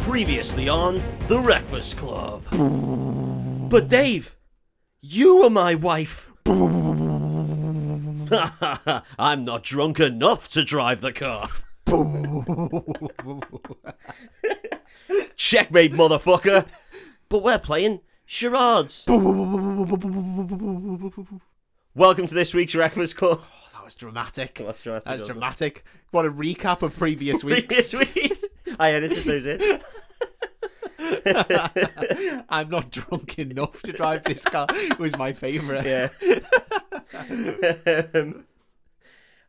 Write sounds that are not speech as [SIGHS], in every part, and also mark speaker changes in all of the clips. Speaker 1: Previously on The Breakfast Club. But Dave, you were my wife. [LAUGHS] I'm not drunk enough to drive the car. Checkmate, motherfucker. But we're playing charades.
Speaker 2: Oh,
Speaker 1: Welcome to this week's Breakfast Club.
Speaker 2: That was dramatic.
Speaker 1: That's dramatic,
Speaker 2: That was
Speaker 1: wasn't it?
Speaker 2: dramatic. What a recap of
Speaker 1: [LAUGHS]
Speaker 2: previous
Speaker 1: Previous
Speaker 2: weeks.
Speaker 1: weeks. I edited those in.
Speaker 2: I'm not drunk enough to drive this car. was my favourite. [LAUGHS]
Speaker 1: Yeah. [LAUGHS] um,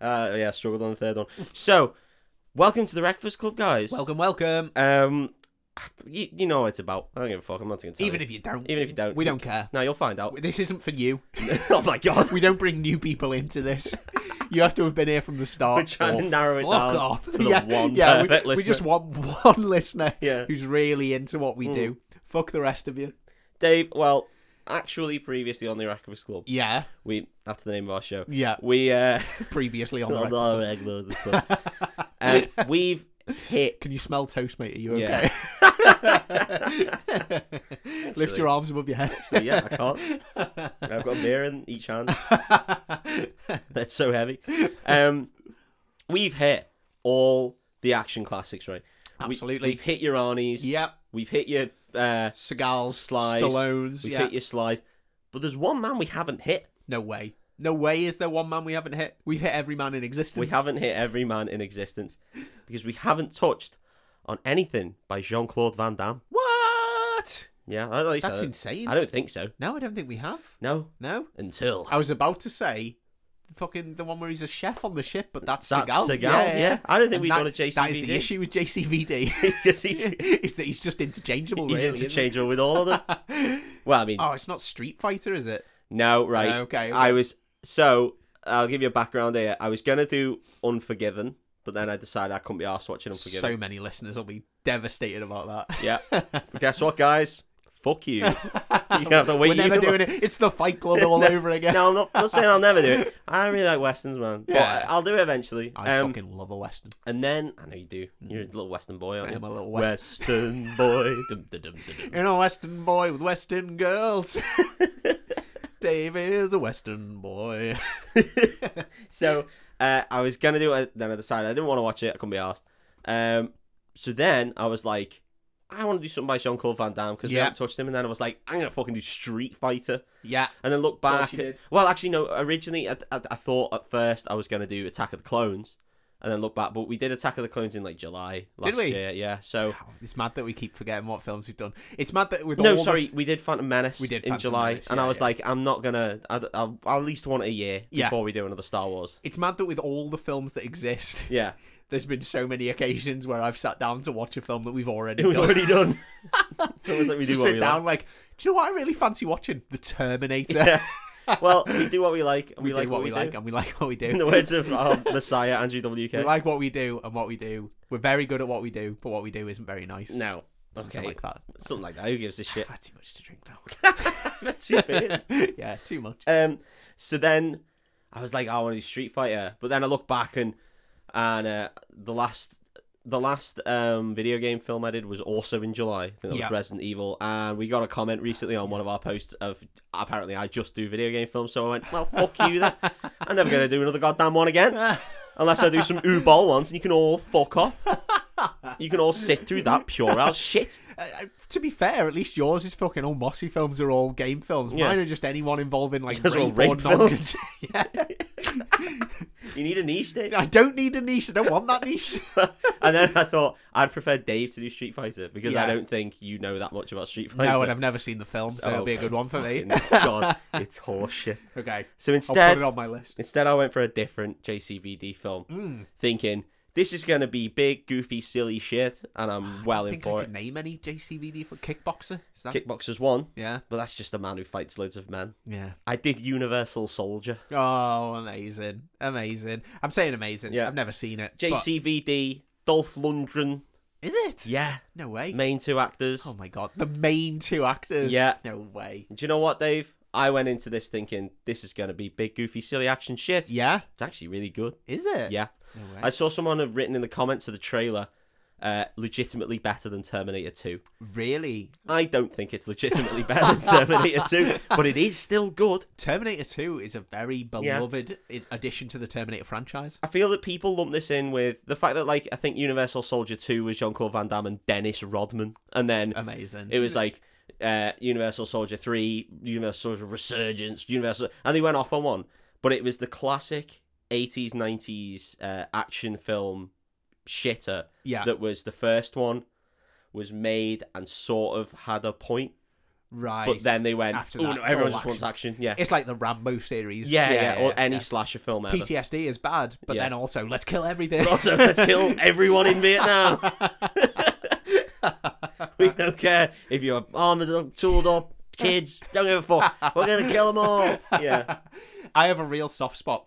Speaker 1: uh, yeah, I struggled on the third one. So, welcome to the Breakfast Club, guys.
Speaker 2: Welcome, welcome.
Speaker 1: Um, you, you know what it's about. I don't give a fuck. I'm not going to tell
Speaker 2: Even
Speaker 1: you.
Speaker 2: if you don't,
Speaker 1: Even if you don't.
Speaker 2: we don't care.
Speaker 1: No, you'll find [LAUGHS] out.
Speaker 2: This isn't for you.
Speaker 1: oh my god.
Speaker 2: We don't bring new people into this. You have to have been here from the start.
Speaker 1: We're trying to
Speaker 2: or
Speaker 1: narrow it
Speaker 2: fuck
Speaker 1: down
Speaker 2: off.
Speaker 1: to the
Speaker 2: yeah,
Speaker 1: one
Speaker 2: yeah, we,
Speaker 1: perfect
Speaker 2: we just
Speaker 1: listener.
Speaker 2: want one listener
Speaker 1: Yeah. Mm.
Speaker 2: who's really into what we do. Fuck the rest of you.
Speaker 1: Dave, well, actually, previously on the Breakfast Club,
Speaker 2: Yeah,
Speaker 1: we that's the name of our show.
Speaker 2: yeah.
Speaker 1: We
Speaker 2: [LAUGHS]
Speaker 1: uh,
Speaker 2: Previously on the
Speaker 1: on
Speaker 2: Rex.
Speaker 1: the [LAUGHS] regular stuff. [LAUGHS] um, we've hit.
Speaker 2: Can you smell toast, mate? Are you [LAUGHS] okay?
Speaker 1: Yeah.
Speaker 2: Lift your arms above your head.
Speaker 1: yeah, I can't. I've got a beer in each hand.
Speaker 2: [LAUGHS]
Speaker 1: That's so heavy. Um, we've hit all the action classics, right? We-
Speaker 2: Absolutely.
Speaker 1: we've hit your Arnies.
Speaker 2: [LAUGHS] Yep.
Speaker 1: We've hit your uh,
Speaker 2: Seagulls,
Speaker 1: S- Slides.
Speaker 2: Stallones.
Speaker 1: We've
Speaker 2: Yeah.
Speaker 1: hit your slides. But there's one man we haven't hit.
Speaker 2: No way. No way is there one man we haven't hit. We've hit every man in existence. [LAUGHS]
Speaker 1: We haven't hit every man in existence because we haven't touched on anything by Jean Claude Van Damme.
Speaker 2: What?
Speaker 1: Yeah, I, at least I
Speaker 2: That's
Speaker 1: don't-
Speaker 2: insane.
Speaker 1: I don't think so.
Speaker 2: No, I don't think we have.
Speaker 1: No,
Speaker 2: No.
Speaker 1: until
Speaker 2: I was about to say fucking the one where he's a chef on the ship, but that's
Speaker 1: that's
Speaker 2: Seagal.
Speaker 1: Seagal. Yeah, I don't think we've
Speaker 2: that,
Speaker 1: done a JCVD.
Speaker 2: That is the issue with
Speaker 1: [LAUGHS]
Speaker 2: [LAUGHS] JCVD.
Speaker 1: Because he-
Speaker 2: is that he's just interchangeable,
Speaker 1: He's
Speaker 2: really. isn't he?
Speaker 1: interchangeable with all of them. [LAUGHS] well, I mean,
Speaker 2: [LAUGHS] Oh, it's not Street Fighter, is it?
Speaker 1: no, right.
Speaker 2: Oh, okay, okay.
Speaker 1: I was so I'll give you a background here. I was gonna do Unforgiven, but then I decided I couldn't be arsed watching Unforgiven.
Speaker 2: So many listeners will be devastated about that. [LAUGHS]
Speaker 1: Yeah. But Guess what, guys? Fuck you. You're gonna have to wait.
Speaker 2: We're never
Speaker 1: you-
Speaker 2: doing it. It's the Fight Club all over
Speaker 1: [LAUGHS]
Speaker 2: again.
Speaker 1: No, I'm not, not saying I'll never do it. I don't really like westerns, man.
Speaker 2: Yeah.
Speaker 1: But I'll do it eventually.
Speaker 2: I
Speaker 1: Um,
Speaker 2: fucking love a western.
Speaker 1: and then I know you do. You're a little western boy, aren't
Speaker 2: I
Speaker 1: you?
Speaker 2: am a little West-
Speaker 1: western
Speaker 2: [LAUGHS]
Speaker 1: boy. Dum, dum, dum, dum, dum.
Speaker 2: In a western boy with western [LAUGHS] girls. Dave is a western boy.
Speaker 1: [LAUGHS] So uh, I was gonna do it, then I decided I didn't want to watch it. I couldn't be asked. Um, so then I was like, I want to do something by Jean Claude Van Damme because we
Speaker 2: Yeah.
Speaker 1: haven't touched him. And then I was like, I'm gonna fucking do Street Fighter.
Speaker 2: Yeah.
Speaker 1: And then look
Speaker 2: course
Speaker 1: back.
Speaker 2: you did.
Speaker 1: Well, actually, no. Originally, I, I, I thought at first I was gonna do Attack of the Clones, and then look back. But we did Attack of the Clones in like July last
Speaker 2: we?
Speaker 1: year. Yeah. So
Speaker 2: Oh, It's mad that we keep forgetting what films we've done. It's mad that with all
Speaker 1: no,
Speaker 2: the-
Speaker 1: sorry, we did Phantom Menace.
Speaker 2: We did
Speaker 1: in
Speaker 2: Phantom
Speaker 1: July,
Speaker 2: Menace,
Speaker 1: and
Speaker 2: yeah,
Speaker 1: I was
Speaker 2: yeah.
Speaker 1: like, I'm not gonna. I, I'll, I'll at least want a year
Speaker 2: Yeah.
Speaker 1: before we do another Star Wars.
Speaker 2: it's mad that with all the films that exist, [LAUGHS]
Speaker 1: Yeah,
Speaker 2: there's been so many occasions where I've sat down to watch a film that we've
Speaker 1: [LAUGHS]
Speaker 2: already
Speaker 1: we've
Speaker 2: done.
Speaker 1: already
Speaker 2: [LAUGHS]
Speaker 1: done. it's almost like we do
Speaker 2: Just
Speaker 1: what
Speaker 2: sit
Speaker 1: we like.
Speaker 2: down like, do you know what I really fancy watching? The Terminator. [LAUGHS]
Speaker 1: well, we do what we like, and we,
Speaker 2: do
Speaker 1: like
Speaker 2: what we,
Speaker 1: do. [LAUGHS]
Speaker 2: like, and we like what we
Speaker 1: In the
Speaker 2: do.
Speaker 1: words
Speaker 2: [LAUGHS]
Speaker 1: of our Messiah, Andrew WK.
Speaker 2: we like what we do and what we do. We're very good at what we do, but what we do isn't very nice.
Speaker 1: no.
Speaker 2: Something
Speaker 1: Okay.
Speaker 2: like that.
Speaker 1: Something like that. Who gives a
Speaker 2: [LAUGHS]
Speaker 1: shit?
Speaker 2: I've had too much to drink now.
Speaker 1: That's too
Speaker 2: [LAUGHS]
Speaker 1: weird.
Speaker 2: yeah, too much.
Speaker 1: Um, so then I was like, "Oh, I want to do Street Fighter, but then I look back and and uh, the last the last um video game film I did was also in July. I think that was
Speaker 2: Yeah.
Speaker 1: Resident Evil, and we got a comment recently on one of our posts of apparently I just do video game films, so I went, well, fuck you then. I'm never gonna do another goddamn one again, unless I do some ooh ball ones, and you can all fuck off. You can all sit through that pure out shit.
Speaker 2: Uh, uh, to be fair, at least yours is fucking all mossy films are all game films.
Speaker 1: Yeah.
Speaker 2: Mine are just anyone involving like
Speaker 1: Just all
Speaker 2: rape, or
Speaker 1: rape films.
Speaker 2: [LAUGHS] non-consent. yeah.
Speaker 1: You need a niche, Dave.
Speaker 2: I don't need a niche. I don't want
Speaker 1: [LAUGHS]
Speaker 2: that niche.
Speaker 1: and then I thought I'd prefer Dave to do Street Fighter because I
Speaker 2: Yeah.
Speaker 1: don't think you know that much about Street Fighter.
Speaker 2: no, and I've never seen the film, so it'll be a good one for me.
Speaker 1: Oh, Fucking
Speaker 2: [LAUGHS]
Speaker 1: God, it's horseshit.
Speaker 2: okay,
Speaker 1: So
Speaker 2: I'll put
Speaker 1: instead,
Speaker 2: it on my list.
Speaker 1: instead I went for a different JCVD film,
Speaker 2: Hmm.
Speaker 1: thinking this is gonna be big, goofy, silly shit, and I'm well
Speaker 2: [SIGHS] I
Speaker 1: in
Speaker 2: think
Speaker 1: for
Speaker 2: I
Speaker 1: it.
Speaker 2: could name any JCVD for kickboxer. Is that
Speaker 1: Kickboxers one,
Speaker 2: yeah?
Speaker 1: but that's just a man who fights loads of men.
Speaker 2: Yeah.
Speaker 1: I did Universal Soldier.
Speaker 2: Oh, amazing, amazing. I'm saying amazing.
Speaker 1: Yeah.
Speaker 2: I've never seen it. but-
Speaker 1: JCVD, Dolph Lundgren,
Speaker 2: is it?
Speaker 1: yeah,
Speaker 2: No way.
Speaker 1: main two actors.
Speaker 2: Oh my god, the main two actors.
Speaker 1: Yeah.
Speaker 2: No way.
Speaker 1: Do you know what, Dave? I went into this thinking this is gonna be big, goofy, silly action shit.
Speaker 2: Yeah.
Speaker 1: It's actually really good.
Speaker 2: Is it?
Speaker 1: Yeah.
Speaker 2: No way.
Speaker 1: I saw someone had written in the comments of the trailer, uh, legitimately better than Terminator 2.
Speaker 2: Really?
Speaker 1: I don't think it's legitimately better than Terminator 2, but it is still good.
Speaker 2: Terminator 2 is a very beloved i- addition to the Terminator franchise.
Speaker 1: I feel that people lump this in with the fact that, like, I think Universal Soldier 2 was Jean Claude Van Damme and Dennis Rodman. And
Speaker 2: Uh,
Speaker 1: then
Speaker 2: Amazing.
Speaker 1: it was like uh, Universal Soldier 3, Universal Soldier Resurgence, Universal. And they went off on one. But it was the classic 80s, 90s uh, action film shitter
Speaker 2: yeah.
Speaker 1: that was the first one, was made and sort of had a point.
Speaker 2: right.
Speaker 1: But then they went,
Speaker 2: After
Speaker 1: oh,
Speaker 2: that,
Speaker 1: no,
Speaker 2: it's
Speaker 1: everyone
Speaker 2: all
Speaker 1: just wants action. Yeah.
Speaker 2: it's like the Rambo series.
Speaker 1: yeah, yeah, or any
Speaker 2: yeah.
Speaker 1: slasher film [LAUGHS] ever.
Speaker 2: PTSD is bad, but
Speaker 1: Yeah.
Speaker 2: then also let's kill everything.
Speaker 1: But also, let's kill everyone in Vietnam. [LAUGHS] we don't care if you're armored up, tooled up, kids, don't give a fuck. We're going to kill them all. Yeah.
Speaker 2: [LAUGHS] I have a real soft spot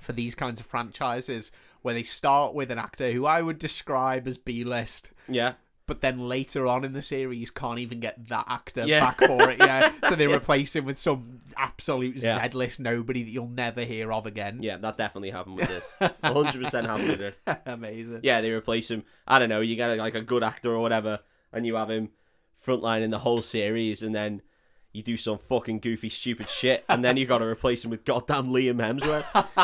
Speaker 2: for these kinds of franchises where they start with an actor who I would describe as B list.
Speaker 1: Yeah.
Speaker 2: But then later on in the series, can't even get that actor
Speaker 1: Yeah.
Speaker 2: back for it.
Speaker 1: [LAUGHS]
Speaker 2: Yeah, so they replace him with some absolute
Speaker 1: Yeah.
Speaker 2: Z-list nobody that you'll never hear of again.
Speaker 1: Yeah, that definitely happened with this. 100% happened with this.
Speaker 2: Amazing.
Speaker 1: Yeah, [LAUGHS] they replace him. I don't know, you get like a good actor or whatever, and you have him frontline in the whole series, and then you do some fucking goofy, stupid shit, and then you got to replace him with goddamn Liam Hemsworth.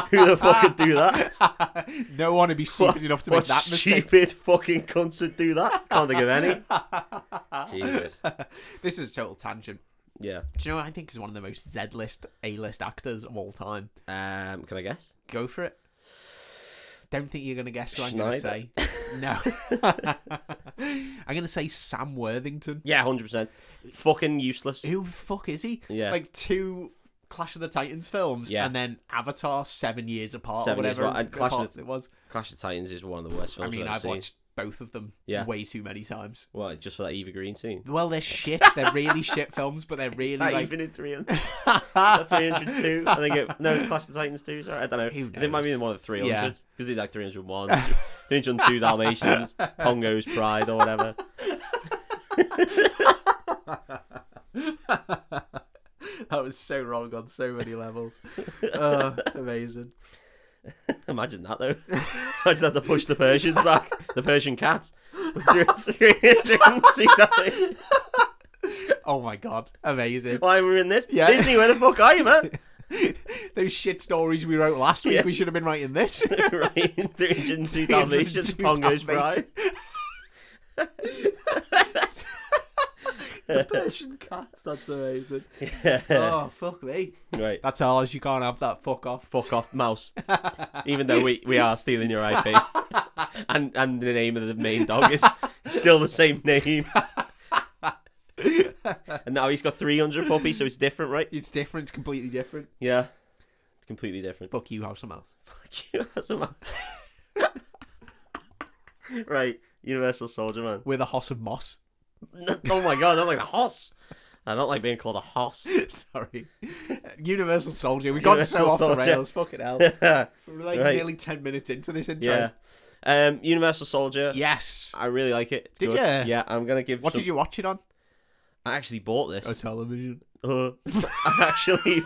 Speaker 1: [LAUGHS] Who the fuck could do
Speaker 2: [LAUGHS]
Speaker 1: that?
Speaker 2: no one would be stupid enough to make
Speaker 1: What
Speaker 2: that mistake.
Speaker 1: stupid fucking cunts would do that? Can't think of any.
Speaker 2: [LAUGHS]
Speaker 1: Jesus.
Speaker 2: This is a total tangent.
Speaker 1: Yeah.
Speaker 2: Do you know what I think is one of the most Z-list, A-list actors of all time?
Speaker 1: Um, can I guess?
Speaker 2: Go for it. Don't think you're going to guess what I'm going to
Speaker 1: Schneider.
Speaker 2: say. No. [LAUGHS] I'm going to say Sam Worthington.
Speaker 1: Yeah, hundred percent. Fucking useless.
Speaker 2: Who the fuck is he?
Speaker 1: Yeah.
Speaker 2: Like two Clash of the Titans films
Speaker 1: Yeah.
Speaker 2: and then Avatar seven years apart
Speaker 1: Seven
Speaker 2: or
Speaker 1: years
Speaker 2: whatever.
Speaker 1: apart, and Clash of
Speaker 2: apart
Speaker 1: the-
Speaker 2: it was.
Speaker 1: Clash of Titans is one of the worst
Speaker 2: I
Speaker 1: films
Speaker 2: mean,
Speaker 1: have ever
Speaker 2: I've
Speaker 1: seen.
Speaker 2: watched both of them
Speaker 1: Yeah.
Speaker 2: way too many times.
Speaker 1: What? Just for that Eva Green scene. [LAUGHS]
Speaker 2: Well, they're shit. They're really shit films, but they're really
Speaker 1: That
Speaker 2: like [LAUGHS]
Speaker 1: even [LAUGHS] in 300, 302, I think it, no,
Speaker 2: [LAUGHS]
Speaker 1: it's Clash of Titans 2, sorry, I don't know.
Speaker 2: Who
Speaker 1: I think it might be
Speaker 2: knows?
Speaker 1: in one of the 300s,
Speaker 2: Yeah.
Speaker 1: because they did like 301, 302 Dalmatians, Pongo's Pride or whatever.
Speaker 2: that was so wrong on so many levels. oh, amazing.
Speaker 1: Imagine that though. [LAUGHS] Imagine that to push the Persians back, the Persian cats. [LAUGHS] 302 Dalmatians.
Speaker 2: Oh my god, amazing.
Speaker 1: Why were we in this?
Speaker 2: Yeah.
Speaker 1: Disney, where the fuck are you,
Speaker 2: [LAUGHS]
Speaker 1: man? [LAUGHS]
Speaker 2: Those shit stories we wrote last week,
Speaker 1: Yeah.
Speaker 2: we should have been writing this.
Speaker 1: [LAUGHS]
Speaker 2: [LAUGHS]
Speaker 1: right, 302 Dalmatians,
Speaker 2: 302
Speaker 1: Pongo's Pride.
Speaker 2: Dalmatians. Persian cats, that's amazing.
Speaker 1: [LAUGHS] Yeah.
Speaker 2: Oh, fuck me.
Speaker 1: Right.
Speaker 2: That's ours, you can't have that, fuck off.
Speaker 1: Fuck off, mouse. Even though we, we are stealing your IP,
Speaker 2: [LAUGHS]
Speaker 1: and and the name of the main dog is still the same name. and now he's got three hundred puppies, so it's different, right?
Speaker 2: It's different, it's completely different.
Speaker 1: Yeah, it's completely different. [LAUGHS]
Speaker 2: Fuck you, House of Mouse.
Speaker 1: Fuck you, that's a mouse. right, Universal Soldier Man. [LAUGHS]
Speaker 2: We're the Hoss of Moss. [LAUGHS]
Speaker 1: oh my god, I'm like a hoss. I don't like being called a [LAUGHS] hoss.
Speaker 2: Sorry. Universal Soldier, we got so
Speaker 1: Universal
Speaker 2: off the
Speaker 1: Soldier.
Speaker 2: rails, fucking hell. We're like
Speaker 1: Right.
Speaker 2: nearly 10 minutes into this intro.
Speaker 1: yeah, um, Universal Soldier.
Speaker 2: Yes.
Speaker 1: I really like it. It's
Speaker 2: Did
Speaker 1: good.
Speaker 2: ya?
Speaker 1: Yeah, I'm gonna give.
Speaker 2: What
Speaker 1: some-
Speaker 2: did you watch it on?
Speaker 1: I actually bought this.
Speaker 2: television.
Speaker 1: Uh, [LAUGHS] I actually,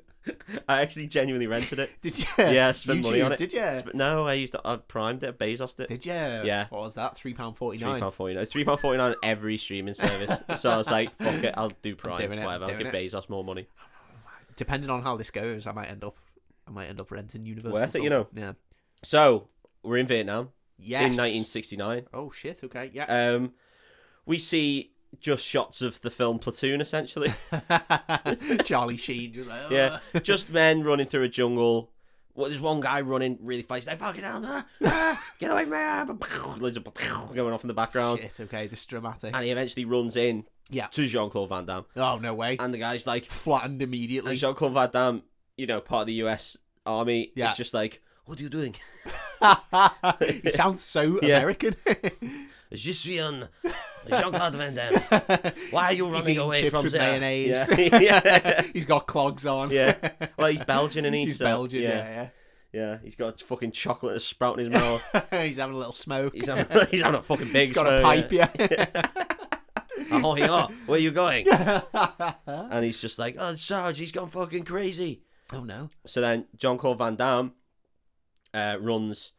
Speaker 1: [LAUGHS] I actually genuinely rented it.
Speaker 2: Did you?
Speaker 1: [LAUGHS] Yeah, I spent money on it.
Speaker 2: Did you?
Speaker 1: Sp- No, I used it. I primed it. Bezos it.
Speaker 2: Did you?
Speaker 1: Yeah.
Speaker 2: What was that? Three pound forty
Speaker 1: Three
Speaker 2: nine.
Speaker 1: pound forty nine. It's three pound forty nine every streaming service. so I was like, "Fuck it, I'll do Prime.
Speaker 2: doing it, I'm
Speaker 1: Whatever. I'll
Speaker 2: doing
Speaker 1: give Bezos more money."
Speaker 2: Depending on how this goes, I might end up, I might end up renting Universal.
Speaker 1: Worth it, you
Speaker 2: Soldier. Yeah.
Speaker 1: So we're in Vietnam
Speaker 2: Yes.
Speaker 1: in 1969.
Speaker 2: Oh shit. Okay. Yeah.
Speaker 1: Um, we see just shots of the film Platoon,
Speaker 2: [LAUGHS]
Speaker 1: essentially.
Speaker 2: Charlie Sheen.
Speaker 1: [LAUGHS]
Speaker 2: Just like,
Speaker 1: Uh, Yeah,
Speaker 2: "Ugh."
Speaker 1: just men running through a jungle. Well, there's one guy running really fast. Like, fucking hell, no, ah, get away from me! ah, [LAUGHS] Loads of going off in the background,
Speaker 2: [LAUGHS] Shit. Okay. This is dramatic.
Speaker 1: and he eventually runs in
Speaker 2: Yeah.
Speaker 1: to Jean Claude Van Damme,
Speaker 2: Oh no way.
Speaker 1: and the guy's like,
Speaker 2: Flattened immediately.
Speaker 1: Jean Claude Van Damme, you know, part of the U.S. Army.
Speaker 2: Yeah.
Speaker 1: is just like, what are you doing?
Speaker 2: [LAUGHS] it sounds so
Speaker 1: Yeah.
Speaker 2: American.
Speaker 1: [LAUGHS]
Speaker 2: [LAUGHS]
Speaker 1: [LAUGHS] Je suis un Jean Claude Van Damme. Why are you
Speaker 2: [LAUGHS] He's
Speaker 1: running
Speaker 2: eating
Speaker 1: away
Speaker 2: chips
Speaker 1: from
Speaker 2: with
Speaker 1: there?
Speaker 2: mayonnaise.
Speaker 1: Yeah. yeah. [LAUGHS]
Speaker 2: He's got clogs on.
Speaker 1: Yeah. Well, he's Belgian, and he's uh,
Speaker 2: He's Belgian. Yeah.
Speaker 1: yeah. He's got fucking chocolate and sprout in his mouth.
Speaker 2: [LAUGHS] yeah. he's having a little smoke.
Speaker 1: He's having, he's having a fucking big
Speaker 2: he's got a
Speaker 1: smoke,
Speaker 2: pipe. Yeah.
Speaker 1: [LAUGHS] Oh, here you are. Where are you
Speaker 2: [LAUGHS]
Speaker 1: going? and he's just like, oh, Sarge, he's gone fucking crazy.
Speaker 2: oh no.
Speaker 1: So then John Claude Van Damme uh, runs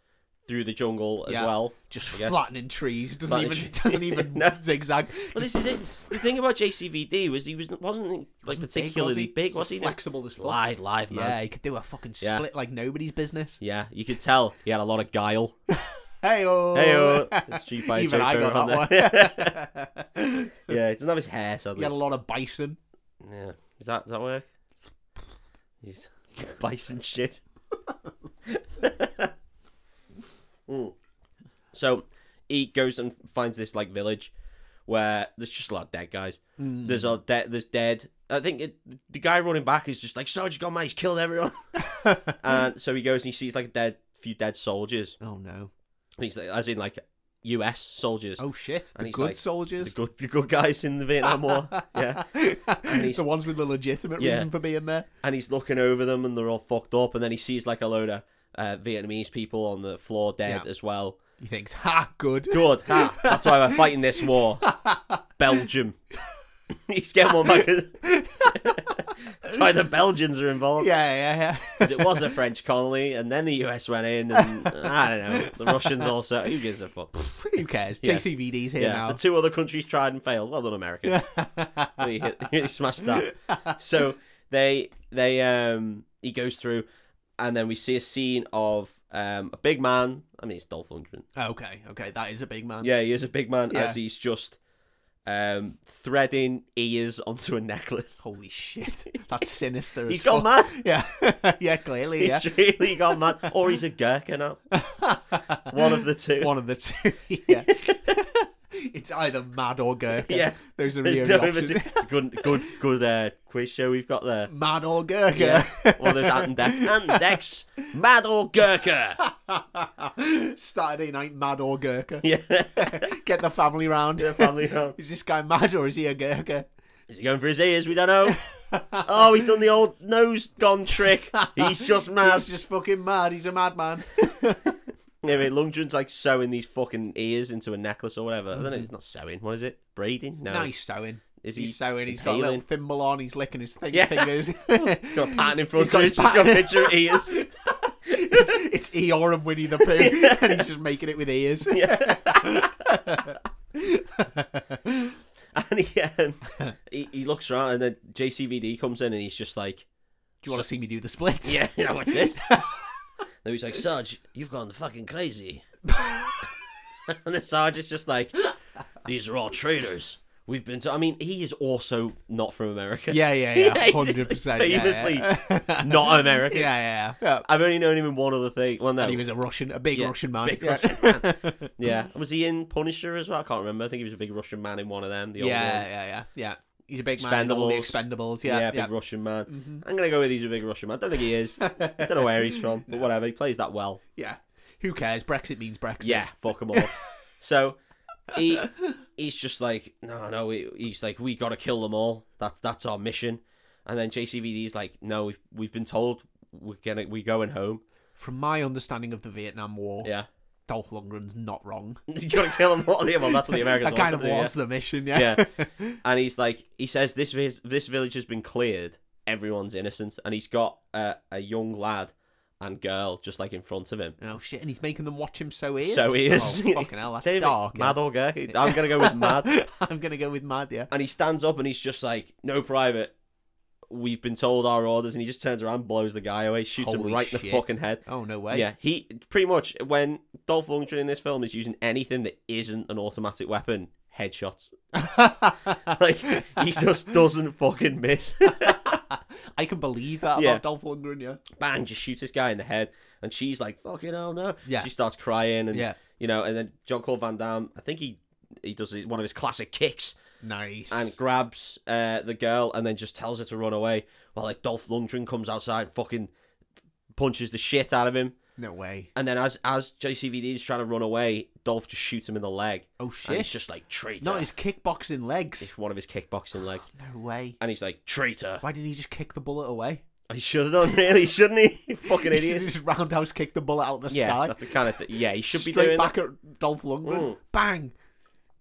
Speaker 1: through the jungle as
Speaker 2: Yeah.
Speaker 1: well.
Speaker 2: Just
Speaker 1: I guess.
Speaker 2: flattening trees doesn't
Speaker 1: Flattening
Speaker 2: even
Speaker 1: trees.
Speaker 2: doesn't even
Speaker 1: [LAUGHS] No.
Speaker 2: zigzag.
Speaker 1: Well, this is it. The thing about JCVD was he was wasn't like particularly big, was he?
Speaker 2: flexible as fuck.
Speaker 1: Live, live man.
Speaker 2: Yeah, he could do a fucking
Speaker 1: Yeah.
Speaker 2: split like nobody's business.
Speaker 1: Yeah, you could tell he had a lot of guile.
Speaker 2: Hey,
Speaker 1: Hey, oh, Street Fighter
Speaker 2: Oh. even I
Speaker 1: Joker on
Speaker 2: got
Speaker 1: there.
Speaker 2: that one.
Speaker 1: [LAUGHS]
Speaker 2: [LAUGHS]
Speaker 1: yeah, he doesn't have his hair
Speaker 2: [LAUGHS] he
Speaker 1: suddenly.
Speaker 2: had a lot of bison.
Speaker 1: Yeah, is that does that work? He's bison shit. [LAUGHS] Mm. So he goes and finds this like village where there's just a lot of dead guys. There's a dead. There's dead. I think it, the guy running back is just like Sergeant Gomez he's killed everyone. and so he goes and he sees like a dead few dead soldiers.
Speaker 2: Oh no!
Speaker 1: He's like, as in like U.S. soldiers.
Speaker 2: Oh shit!
Speaker 1: And
Speaker 2: The
Speaker 1: he's
Speaker 2: good
Speaker 1: like, The
Speaker 2: soldiers,
Speaker 1: good, the good guys in the Vietnam War. Yeah.
Speaker 2: [LAUGHS]
Speaker 1: he's-
Speaker 2: the ones with the legitimate
Speaker 1: Yeah.
Speaker 2: reason for being there.
Speaker 1: and he's looking over them and they're all fucked up and then he sees like a load of uh, Vietnamese people on the floor dead
Speaker 2: Yeah.
Speaker 1: as well.
Speaker 2: He thinks, "Ha, good."
Speaker 1: Good. ha, That's why we're fighting this
Speaker 2: [LAUGHS]
Speaker 1: war. Belgium. [LAUGHS] he's getting one back. That's why the Belgians are involved.
Speaker 2: Yeah, yeah,
Speaker 1: 'Cause it was a French colony and then the US went in and I don't know. The Russians also. Who gives a fuck?
Speaker 2: yeah. [LAUGHS] Who cares?
Speaker 1: Yeah.
Speaker 2: JCVD's here
Speaker 1: Yeah.
Speaker 2: now.
Speaker 1: The two other countries tried and failed. Well done, America. [LAUGHS] really, hit, really smashed that. So they they um he goes through, and then we see a scene of um a big man. I mean, it's Dolph Lundgren.
Speaker 2: [LAUGHS] okay, okay, that is a big man.
Speaker 1: Yeah, he is a big man
Speaker 2: Yeah.
Speaker 1: as he's just um threading ears onto a
Speaker 2: [LAUGHS]
Speaker 1: necklace.
Speaker 2: Holy shit, that's sinister.
Speaker 1: [LAUGHS]
Speaker 2: as
Speaker 1: He's gone mad.
Speaker 2: fuck. [LAUGHS] Yeah, yeah, clearly, yeah.
Speaker 1: He's really gone mad. Or he's a Gurkha
Speaker 2: [LAUGHS]
Speaker 1: now. One of the two.
Speaker 2: One of the two. [LAUGHS]
Speaker 1: [LAUGHS]
Speaker 2: Yeah. it's either mad or Gurkha.
Speaker 1: Yeah.
Speaker 2: those are the
Speaker 1: There's
Speaker 2: only
Speaker 1: no in
Speaker 2: [LAUGHS] options.
Speaker 1: between. It's a good, good, good uh, quiz show we've got there.
Speaker 2: Mad or Gurkha.
Speaker 1: One of those Ant and Dex. Ant and Dex, Mad or
Speaker 2: [LAUGHS]
Speaker 1: Gurkha. [LAUGHS]
Speaker 2: Saturday night, mad or Gurkha.
Speaker 1: Yeah.
Speaker 2: Get the family round.
Speaker 1: The family round.
Speaker 2: [LAUGHS] Is this guy mad or is he a Gurkha?
Speaker 1: Is he going for his ears? We don't know. oh, he's done the old nose gone trick. He's just [LAUGHS] mad.
Speaker 2: He's just fucking mad. He's
Speaker 1: [LAUGHS]
Speaker 2: a madman.
Speaker 1: Anyway, Lundgren's like sewing these fucking ears into a necklace or whatever. I don't know. It's not sewing. What is it? Braiding? No.
Speaker 2: Nice sewing.
Speaker 1: Is he
Speaker 2: He's sewing. He's got a
Speaker 1: inhaling?
Speaker 2: little thimble on. He's licking his thing-
Speaker 1: Yeah. [LAUGHS]
Speaker 2: fingers.
Speaker 1: He's got a [LAUGHS] pattern in
Speaker 2: [LAUGHS]
Speaker 1: front
Speaker 2: He's
Speaker 1: of
Speaker 2: got
Speaker 1: him.
Speaker 2: his
Speaker 1: He's just got a
Speaker 2: pattern.
Speaker 1: picture of ears. [LAUGHS]
Speaker 2: [LAUGHS] it's Eeyore and Winnie the Pooh, and he's just making it with ears.
Speaker 1: And he, um, [LAUGHS] he, he looks around and then JCVD comes in and he's just like,
Speaker 2: Do you want to see me do the splits?
Speaker 1: Yeah, yeah, [LAUGHS] what's this? then he's like, Sarge, you've gone fucking crazy. [LAUGHS] and the Sarge is just like, these are all traitors. We've been to. I mean, he is also not from America.
Speaker 2: Yeah, yeah,
Speaker 1: [LAUGHS] Yeah,
Speaker 2: yeah.
Speaker 1: he's just,
Speaker 2: Hundred percent.
Speaker 1: like, famously
Speaker 2: [LAUGHS]
Speaker 1: not American.
Speaker 2: Yeah, yeah. yeah.
Speaker 1: [LAUGHS] I've only known him in one other thing. Well, no.
Speaker 2: And he was a Russian, a big
Speaker 1: Yeah,
Speaker 2: Russian man.
Speaker 1: big
Speaker 2: yeah. [LAUGHS]
Speaker 1: Russian man. yeah. Was he in Punisher as well? I can't remember. I think he was a big Russian man in one of them. The
Speaker 2: Yeah,
Speaker 1: old one.
Speaker 2: yeah, yeah, yeah. He's a big man. in all the
Speaker 1: Expendables.
Speaker 2: Expendables.
Speaker 1: Yeah,
Speaker 2: Yeah, yeah. Mm-hmm.
Speaker 1: big Russian man. I'm gonna go with he's a big Russian man. Don't think he
Speaker 2: [LAUGHS]
Speaker 1: is. I don't know where he's from, but whatever. He plays that well.
Speaker 2: yeah. Who cares? Brexit means Brexit.
Speaker 1: Yeah, fuck them all.
Speaker 2: [LAUGHS]
Speaker 1: so he he's just like, no, no. He, he's like, we gotta kill them all. That's that's our mission. And then JCVD's like, no, we've we've been told we're gonna we going home.
Speaker 2: From my understanding of the Vietnam War,
Speaker 1: Yeah, [LAUGHS]
Speaker 2: Dolph Lundgren's not wrong.
Speaker 1: you gotta kill them all. Yeah, well, that's what [LAUGHS] the Americans
Speaker 2: That kind
Speaker 1: want
Speaker 2: of
Speaker 1: to do, yeah.
Speaker 2: was the mission. Yeah.
Speaker 1: yeah. And he's like, he says this vi- this village has been cleared. Everyone's innocent, and he's got a, a young lad and girl just like in front of him.
Speaker 2: [LAUGHS] Oh shit! And he's making them watch him so ears.
Speaker 1: So he is. [LAUGHS]
Speaker 2: Oh, fucking hell, that's
Speaker 1: Tell me,
Speaker 2: dark.
Speaker 1: Mad or Gurkha? I'm gonna go with mad.
Speaker 2: [LAUGHS] I'm gonna go with mad. Yeah.
Speaker 1: and he stands up and he's just like, "No, private. We've been told our orders." And he just turns around, blows the guy away, shoots him
Speaker 2: Holy
Speaker 1: right in the
Speaker 2: shit.
Speaker 1: fucking head.
Speaker 2: Oh no way. [LAUGHS]
Speaker 1: Yeah, he pretty much when Dolph Lundgren in this film is using anything that isn't an automatic weapon, headshots. [LAUGHS] Like he just doesn't fucking miss.
Speaker 2: [LAUGHS] I can believe that
Speaker 1: Yeah.
Speaker 2: about Dolph Lundgren. Yeah.
Speaker 1: bang, just shoots this guy in the head. And she's like, fucking hell no.
Speaker 2: Yeah.
Speaker 1: She starts crying and,
Speaker 2: Yeah.
Speaker 1: you know, and then John Claude Van Damme, I think he, he does his- one of his classic kicks
Speaker 2: Nice.
Speaker 1: and grabs uh, the girl and then just tells her to run away while like Dolph Lundgren comes outside and fucking punches the shit out of him.
Speaker 2: no way.
Speaker 1: And then as as JCVD is trying to run away, Dolph just shoots him in the leg.
Speaker 2: Oh
Speaker 1: And he's
Speaker 2: shit!
Speaker 1: just like, traitor.
Speaker 2: Not his kickboxing legs.
Speaker 1: It's one of his kickboxing
Speaker 2: [SIGHS]
Speaker 1: legs.
Speaker 2: No way.
Speaker 1: And he's like, traitor.
Speaker 2: Why didn't he just kick the bullet away?
Speaker 1: He should have done, really, shouldn't he? [LAUGHS] You fucking
Speaker 2: He
Speaker 1: idiot.
Speaker 2: should've just roundhouse kick the bullet out the
Speaker 1: Yeah,
Speaker 2: sky.
Speaker 1: that's the kind of thing. Yeah, he should
Speaker 2: Straight
Speaker 1: be doing that.
Speaker 2: back at Dolph Lundgren.
Speaker 1: Mm.
Speaker 2: Bang.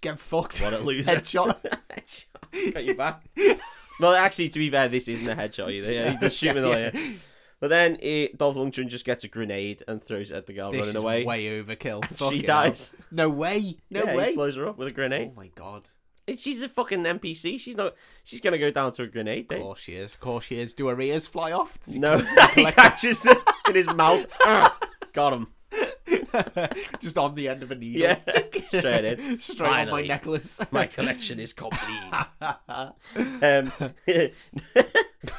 Speaker 2: Get fucked. [LAUGHS]
Speaker 1: What a loser. [LAUGHS]
Speaker 2: Headshot.
Speaker 1: Got your back. well, actually, to be fair, this isn't a headshot either. Yeah, he's just shooting
Speaker 2: [LAUGHS] Yeah,
Speaker 1: yeah,
Speaker 2: yeah.
Speaker 1: But then eh, Dolph Lundgren just gets a grenade and throws it at the girl
Speaker 2: This
Speaker 1: running
Speaker 2: is
Speaker 1: away.
Speaker 2: way overkill.
Speaker 1: [LAUGHS] she
Speaker 2: Fucking hell.
Speaker 1: dies.
Speaker 2: No way. No
Speaker 1: yeah,
Speaker 2: way.
Speaker 1: He blows her up with a grenade.
Speaker 2: Oh my god.
Speaker 1: And she's a fucking NPC. She's not. She's gonna go down to a grenade.
Speaker 2: Of
Speaker 1: Thing.
Speaker 2: course she is. Of course she is. Do her ears
Speaker 1: [LAUGHS]
Speaker 2: fly off? [LAUGHS]
Speaker 1: No, he catches them in his mouth. Ah, Got him.
Speaker 2: Just on the end of a needle. [LAUGHS]
Speaker 1: Yeah, straight in.
Speaker 2: Straight on my
Speaker 1: Finally.
Speaker 2: necklace.
Speaker 1: My collection is
Speaker 2: [LAUGHS]
Speaker 1: complete.
Speaker 2: That's
Speaker 1: Um, [LAUGHS]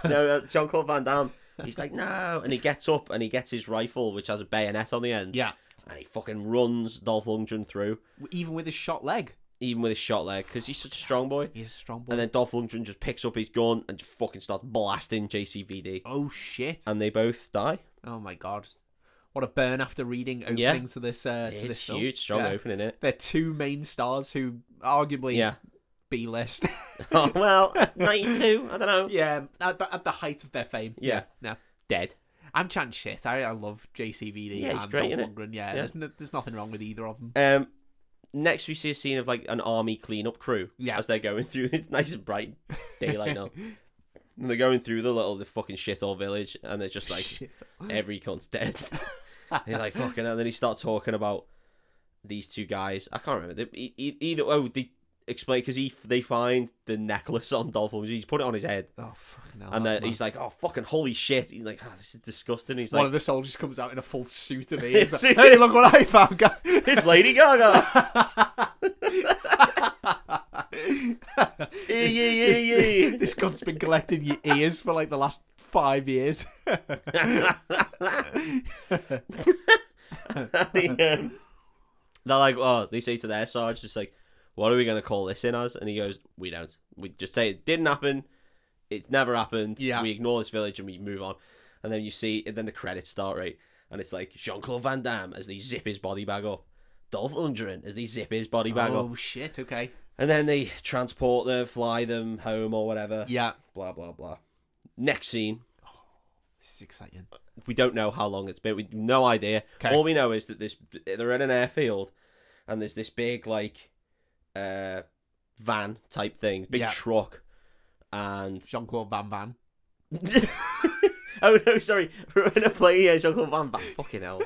Speaker 1: no, John Claude Van Damme. He's like, no, and he gets up and he gets his rifle, which has a bayonet on the end.
Speaker 2: [LAUGHS] Yeah.
Speaker 1: and he fucking runs Dolph Lundgren through,
Speaker 2: Even with his shot leg.
Speaker 1: even with his shot leg, because he's such a strong boy.
Speaker 2: He's a strong boy.
Speaker 1: And then Dolph Lundgren just picks up his gun and just fucking starts blasting JCVD,
Speaker 2: oh shit.
Speaker 1: and they both die.
Speaker 2: Oh my god. What a burn after reading openings
Speaker 1: Yeah.
Speaker 2: to this uh to this
Speaker 1: It's
Speaker 2: film.
Speaker 1: huge, strong
Speaker 2: Yeah.
Speaker 1: opening it.
Speaker 2: They're two main stars who arguably
Speaker 1: Yeah.
Speaker 2: B list.
Speaker 1: [LAUGHS] Oh, well, ninety-two. I don't know.
Speaker 2: [LAUGHS] yeah, at the, at the height of their fame.
Speaker 1: Yeah.
Speaker 2: No.
Speaker 1: Dead.
Speaker 2: I'm chatting shit. I, I love JCVD
Speaker 1: Yeah, he's
Speaker 2: and
Speaker 1: great,
Speaker 2: Dolph
Speaker 1: innit?
Speaker 2: Lundgren. Yeah,
Speaker 1: Yeah.
Speaker 2: There's, no, there's nothing wrong with either of
Speaker 1: [LAUGHS]
Speaker 2: them.
Speaker 1: Um, next we see a scene of like an army cleanup crew
Speaker 2: Yeah.
Speaker 1: as they're going [LAUGHS] through. It's nice and bright
Speaker 2: [LAUGHS]
Speaker 1: daylight now. And they're going through the little the fucking shithole village, and they're just like
Speaker 2: Shit.
Speaker 1: every cunt's dead. [LAUGHS] And you're like fucking, hell. and then he starts talking about these two guys. I can't remember. They, e- e- either oh they explain because he they find the necklace on Dolph Lundgren. He's put it on his head,
Speaker 2: Oh fucking hell.
Speaker 1: and
Speaker 2: that's
Speaker 1: then he's like, "Oh fucking holy shit!" He's like, "Oh, this is disgusting." He's
Speaker 2: One
Speaker 1: like,
Speaker 2: of the soldiers comes out in a full suit
Speaker 1: [LAUGHS]
Speaker 2: of ears.
Speaker 1: It's-
Speaker 2: like, hey, look what I found, guy.
Speaker 1: "It's Lady
Speaker 2: [LAUGHS]
Speaker 1: Gaga." [LAUGHS] yeah, [LAUGHS] yeah, yeah, yeah.
Speaker 2: [LAUGHS] this gun's been collecting your ears for like the last five years.
Speaker 1: The, um, they're like, oh, they say to their sarge, just like, what are we going to call this in as? And he goes, we don't. We just say it didn't happen. It's never happened.
Speaker 2: Yeah.
Speaker 1: We ignore this village and we move on. And then you see, and then the credits start, right? And it's like Jean Claude Van Damme as they zip his body bag up. Dolph Lundgren as they zip his body bag up.
Speaker 2: oh shit. Okay.
Speaker 1: And then they transport them, fly them home or whatever.
Speaker 2: Yeah.
Speaker 1: Blah, blah, blah. Next scene.
Speaker 2: This is exciting.
Speaker 1: We don't know how long it's been. We no idea.
Speaker 2: 'Kay.
Speaker 1: All we know is that this they're in an airfield, and there's this big like, uh, van type thing, big
Speaker 2: Yeah.
Speaker 1: truck, and [LAUGHS]
Speaker 2: Jean Claude Van Van.
Speaker 1: oh no, sorry, we're in a plane. Yeah, Jean Claude Van Van. Fucking hell,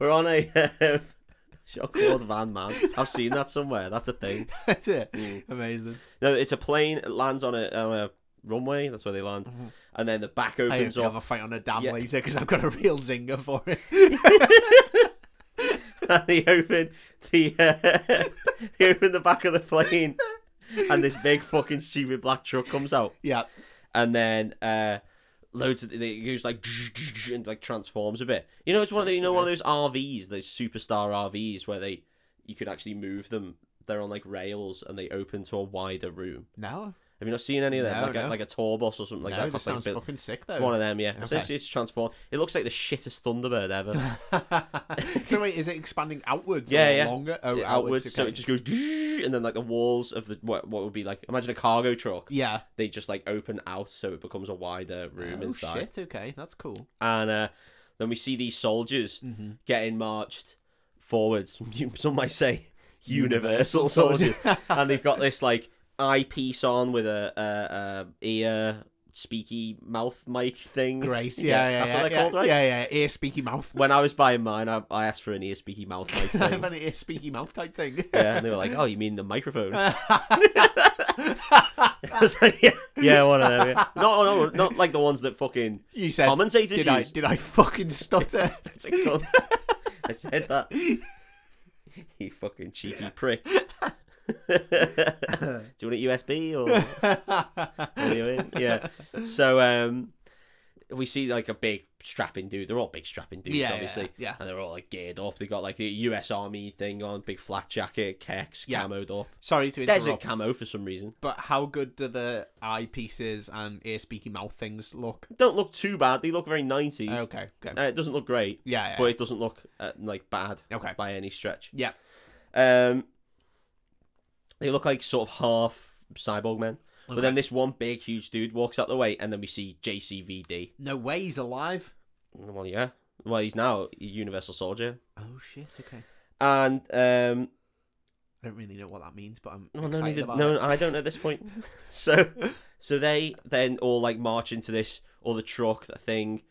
Speaker 1: we're on a um, Jean Claude Van Man. I've seen that somewhere. That's a thing.
Speaker 2: [LAUGHS] That's it.
Speaker 1: Mm.
Speaker 2: Amazing.
Speaker 1: No, it's a plane. It lands on a on a runway. That's where they land, and then the back
Speaker 2: I hope
Speaker 1: opens
Speaker 2: you
Speaker 1: up.
Speaker 2: have a fight on a dam
Speaker 1: Yeah.
Speaker 2: later because I've got a real zinger for it. [LAUGHS]
Speaker 1: and [LAUGHS] they open the uh, [LAUGHS] they open the back of the plane, and this big fucking stupid black truck comes out,
Speaker 2: yeah.
Speaker 1: and then uh, loads of it goes like [LAUGHS] and like transforms a bit. You know, it's one of the, you know one of those RVs, those superstar RVs where they you could actually move them. They're on like rails and they open to a wider room.
Speaker 2: No.
Speaker 1: Have you not seen any of them?
Speaker 2: No,
Speaker 1: like, a,
Speaker 2: no.
Speaker 1: like a tour bus or something like
Speaker 2: no,
Speaker 1: that.
Speaker 2: that
Speaker 1: costs, like, a
Speaker 2: sounds
Speaker 1: bit-
Speaker 2: fucking sick
Speaker 1: it's one
Speaker 2: [LAUGHS] though.
Speaker 1: of them, yeah. Essentially, it's transformed. It looks like the shittest Thunderbird ever.
Speaker 2: so wait, is it expanding outwards?
Speaker 1: Yeah,
Speaker 2: or
Speaker 1: yeah.
Speaker 2: Longer. Oh,
Speaker 1: outwards, so
Speaker 2: okay.
Speaker 1: it just goes and then like the walls of the what what would be like imagine a cargo truck
Speaker 2: Yeah.
Speaker 1: they just like open out so it becomes a wider room
Speaker 2: oh
Speaker 1: inside
Speaker 2: shit. Okay, that's cool.
Speaker 1: and uh, then we see these soldiers
Speaker 2: Mm-hmm.
Speaker 1: getting marched forwards [LAUGHS] some might say universal, soldiers
Speaker 2: [LAUGHS]
Speaker 1: and they've got this like eyepiece on with a, a, a ear speaky mouth mic thing
Speaker 2: Great. Yeah, yeah, yeah.
Speaker 1: that's what they're
Speaker 2: yeah,
Speaker 1: called right
Speaker 2: Yeah, yeah. Ear speaky mouth.
Speaker 1: [LAUGHS]
Speaker 2: [LAUGHS]
Speaker 1: when i was buying mine I, I asked for an ear speaky mouth mic
Speaker 2: I
Speaker 1: thing
Speaker 2: have an ear speaky mouth type thing.
Speaker 1: Yeah, and they were like, "Oh, you mean the microphone?" [LAUGHS] I was like, yeah, yeah, one of them. Yeah. No, no, not like the ones that fucking
Speaker 2: [LAUGHS] You said.
Speaker 1: commentators
Speaker 2: Did
Speaker 1: use.
Speaker 2: I did I fucking stutter?
Speaker 1: [LAUGHS] That's a cunt. I said that. You fucking cheeky
Speaker 2: [LAUGHS]
Speaker 1: prick. Do you want a USB
Speaker 2: [LAUGHS]
Speaker 1: or? what do you mean? Yeah. So um, we see like a big strapping dude. They're all big strapping dudes,
Speaker 2: Yeah, yeah,
Speaker 1: obviously.
Speaker 2: yeah.
Speaker 1: And they're all like geared up. They got like the U.S. Army thing on, big flak jacket, kex,
Speaker 2: Yeah.
Speaker 1: camoed up.
Speaker 2: [LAUGHS] Sorry to interrupt.
Speaker 1: Desert camo for some reason.
Speaker 2: But how good do the eye pieces and ear speaky mouth things look?
Speaker 1: Don't look too bad. They look very nineties.
Speaker 2: Okay. Okay.
Speaker 1: Uh, it doesn't look great,
Speaker 2: yeah. yeah.
Speaker 1: but it doesn't look uh, like bad
Speaker 2: okay.
Speaker 1: by any stretch.
Speaker 2: Yeah.
Speaker 1: Um, they look like sort of half cyborg men. But then this one big, huge dude walks out the way, and then we see JCVD.
Speaker 2: No way. He's alive.
Speaker 1: Well, yeah. Well, he's now a Universal Soldier.
Speaker 2: Oh shit. Okay.
Speaker 1: And, um,
Speaker 2: I don't really know what that means, but I'm
Speaker 1: well, no,
Speaker 2: excited
Speaker 1: neither,
Speaker 2: about
Speaker 1: no,
Speaker 2: it.
Speaker 1: I don't at this point.
Speaker 2: [LAUGHS]
Speaker 1: so, so they then all like march into this, or the truck, that thing,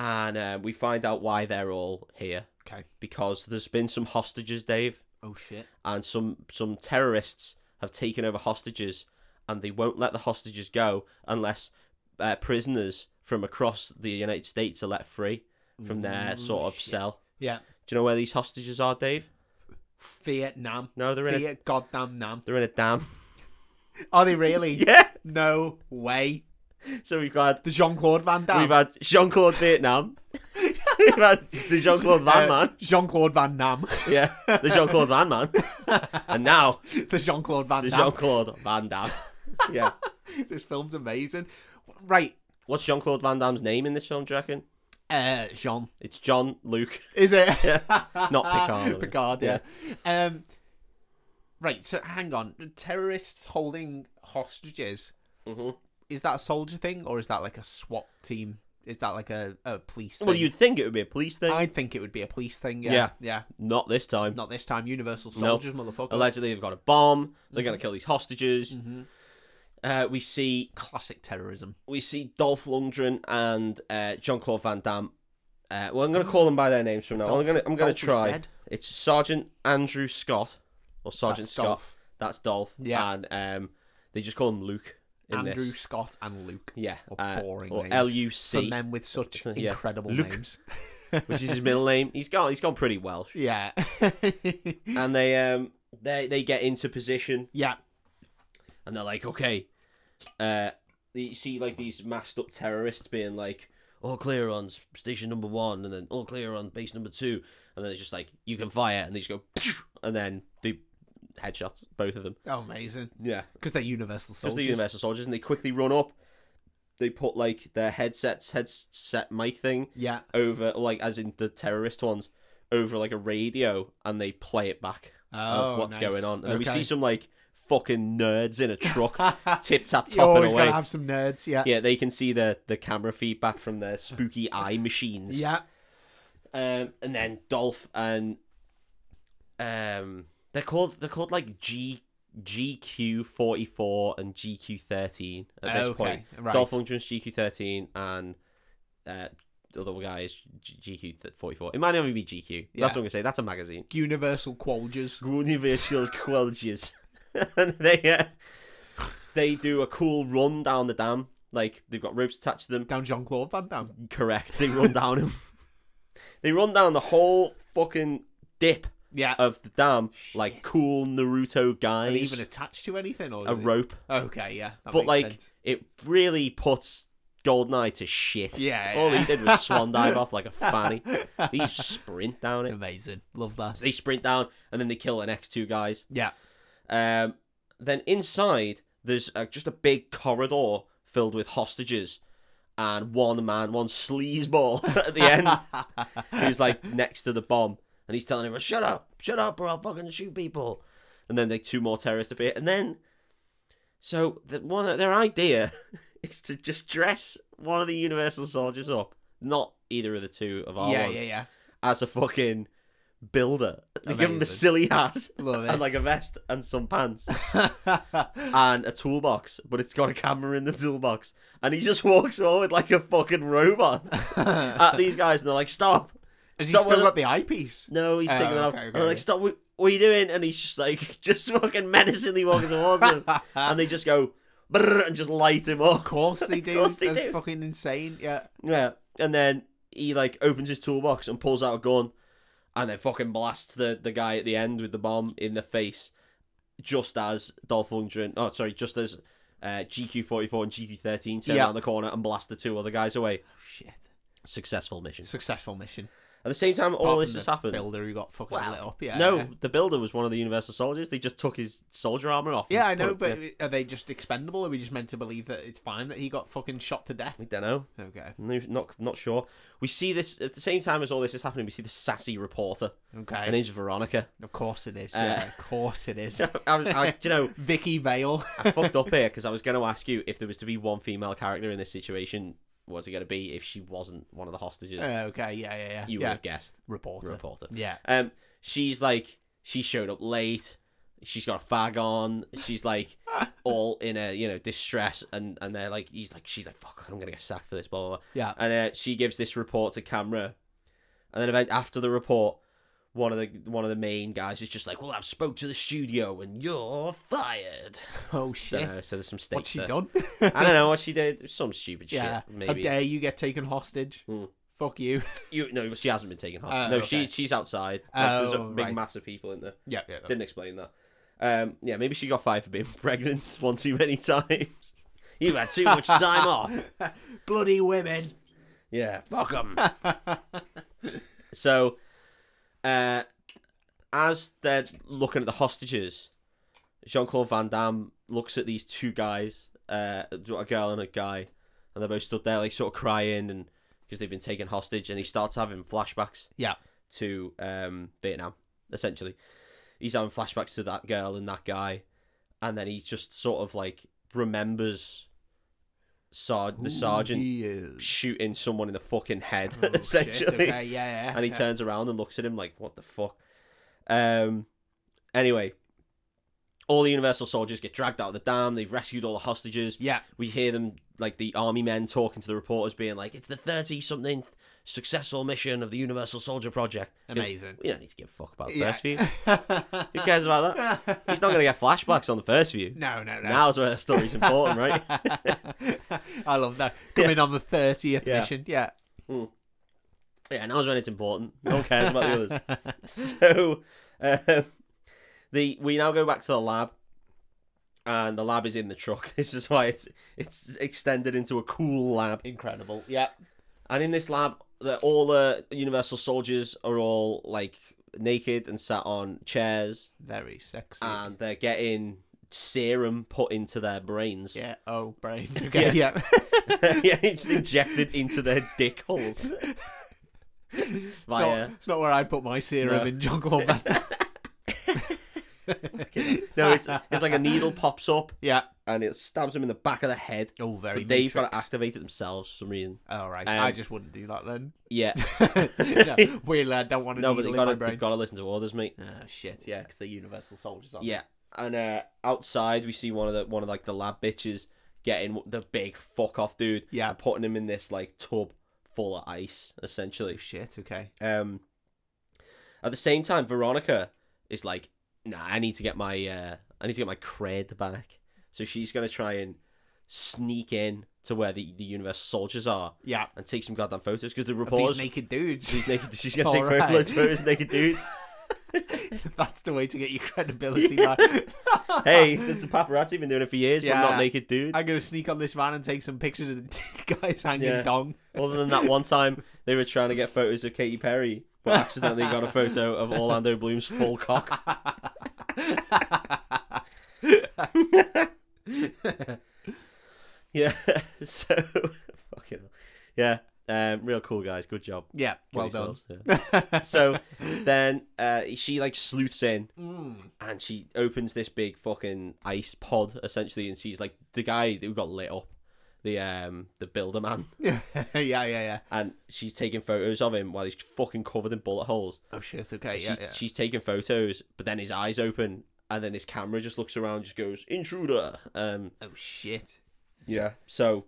Speaker 1: and uh, we find out why they're all here
Speaker 2: Okay.
Speaker 1: because there's been some hostages, Dave,
Speaker 2: Oh shit.
Speaker 1: and some some terrorists have taken over hostages, and they won't let the hostages go unless uh, prisoners from across the United States are let free from their
Speaker 2: Ooh,
Speaker 1: sort of
Speaker 2: shit.
Speaker 1: cell.
Speaker 2: Yeah.
Speaker 1: Do you know where these hostages are, Dave?
Speaker 2: Vietnam.
Speaker 1: No, they're in a,
Speaker 2: Viet goddamn Nam.
Speaker 1: they're in a dam. [LAUGHS]
Speaker 2: Are they [LAUGHS] really?
Speaker 1: yeah.
Speaker 2: No way.
Speaker 1: So we've got
Speaker 2: The Jean Claude Van Damme.
Speaker 1: we've had Jean Claude Vietnam. we've had the Jean Claude Van Man.
Speaker 2: Jean Claude Uh, Van Nam.
Speaker 1: Yeah, the Jean Claude Van Man. and now
Speaker 2: [LAUGHS] the Jean Claude Van
Speaker 1: the
Speaker 2: Damme.
Speaker 1: Jean Claude Van Damme. yeah.
Speaker 2: This film's amazing. Right.
Speaker 1: What's Jean Claude Van Damme's name in this film, do you reckon?
Speaker 2: Uh, Jean.
Speaker 1: It's John Luke.
Speaker 2: Is it? [LAUGHS]
Speaker 1: Not Picard.
Speaker 2: Uh, Ah, Picard, yeah. Um, right, so hang on. Terrorists holding hostages.
Speaker 1: hmm
Speaker 2: Is that a soldier thing or is that like a SWAT team? Is that like a, a police thing?
Speaker 1: Well, you'd think it would be a police thing.
Speaker 2: I'd think it would be a police thing. Yeah. Yeah.
Speaker 1: Yeah. Not this time.
Speaker 2: Not this time. Universal
Speaker 1: Nope.
Speaker 2: soldiers, motherfucker.
Speaker 1: Allegedly, they've got a bomb. They're going to kill these hostages. Uh, we see
Speaker 2: Classic terrorism.
Speaker 1: we see Dolph Lundgren and uh, John Claude Van Damme. Uh, well, I'm going to call them by their names from now. on. I'm going to I'm going
Speaker 2: Dolph
Speaker 1: to
Speaker 2: is
Speaker 1: try.
Speaker 2: dead.
Speaker 1: It's Sergeant Andrew Scott or Sergeant
Speaker 2: That's
Speaker 1: Scott.
Speaker 2: Dolph.
Speaker 1: That's Dolph.
Speaker 2: Yeah.
Speaker 1: and um, they just call him Luke in
Speaker 2: Andrew,
Speaker 1: this.
Speaker 2: Scott, Oh, and Luke.
Speaker 1: Yeah,
Speaker 2: Or
Speaker 1: uh,
Speaker 2: boring
Speaker 1: or
Speaker 2: names.
Speaker 1: L U
Speaker 2: For
Speaker 1: C,
Speaker 2: men with such
Speaker 1: So, yeah.
Speaker 2: incredible
Speaker 1: Luke.
Speaker 2: names.
Speaker 1: which is his middle name. He's gone. He's gone pretty Welsh.
Speaker 2: Yeah. [LAUGHS]
Speaker 1: And they um they they get into position.
Speaker 2: yeah.
Speaker 1: and they're like, okay, uh, you see like these masked up terrorists being like, all clear on s- station number one, and then all clear on base number two, and then it's just like you can fire, and they just go, [LAUGHS] and then they headshots both of them.
Speaker 2: Oh, amazing.
Speaker 1: Yeah,
Speaker 2: Because they're universal soldiers.
Speaker 1: because the Universal soldiers, and they quickly run up. They put like their headsets, headset mic thing
Speaker 2: Yeah.
Speaker 1: over, like as in the terrorist ones, over like a radio, and they play it back
Speaker 2: Oh,
Speaker 1: of what's going on. And then we see some like fucking nerds in a
Speaker 2: [LAUGHS]
Speaker 1: truck tip tap
Speaker 2: You
Speaker 1: topping
Speaker 2: always
Speaker 1: away.
Speaker 2: gotta have some nerds, yeah.
Speaker 1: Yeah, they can see the the camera feedback from their spooky eye machines.
Speaker 2: Yeah.
Speaker 1: Um, and then Dolph and um, they're called they're called like G GQ forty four and GQ thirteen at this point.
Speaker 2: Right.
Speaker 1: Dolph Lundgren's GQ thirteen and uh, the other guy is G- GQ forty four. It might not even be GQ.
Speaker 2: Yeah.
Speaker 1: That's what I'm gonna say. That's a magazine.
Speaker 2: Universal Quolgers.
Speaker 1: Universal [LAUGHS] Colleges. and they uh, they do a cool run down the dam. Like they've got ropes attached to them.
Speaker 2: Down Jean Claude Van Damme.
Speaker 1: Correct. They [LAUGHS] run down him. They run down the whole fucking dip
Speaker 2: Yeah.
Speaker 1: of the dam
Speaker 2: Shit.
Speaker 1: like cool Naruto guys.
Speaker 2: And even attached to anything or
Speaker 1: a rope.
Speaker 2: Okay, yeah. that
Speaker 1: But
Speaker 2: makes
Speaker 1: like
Speaker 2: sense.
Speaker 1: it really puts Goldeneye to shit.
Speaker 2: Yeah,
Speaker 1: All
Speaker 2: yeah.
Speaker 1: he did was swan dive off like a
Speaker 2: [LAUGHS]
Speaker 1: fanny. They sprint down it.
Speaker 2: amazing. Love that.
Speaker 1: They sprint down and then they kill the next two guys.
Speaker 2: Yeah.
Speaker 1: Um, then inside, there's uh just a big corridor filled with hostages, and one man, one sleazeball [LAUGHS] at the
Speaker 2: [LAUGHS]
Speaker 1: end, who's like next to the bomb, and he's telling everyone, "Shut up, shut up, or I'll fucking shoot people." And then like two more terrorists appear, and then so the, one their idea [LAUGHS] is to just dress one of the Universal soldiers up, not either of the two of our
Speaker 2: yeah,
Speaker 1: ones,
Speaker 2: yeah, yeah.
Speaker 1: as a fucking builder. They give him a
Speaker 2: Amazing.
Speaker 1: silly hat
Speaker 2: [LAUGHS] Love it.
Speaker 1: and
Speaker 2: [LAUGHS]
Speaker 1: like a vest and some pants and a toolbox, but it's got a camera in the toolbox. And he just walks forward like a fucking
Speaker 2: [LAUGHS]
Speaker 1: robot
Speaker 2: Uh,
Speaker 1: at these guys, and they're like, "Stop!"
Speaker 2: Has he
Speaker 1: Stop
Speaker 2: still
Speaker 1: with
Speaker 2: got
Speaker 1: [LAUGHS]
Speaker 2: the eyepiece?
Speaker 1: No, he's
Speaker 2: Oh,
Speaker 1: taking it off.
Speaker 2: okay,
Speaker 1: and
Speaker 2: okay.
Speaker 1: they're like, "Stop! What, what are you doing?" And he's just like, [LAUGHS] just fucking menacingly walking towards them,
Speaker 2: [LAUGHS]
Speaker 1: and they just go "Brrr," and just light him
Speaker 2: Of
Speaker 1: up.
Speaker 2: course they do.
Speaker 1: course they
Speaker 2: That's
Speaker 1: do.
Speaker 2: fucking insane. Yeah.
Speaker 1: Yeah, and then he like opens his toolbox and pulls out a gun, and then fucking blasts the the guy at the end with the bomb in the face, just as Dolph Lundgren. Oh, sorry, just as uh, GQ forty four and GQ thirteen turn
Speaker 2: Yeah.
Speaker 1: around the corner and blast the two other guys away.
Speaker 2: Oh, Shit.
Speaker 1: Successful mission.
Speaker 2: Successful mission.
Speaker 1: At the same time, all
Speaker 2: Apart
Speaker 1: this
Speaker 2: from
Speaker 1: has
Speaker 2: the
Speaker 1: happened.
Speaker 2: Builder who got fucking
Speaker 1: Well,
Speaker 2: lit up. Yeah.
Speaker 1: no,
Speaker 2: yeah.
Speaker 1: the builder was one of the Universal soldiers. They just took his soldier armor off.
Speaker 2: Yeah, I
Speaker 1: and
Speaker 2: know,
Speaker 1: put
Speaker 2: but
Speaker 1: it-
Speaker 2: are they just expendable? Are we just meant to believe that it's fine that he got fucking shot to death?
Speaker 1: we don't know.
Speaker 2: Okay.
Speaker 1: Not not sure. We see this at the same time as all this is happening. We see the sassy reporter. Her
Speaker 2: Okay.
Speaker 1: name's Veronica.
Speaker 2: Of course it is.
Speaker 1: Uh,
Speaker 2: yeah, of course
Speaker 1: [LAUGHS]
Speaker 2: it is.
Speaker 1: I was, I, do you know, [LAUGHS]
Speaker 2: Vicky Vale.
Speaker 1: I fucked up here because I was going to ask you if there was to be one female character in this situation, what was it going to be if she wasn't one of the hostages?
Speaker 2: okay, yeah, yeah, Uh, yeah.
Speaker 1: you
Speaker 2: yeah.
Speaker 1: would have guessed
Speaker 2: reporter.
Speaker 1: reporter.
Speaker 2: Yeah.
Speaker 1: Um, she's like she showed up late. She's got a fag on. She's
Speaker 2: [LAUGHS]
Speaker 1: like all in a you know distress, and and they're like he's like she's like fuck, I'm gonna get sacked for this, blah blah. blah. [LAUGHS]
Speaker 2: Yeah.
Speaker 1: And uh, she gives this report to camera, and then event- after the report, one of the one of the main guys is just like, well, I've spoke to the studio, and you're fired. [LAUGHS]
Speaker 2: Oh
Speaker 1: Don't
Speaker 2: shit.
Speaker 1: know, so there's some stakes
Speaker 2: What's she
Speaker 1: there. [LAUGHS]
Speaker 2: done? [LAUGHS]
Speaker 1: I don't know what she did. Some stupid
Speaker 2: yeah.
Speaker 1: shit.
Speaker 2: How
Speaker 1: Maybe
Speaker 2: dare you get taken hostage?
Speaker 1: Hmm.
Speaker 2: Fuck
Speaker 1: [LAUGHS]
Speaker 2: you.
Speaker 1: you no, she hasn't been taken hostage.
Speaker 2: Oh,
Speaker 1: no,
Speaker 2: okay.
Speaker 1: she's she's outside. there's a
Speaker 2: Oh,
Speaker 1: big
Speaker 2: right.
Speaker 1: mass of people in there.
Speaker 2: yeah, yeah.
Speaker 1: Didn't explain that. Um, yeah, maybe she got fired for being [LAUGHS] pregnant one too many [LAUGHS] times. You had too much
Speaker 2: [LAUGHS]
Speaker 1: time off.
Speaker 2: Bloody women.
Speaker 1: Yeah, fuck them. [LAUGHS] so, uh, as they're looking at the hostages, Jean Claude Van Damme looks at these two guys, uh, a girl and a guy, and they're both stood there, like sort of crying, and because they've been taken hostage, and he starts having flashbacks
Speaker 2: Yeah.
Speaker 1: to um, Vietnam, essentially. He's having flashbacks to that girl and that guy, and then he just sort of like remembers Sar- the sergeant shooting someone in the fucking head,
Speaker 2: [LAUGHS] Oh, shit,
Speaker 1: [LAUGHS] essentially.
Speaker 2: okay, yeah, yeah.
Speaker 1: And he
Speaker 2: yeah.
Speaker 1: turns around and looks at him like, "What the fuck?" Um. Anyway, all the Universal soldiers get dragged out of the dam. They've rescued all the hostages.
Speaker 2: Yeah.
Speaker 1: We hear them like the army men talking to the reporters, being like, "It's the thirty something successful mission of the Universal Soldier Project." 'Cause
Speaker 2: Amazing.
Speaker 1: We don't need to give a fuck about the
Speaker 2: Yeah.
Speaker 1: first view. Who cares about that? He's not going to get flashbacks on the first view.
Speaker 2: [LAUGHS] no, no, no.
Speaker 1: Now's where the story's important, right?
Speaker 2: [LAUGHS] I love that. Coming on the 30th
Speaker 1: Yeah.
Speaker 2: mission. Yeah.
Speaker 1: Yeah, now's when it's important. No one cares about the others. So, um, the we now go back to the lab, and the lab is in the truck. [LAUGHS] This is why it's it's extended into a cool lab.
Speaker 2: Incredible. Yeah.
Speaker 1: And in this lab, the, all the Universal soldiers are all like naked and sat on chairs,
Speaker 2: Very sexy.
Speaker 1: and they're getting serum put into their brains.
Speaker 2: yeah. Oh, brains. Okay. Yeah.
Speaker 1: [LAUGHS] yeah, it's injected into their dick holes.
Speaker 2: [LAUGHS] It's, not,
Speaker 1: Via
Speaker 2: it's not where I'd put my serum
Speaker 1: No.
Speaker 2: in John Claude Van
Speaker 1: [LAUGHS]
Speaker 2: Damme.
Speaker 1: no, it's it's like a needle pops up
Speaker 2: Yeah.
Speaker 1: and it stabs them in the back of the head.
Speaker 2: Oh, very
Speaker 1: But they've got to
Speaker 2: Matrix.
Speaker 1: activate it themselves for some reason.
Speaker 2: All right,
Speaker 1: Um,
Speaker 2: I just wouldn't do
Speaker 1: [LAUGHS]
Speaker 2: that then. [LAUGHS]
Speaker 1: Yeah.
Speaker 2: no, weird lad, don't want to
Speaker 1: no,
Speaker 2: no,
Speaker 1: but they've
Speaker 2: in
Speaker 1: got
Speaker 2: my
Speaker 1: to
Speaker 2: brain.
Speaker 1: they've got to listen to orders, mate.
Speaker 2: Ah, shit, yeah, because they're universal soldiers, aren't
Speaker 1: Yeah. And uh, outside, we see one of the one of like the lab bitches getting the big fuck off dude.
Speaker 2: they? Yeah.
Speaker 1: and putting him in this like tub full of ice,
Speaker 2: Oh,
Speaker 1: essentially.
Speaker 2: shit, okay.
Speaker 1: Um. At the same time, Veronica is like, "Nah, I need to get my uh, I need to get my cred back." So she's gonna try and sneak in to where the the universe soldiers are
Speaker 2: Yeah.
Speaker 1: and take some goddamn photos because the
Speaker 2: Of These
Speaker 1: reporters
Speaker 2: naked dudes.
Speaker 1: [LAUGHS]
Speaker 2: [LAUGHS]
Speaker 1: She's naked. She's gonna
Speaker 2: All
Speaker 1: take
Speaker 2: right.
Speaker 1: photos of us naked dudes.
Speaker 2: That's the way to get your credibility back.
Speaker 1: Hey, it's the paparazzi been doing it for years, but
Speaker 2: Yeah.
Speaker 1: not naked dudes.
Speaker 2: I'm going to sneak on this van and take some pictures of the [LAUGHS] guys hanging
Speaker 1: Yeah.
Speaker 2: dong.
Speaker 1: Other than that one time they were trying to get photos of Katy Perry, but accidentally got a photo of Orlando Bloom's full cock. [LAUGHS] Yeah. [LAUGHS] So fucking hell. yeah. Um, real cool guys. Good job.
Speaker 2: Yeah, well
Speaker 1: Good
Speaker 2: done.
Speaker 1: yourselves, yeah. so then uh, she like sleuths in
Speaker 2: Mm.
Speaker 1: and she opens this big fucking ice pod essentially and sees like the guy who got lit up, the um the builder man.
Speaker 2: [LAUGHS] yeah, yeah, yeah.
Speaker 1: and she's taking photos of him while he's fucking covered in bullet holes.
Speaker 2: Oh, shit, okay, yeah,
Speaker 1: She's,
Speaker 2: yeah.
Speaker 1: she's taking photos, but then his eyes open, and then his camera just looks around, just goes intruder. Um,
Speaker 2: Oh, shit.
Speaker 1: yeah. So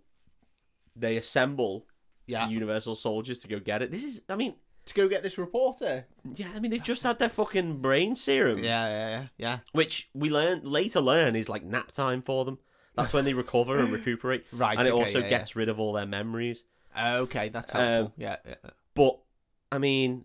Speaker 1: they assemble
Speaker 2: Yeah.
Speaker 1: the Universal soldiers to go get it. This is, I mean,
Speaker 2: to go get this reporter.
Speaker 1: yeah, I mean they've just had their fucking brain serum,
Speaker 2: Yeah, yeah, yeah. yeah.
Speaker 1: which we learn later learn is like nap time for them. That's when they recover and
Speaker 2: [LAUGHS]
Speaker 1: recuperate,
Speaker 2: Right,
Speaker 1: and it
Speaker 2: okay,
Speaker 1: also
Speaker 2: yeah,
Speaker 1: gets rid of all their memories.
Speaker 2: Yeah. Okay, that's helpful.
Speaker 1: Um,
Speaker 2: yeah, yeah.
Speaker 1: [LAUGHS]
Speaker 2: yeah.
Speaker 1: But I mean,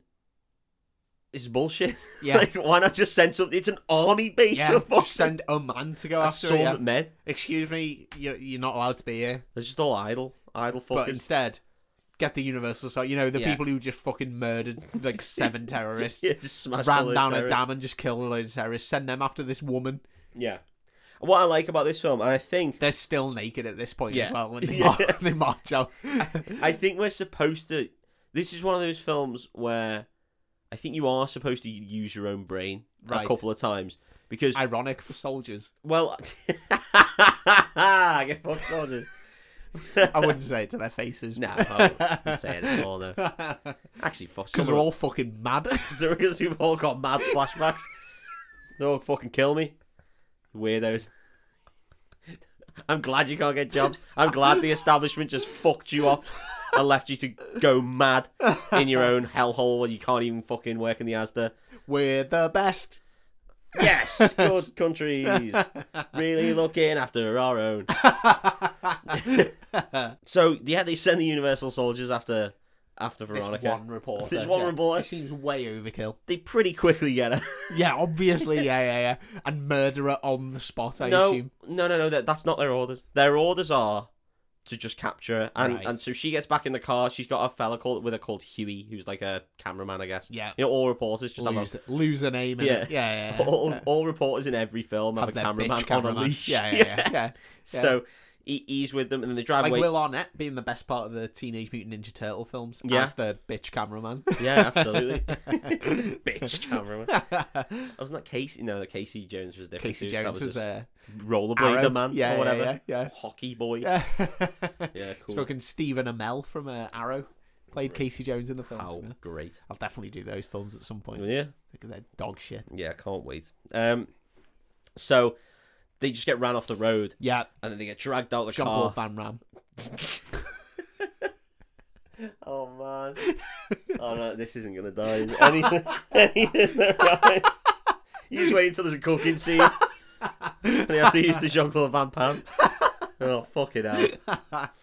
Speaker 1: it's bullshit. [LAUGHS]
Speaker 2: Yeah.
Speaker 1: like, why not just send something? It's an army base.
Speaker 2: Yeah,
Speaker 1: or
Speaker 2: just
Speaker 1: fucking-
Speaker 2: send a man to go
Speaker 1: That's
Speaker 2: after
Speaker 1: some
Speaker 2: it, yeah.
Speaker 1: men.
Speaker 2: Excuse me, you're, you're not allowed to be here.
Speaker 1: They're just all idle, idle
Speaker 2: But
Speaker 1: fuckers.
Speaker 2: instead, get the Universal Soldier. You know, the
Speaker 1: Yeah.
Speaker 2: people who just fucking murdered
Speaker 1: [LAUGHS]
Speaker 2: like seven terrorists,
Speaker 1: yeah, just smash all
Speaker 2: ran
Speaker 1: those
Speaker 2: down a
Speaker 1: terrorists.
Speaker 2: dam and just killed a load of terrorists. Send them after this woman.
Speaker 1: Yeah. What I like about this film, and I think,
Speaker 2: They're still naked at this point
Speaker 1: Yeah.
Speaker 2: as well when they,
Speaker 1: Yeah.
Speaker 2: mar- [LAUGHS] they march out.
Speaker 1: I think we're supposed to. This is one of those films where I think you are supposed to use your own brain
Speaker 2: Right.
Speaker 1: a couple of times because
Speaker 2: Ironic for soldiers.
Speaker 1: well, I get fucked soldiers.
Speaker 2: I wouldn't say it to their faces. [LAUGHS]
Speaker 1: No, I wouldn't say it at all. No,
Speaker 2: Because
Speaker 1: actually, fuck. some
Speaker 2: they're
Speaker 1: of [LAUGHS]
Speaker 2: all fucking mad.
Speaker 1: because we've all got mad flashbacks. Dog, fucking kill me. Weirdos. I'm glad you can't get jobs. I'm glad the establishment just fucked you up and left you to go mad in your own hellhole where you can't even fucking work in the Asda.
Speaker 2: We're the best.
Speaker 1: Yes,
Speaker 2: [LAUGHS]
Speaker 1: good countries. Really looking after our
Speaker 2: [LAUGHS]
Speaker 1: own. so yeah, they send the Universal soldiers after after
Speaker 2: This
Speaker 1: Veronica.
Speaker 2: one reporter.
Speaker 1: This one
Speaker 2: yeah.
Speaker 1: reporter.
Speaker 2: It seems way overkill.
Speaker 1: They pretty quickly get her.
Speaker 2: Yeah, obviously. yeah, yeah, yeah. And murderer on the spot. I
Speaker 1: no,
Speaker 2: assume.
Speaker 1: no, no, no. That, that's not their orders. Their orders are to just capture her, and
Speaker 2: Right.
Speaker 1: and so she gets back in the car. She's got a fella called with her called Huey, who's like a cameraman, I guess.
Speaker 2: Yeah.
Speaker 1: You know, all reporters just have a
Speaker 2: Lose, lose a name. In
Speaker 1: Yeah.
Speaker 2: It. yeah, yeah. yeah. [LAUGHS]
Speaker 1: all, all reporters in every film have,
Speaker 2: Have
Speaker 1: a
Speaker 2: their
Speaker 1: cameraman
Speaker 2: bitch
Speaker 1: on a
Speaker 2: cameraman.
Speaker 1: leash.
Speaker 2: Yeah,
Speaker 1: [LAUGHS]
Speaker 2: yeah, yeah. yeah.
Speaker 1: So he, he's with them, and then they drive
Speaker 2: Like
Speaker 1: away.
Speaker 2: Will Arnett being the best part of the Teenage Mutant Ninja Turtle films
Speaker 1: Yeah.
Speaker 2: as the
Speaker 1: [LAUGHS]
Speaker 2: bitch cameraman. [LAUGHS]
Speaker 1: Yeah, absolutely. Bitch cameraman. Wasn't that Casey? No, that Casey Jones was different.
Speaker 2: Casey
Speaker 1: too.
Speaker 2: Jones
Speaker 1: that was,
Speaker 2: was
Speaker 1: a
Speaker 2: uh, Arrow.
Speaker 1: rollerblader man
Speaker 2: yeah,
Speaker 1: or whatever.
Speaker 2: Yeah, yeah.
Speaker 1: Hockey boy. Yeah,
Speaker 2: yeah. [LAUGHS]
Speaker 1: cool.
Speaker 2: Fucking Stephen Amell from uh, Arrow played Casey Jones in the film.
Speaker 1: How great.
Speaker 2: I'll definitely do those films at some point.
Speaker 1: Yeah,
Speaker 2: Because they're dog shit.
Speaker 1: yeah, can't wait. Um, so they just get ran off the road,
Speaker 2: Yeah,
Speaker 1: and then they get dragged out the
Speaker 2: Jean
Speaker 1: car.
Speaker 2: Claude Van Ram.
Speaker 1: Oh man. Oh no, this isn't gonna die. Is it? [LAUGHS] Anything, anything that rhymes. You just wait until there's a cooking scene. And they have to use the Jean Claude Van Pan. Oh fuck it out. [LAUGHS]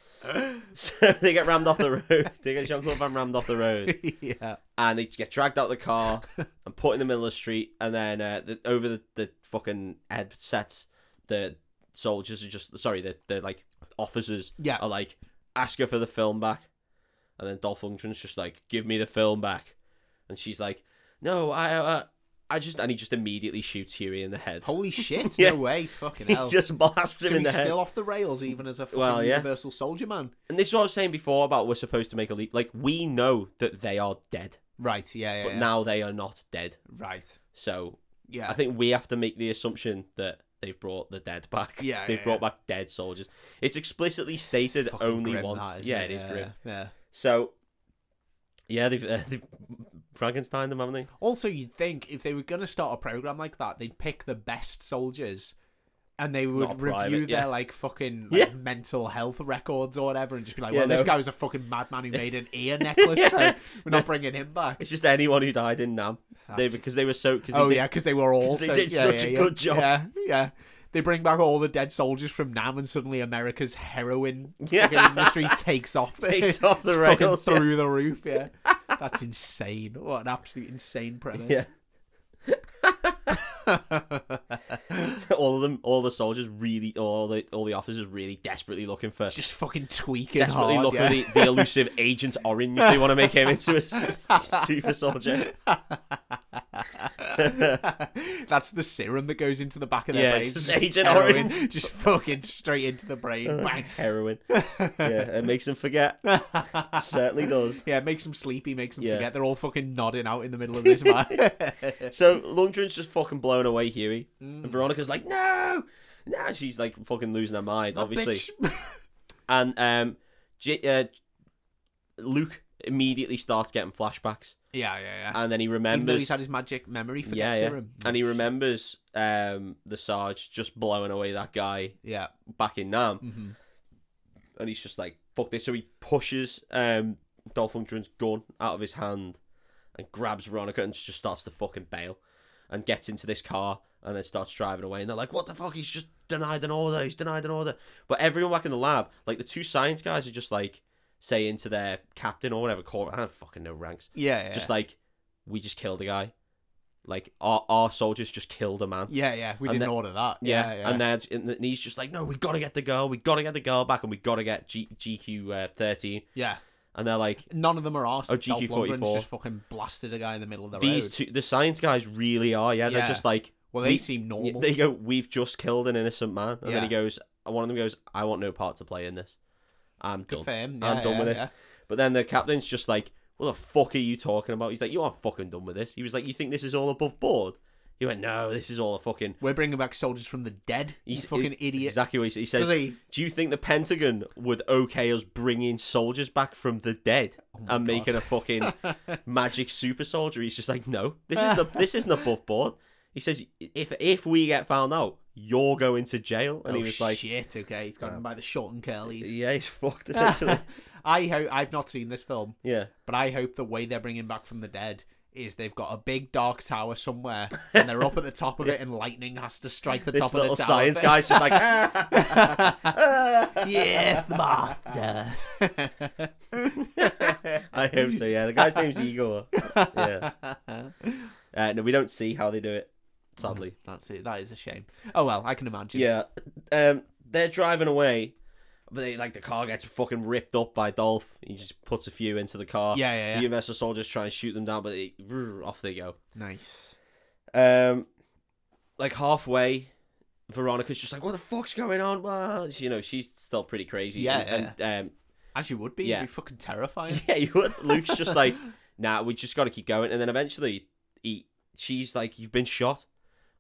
Speaker 1: So they get rammed off the road. They get Jean Claude Van rammed off the road, [LAUGHS]
Speaker 2: yeah,
Speaker 1: and they get dragged out the
Speaker 2: [LAUGHS]
Speaker 1: car and put in the middle of the street. And then uh, the, over the, the fucking headsets, the soldiers are just sorry, the the like officers
Speaker 2: yeah.
Speaker 1: are like, ask her for the film back. And then Dolph Lundgren's just like, give me the film back. And she's like, no, I, uh, I just, and he just immediately shoots Huey in the head.
Speaker 2: Holy shit!
Speaker 1: Yeah.
Speaker 2: No way!
Speaker 1: [LAUGHS]
Speaker 2: Fucking
Speaker 1: He
Speaker 2: hell!
Speaker 1: just blasts
Speaker 2: so
Speaker 1: him
Speaker 2: he's
Speaker 1: in the head.
Speaker 2: still off the rails, even as a fucking
Speaker 1: Well, yeah.
Speaker 2: Universal Soldier man.
Speaker 1: And this is what I was saying before about we're supposed to make a leap. Like, we know that they are dead,
Speaker 2: Right? Yeah, yeah.
Speaker 1: but
Speaker 2: yeah.
Speaker 1: now they are not dead.
Speaker 2: right.
Speaker 1: So
Speaker 2: Yeah.
Speaker 1: I think we have to make the assumption that they've brought the dead back.
Speaker 2: Yeah,
Speaker 1: [LAUGHS] They've
Speaker 2: yeah,
Speaker 1: brought back dead soldiers. It's explicitly stated
Speaker 2: Fucking
Speaker 1: only
Speaker 2: grim,
Speaker 1: once.
Speaker 2: that, isn't
Speaker 1: yeah, it is
Speaker 2: yeah,
Speaker 1: grim.
Speaker 2: Yeah.
Speaker 1: So, yeah, they've, uh, they've Frankenstein them, haven't they?
Speaker 2: Also, you'd think if they were going to start a program like that, they'd pick the best soldiers and they
Speaker 1: Not
Speaker 2: would review
Speaker 1: private, yeah.
Speaker 2: their like fucking
Speaker 1: [LAUGHS]
Speaker 2: like,
Speaker 1: Yeah.
Speaker 2: mental health records or whatever and just be like,
Speaker 1: Yeah,
Speaker 2: well, this
Speaker 1: no.
Speaker 2: guy was a fucking
Speaker 1: [LAUGHS]
Speaker 2: madman who made an ear necklace, so we're not bringing him back.
Speaker 1: It's just anyone who died in Nam. They
Speaker 2: That's-
Speaker 1: because they were so because
Speaker 2: oh,
Speaker 1: they,
Speaker 2: yeah, because they were all.
Speaker 1: 'cause they
Speaker 2: so-
Speaker 1: did
Speaker 2: yeah,
Speaker 1: such
Speaker 2: yeah,
Speaker 1: a
Speaker 2: yeah.
Speaker 1: good job.
Speaker 2: Yeah, yeah. They bring back all the dead soldiers from Nam, and suddenly America's heroin
Speaker 1: [LAUGHS] Yeah.
Speaker 2: fucking industry takes
Speaker 1: [LAUGHS]
Speaker 2: off. [LAUGHS]
Speaker 1: Takes off the
Speaker 2: It's fucking
Speaker 1: rails, yeah.
Speaker 2: through the roof. Yeah, that's insane. What an absolute insane premise.
Speaker 1: [LAUGHS] Yeah. all of them, all the soldiers really, all the all the officers really desperately looking for,
Speaker 2: just fucking tweaking
Speaker 1: desperately
Speaker 2: hard,
Speaker 1: looking
Speaker 2: yeah.
Speaker 1: for the, the elusive Agent Orange. They want to make him into a [LAUGHS] s- super soldier.
Speaker 2: [LAUGHS] That's the serum that goes into the back of their
Speaker 1: Yeah,
Speaker 2: brain.
Speaker 1: it's just Agent Orange.
Speaker 2: [LAUGHS]
Speaker 1: Uh.
Speaker 2: just fucking straight into the brain. Bang.
Speaker 1: [LAUGHS] Heroin. Yeah,
Speaker 2: [LAUGHS]
Speaker 1: it makes him forget. Certainly does.
Speaker 2: Yeah, makes them sleepy, makes them
Speaker 1: Yeah.
Speaker 2: forget. They're all fucking nodding out in the middle of this man.
Speaker 1: So Lundgren's just fucking blown away, Huey,
Speaker 2: Mm.
Speaker 1: and Veronica's like, no, no. She's like fucking losing her mind, [LAUGHS] obviously.
Speaker 2: Bitch. [LAUGHS]
Speaker 1: And um, J- uh, Luke immediately starts getting flashbacks,
Speaker 2: yeah, yeah, yeah.
Speaker 1: and then he
Speaker 2: Even though
Speaker 1: remembers.
Speaker 2: he's had his magic memory for
Speaker 1: yeah,
Speaker 2: the
Speaker 1: yeah.
Speaker 2: serum.
Speaker 1: And he remembers um, the Sarge just blowing away that guy
Speaker 2: Yeah.
Speaker 1: back in Nam,
Speaker 2: hmm
Speaker 1: and he's just like, "Fuck this!" So he pushes um, Dolph Lundgren's gun out of his hand and grabs Veronica and just starts to fucking bail, and gets into this car and then starts driving away. And they're like, "What the fuck? He's just denied an order. He's denied an order." But everyone back in the lab, like the two science guys, are just like saying to their captain or whatever, corp- I don't fucking know ranks,
Speaker 2: Yeah, yeah.
Speaker 1: just like, "We just killed a guy." Like our our soldiers just killed a man.
Speaker 2: yeah, yeah. We
Speaker 1: and
Speaker 2: didn't
Speaker 1: the-
Speaker 2: order that.
Speaker 1: Yeah,
Speaker 2: Yeah, yeah.
Speaker 1: and then and then he's just like, no, we gotta get the girl, we gotta get the girl back, and we gotta get G- GQ uh, thirteen,
Speaker 2: yeah.
Speaker 1: and they're like,
Speaker 2: None of them are asked.
Speaker 1: Oh,
Speaker 2: Dolph
Speaker 1: GQ44.
Speaker 2: Lundgren's just fucking blasted a guy in the middle of [LAUGHS] the
Speaker 1: these
Speaker 2: road.
Speaker 1: two, the science guys really are, yeah, they're
Speaker 2: Yeah.
Speaker 1: just like,
Speaker 2: well, they
Speaker 1: we- [LAUGHS]
Speaker 2: seem
Speaker 1: y-
Speaker 2: normal.
Speaker 1: they go, we've just killed an innocent man, and then
Speaker 2: Yeah.
Speaker 1: he goes, one of them goes, I want no part to play in this, I'm done,
Speaker 2: Good for him.
Speaker 1: I'm
Speaker 2: Yeah,
Speaker 1: done
Speaker 2: yeah,
Speaker 1: with this.
Speaker 2: yeah.
Speaker 1: But then the captain's just like, what the fuck are you talking about? He's like, you aren't fucking done with this. He was like, you think this is all above board? He went, no, this is all a fucking.
Speaker 2: We're bringing back soldiers from the dead.
Speaker 1: He's
Speaker 2: He's you fucking
Speaker 1: it-
Speaker 2: idiot.
Speaker 1: Exactly what he, said. he says.
Speaker 2: Does he?
Speaker 1: Do you think the Pentagon would okay us bringing soldiers back from the dead
Speaker 2: Oh
Speaker 1: and
Speaker 2: [LAUGHS] [LAUGHS]
Speaker 1: making a fucking magic super soldier? He's just like, no, this is the this isn't above board. He says, if if we get found out, you're going to jail. And
Speaker 2: oh,
Speaker 1: he was like,
Speaker 2: shit, okay, he's got him by the short and curlies.
Speaker 1: yeah, he's
Speaker 2: [LAUGHS]
Speaker 1: fucked essentially.
Speaker 2: I hope I've not seen this film,
Speaker 1: yeah,
Speaker 2: but I hope the way they're bringing back from the dead is they've got a big dark tower somewhere and they're up at
Speaker 1: [LAUGHS]
Speaker 2: the top of it and lightning has to strike the
Speaker 1: this
Speaker 2: top of the
Speaker 1: little
Speaker 2: tower.
Speaker 1: science guy's just like, ah,
Speaker 2: [LAUGHS] yeah, the master.
Speaker 1: I hope so. Yeah, the guy's name's
Speaker 2: [LAUGHS]
Speaker 1: Igor. Yeah. Uh, no, we don't see how they do it, sadly.
Speaker 2: That's it. That is a shame. Oh well, I can imagine.
Speaker 1: Yeah, um, they're driving away, but they, like the car gets fucking ripped up by Dolph. He just puts a few into the car.
Speaker 2: Yeah, yeah, yeah.
Speaker 1: The Universal soldiers try and shoot them down, but they, off they go.
Speaker 2: Nice.
Speaker 1: Um, like halfway, Veronica's just like, "What the fuck's going on?" Well, you know, she's still pretty crazy.
Speaker 2: Yeah,
Speaker 1: and, and, um,
Speaker 2: As you would be,
Speaker 1: Yeah.
Speaker 2: you'd be
Speaker 1: [LAUGHS]
Speaker 2: fucking terrifying.
Speaker 1: yeah. You would. Luke's just like, "Nah, we just got to keep going." And then eventually, he, she's like, "You've been shot,"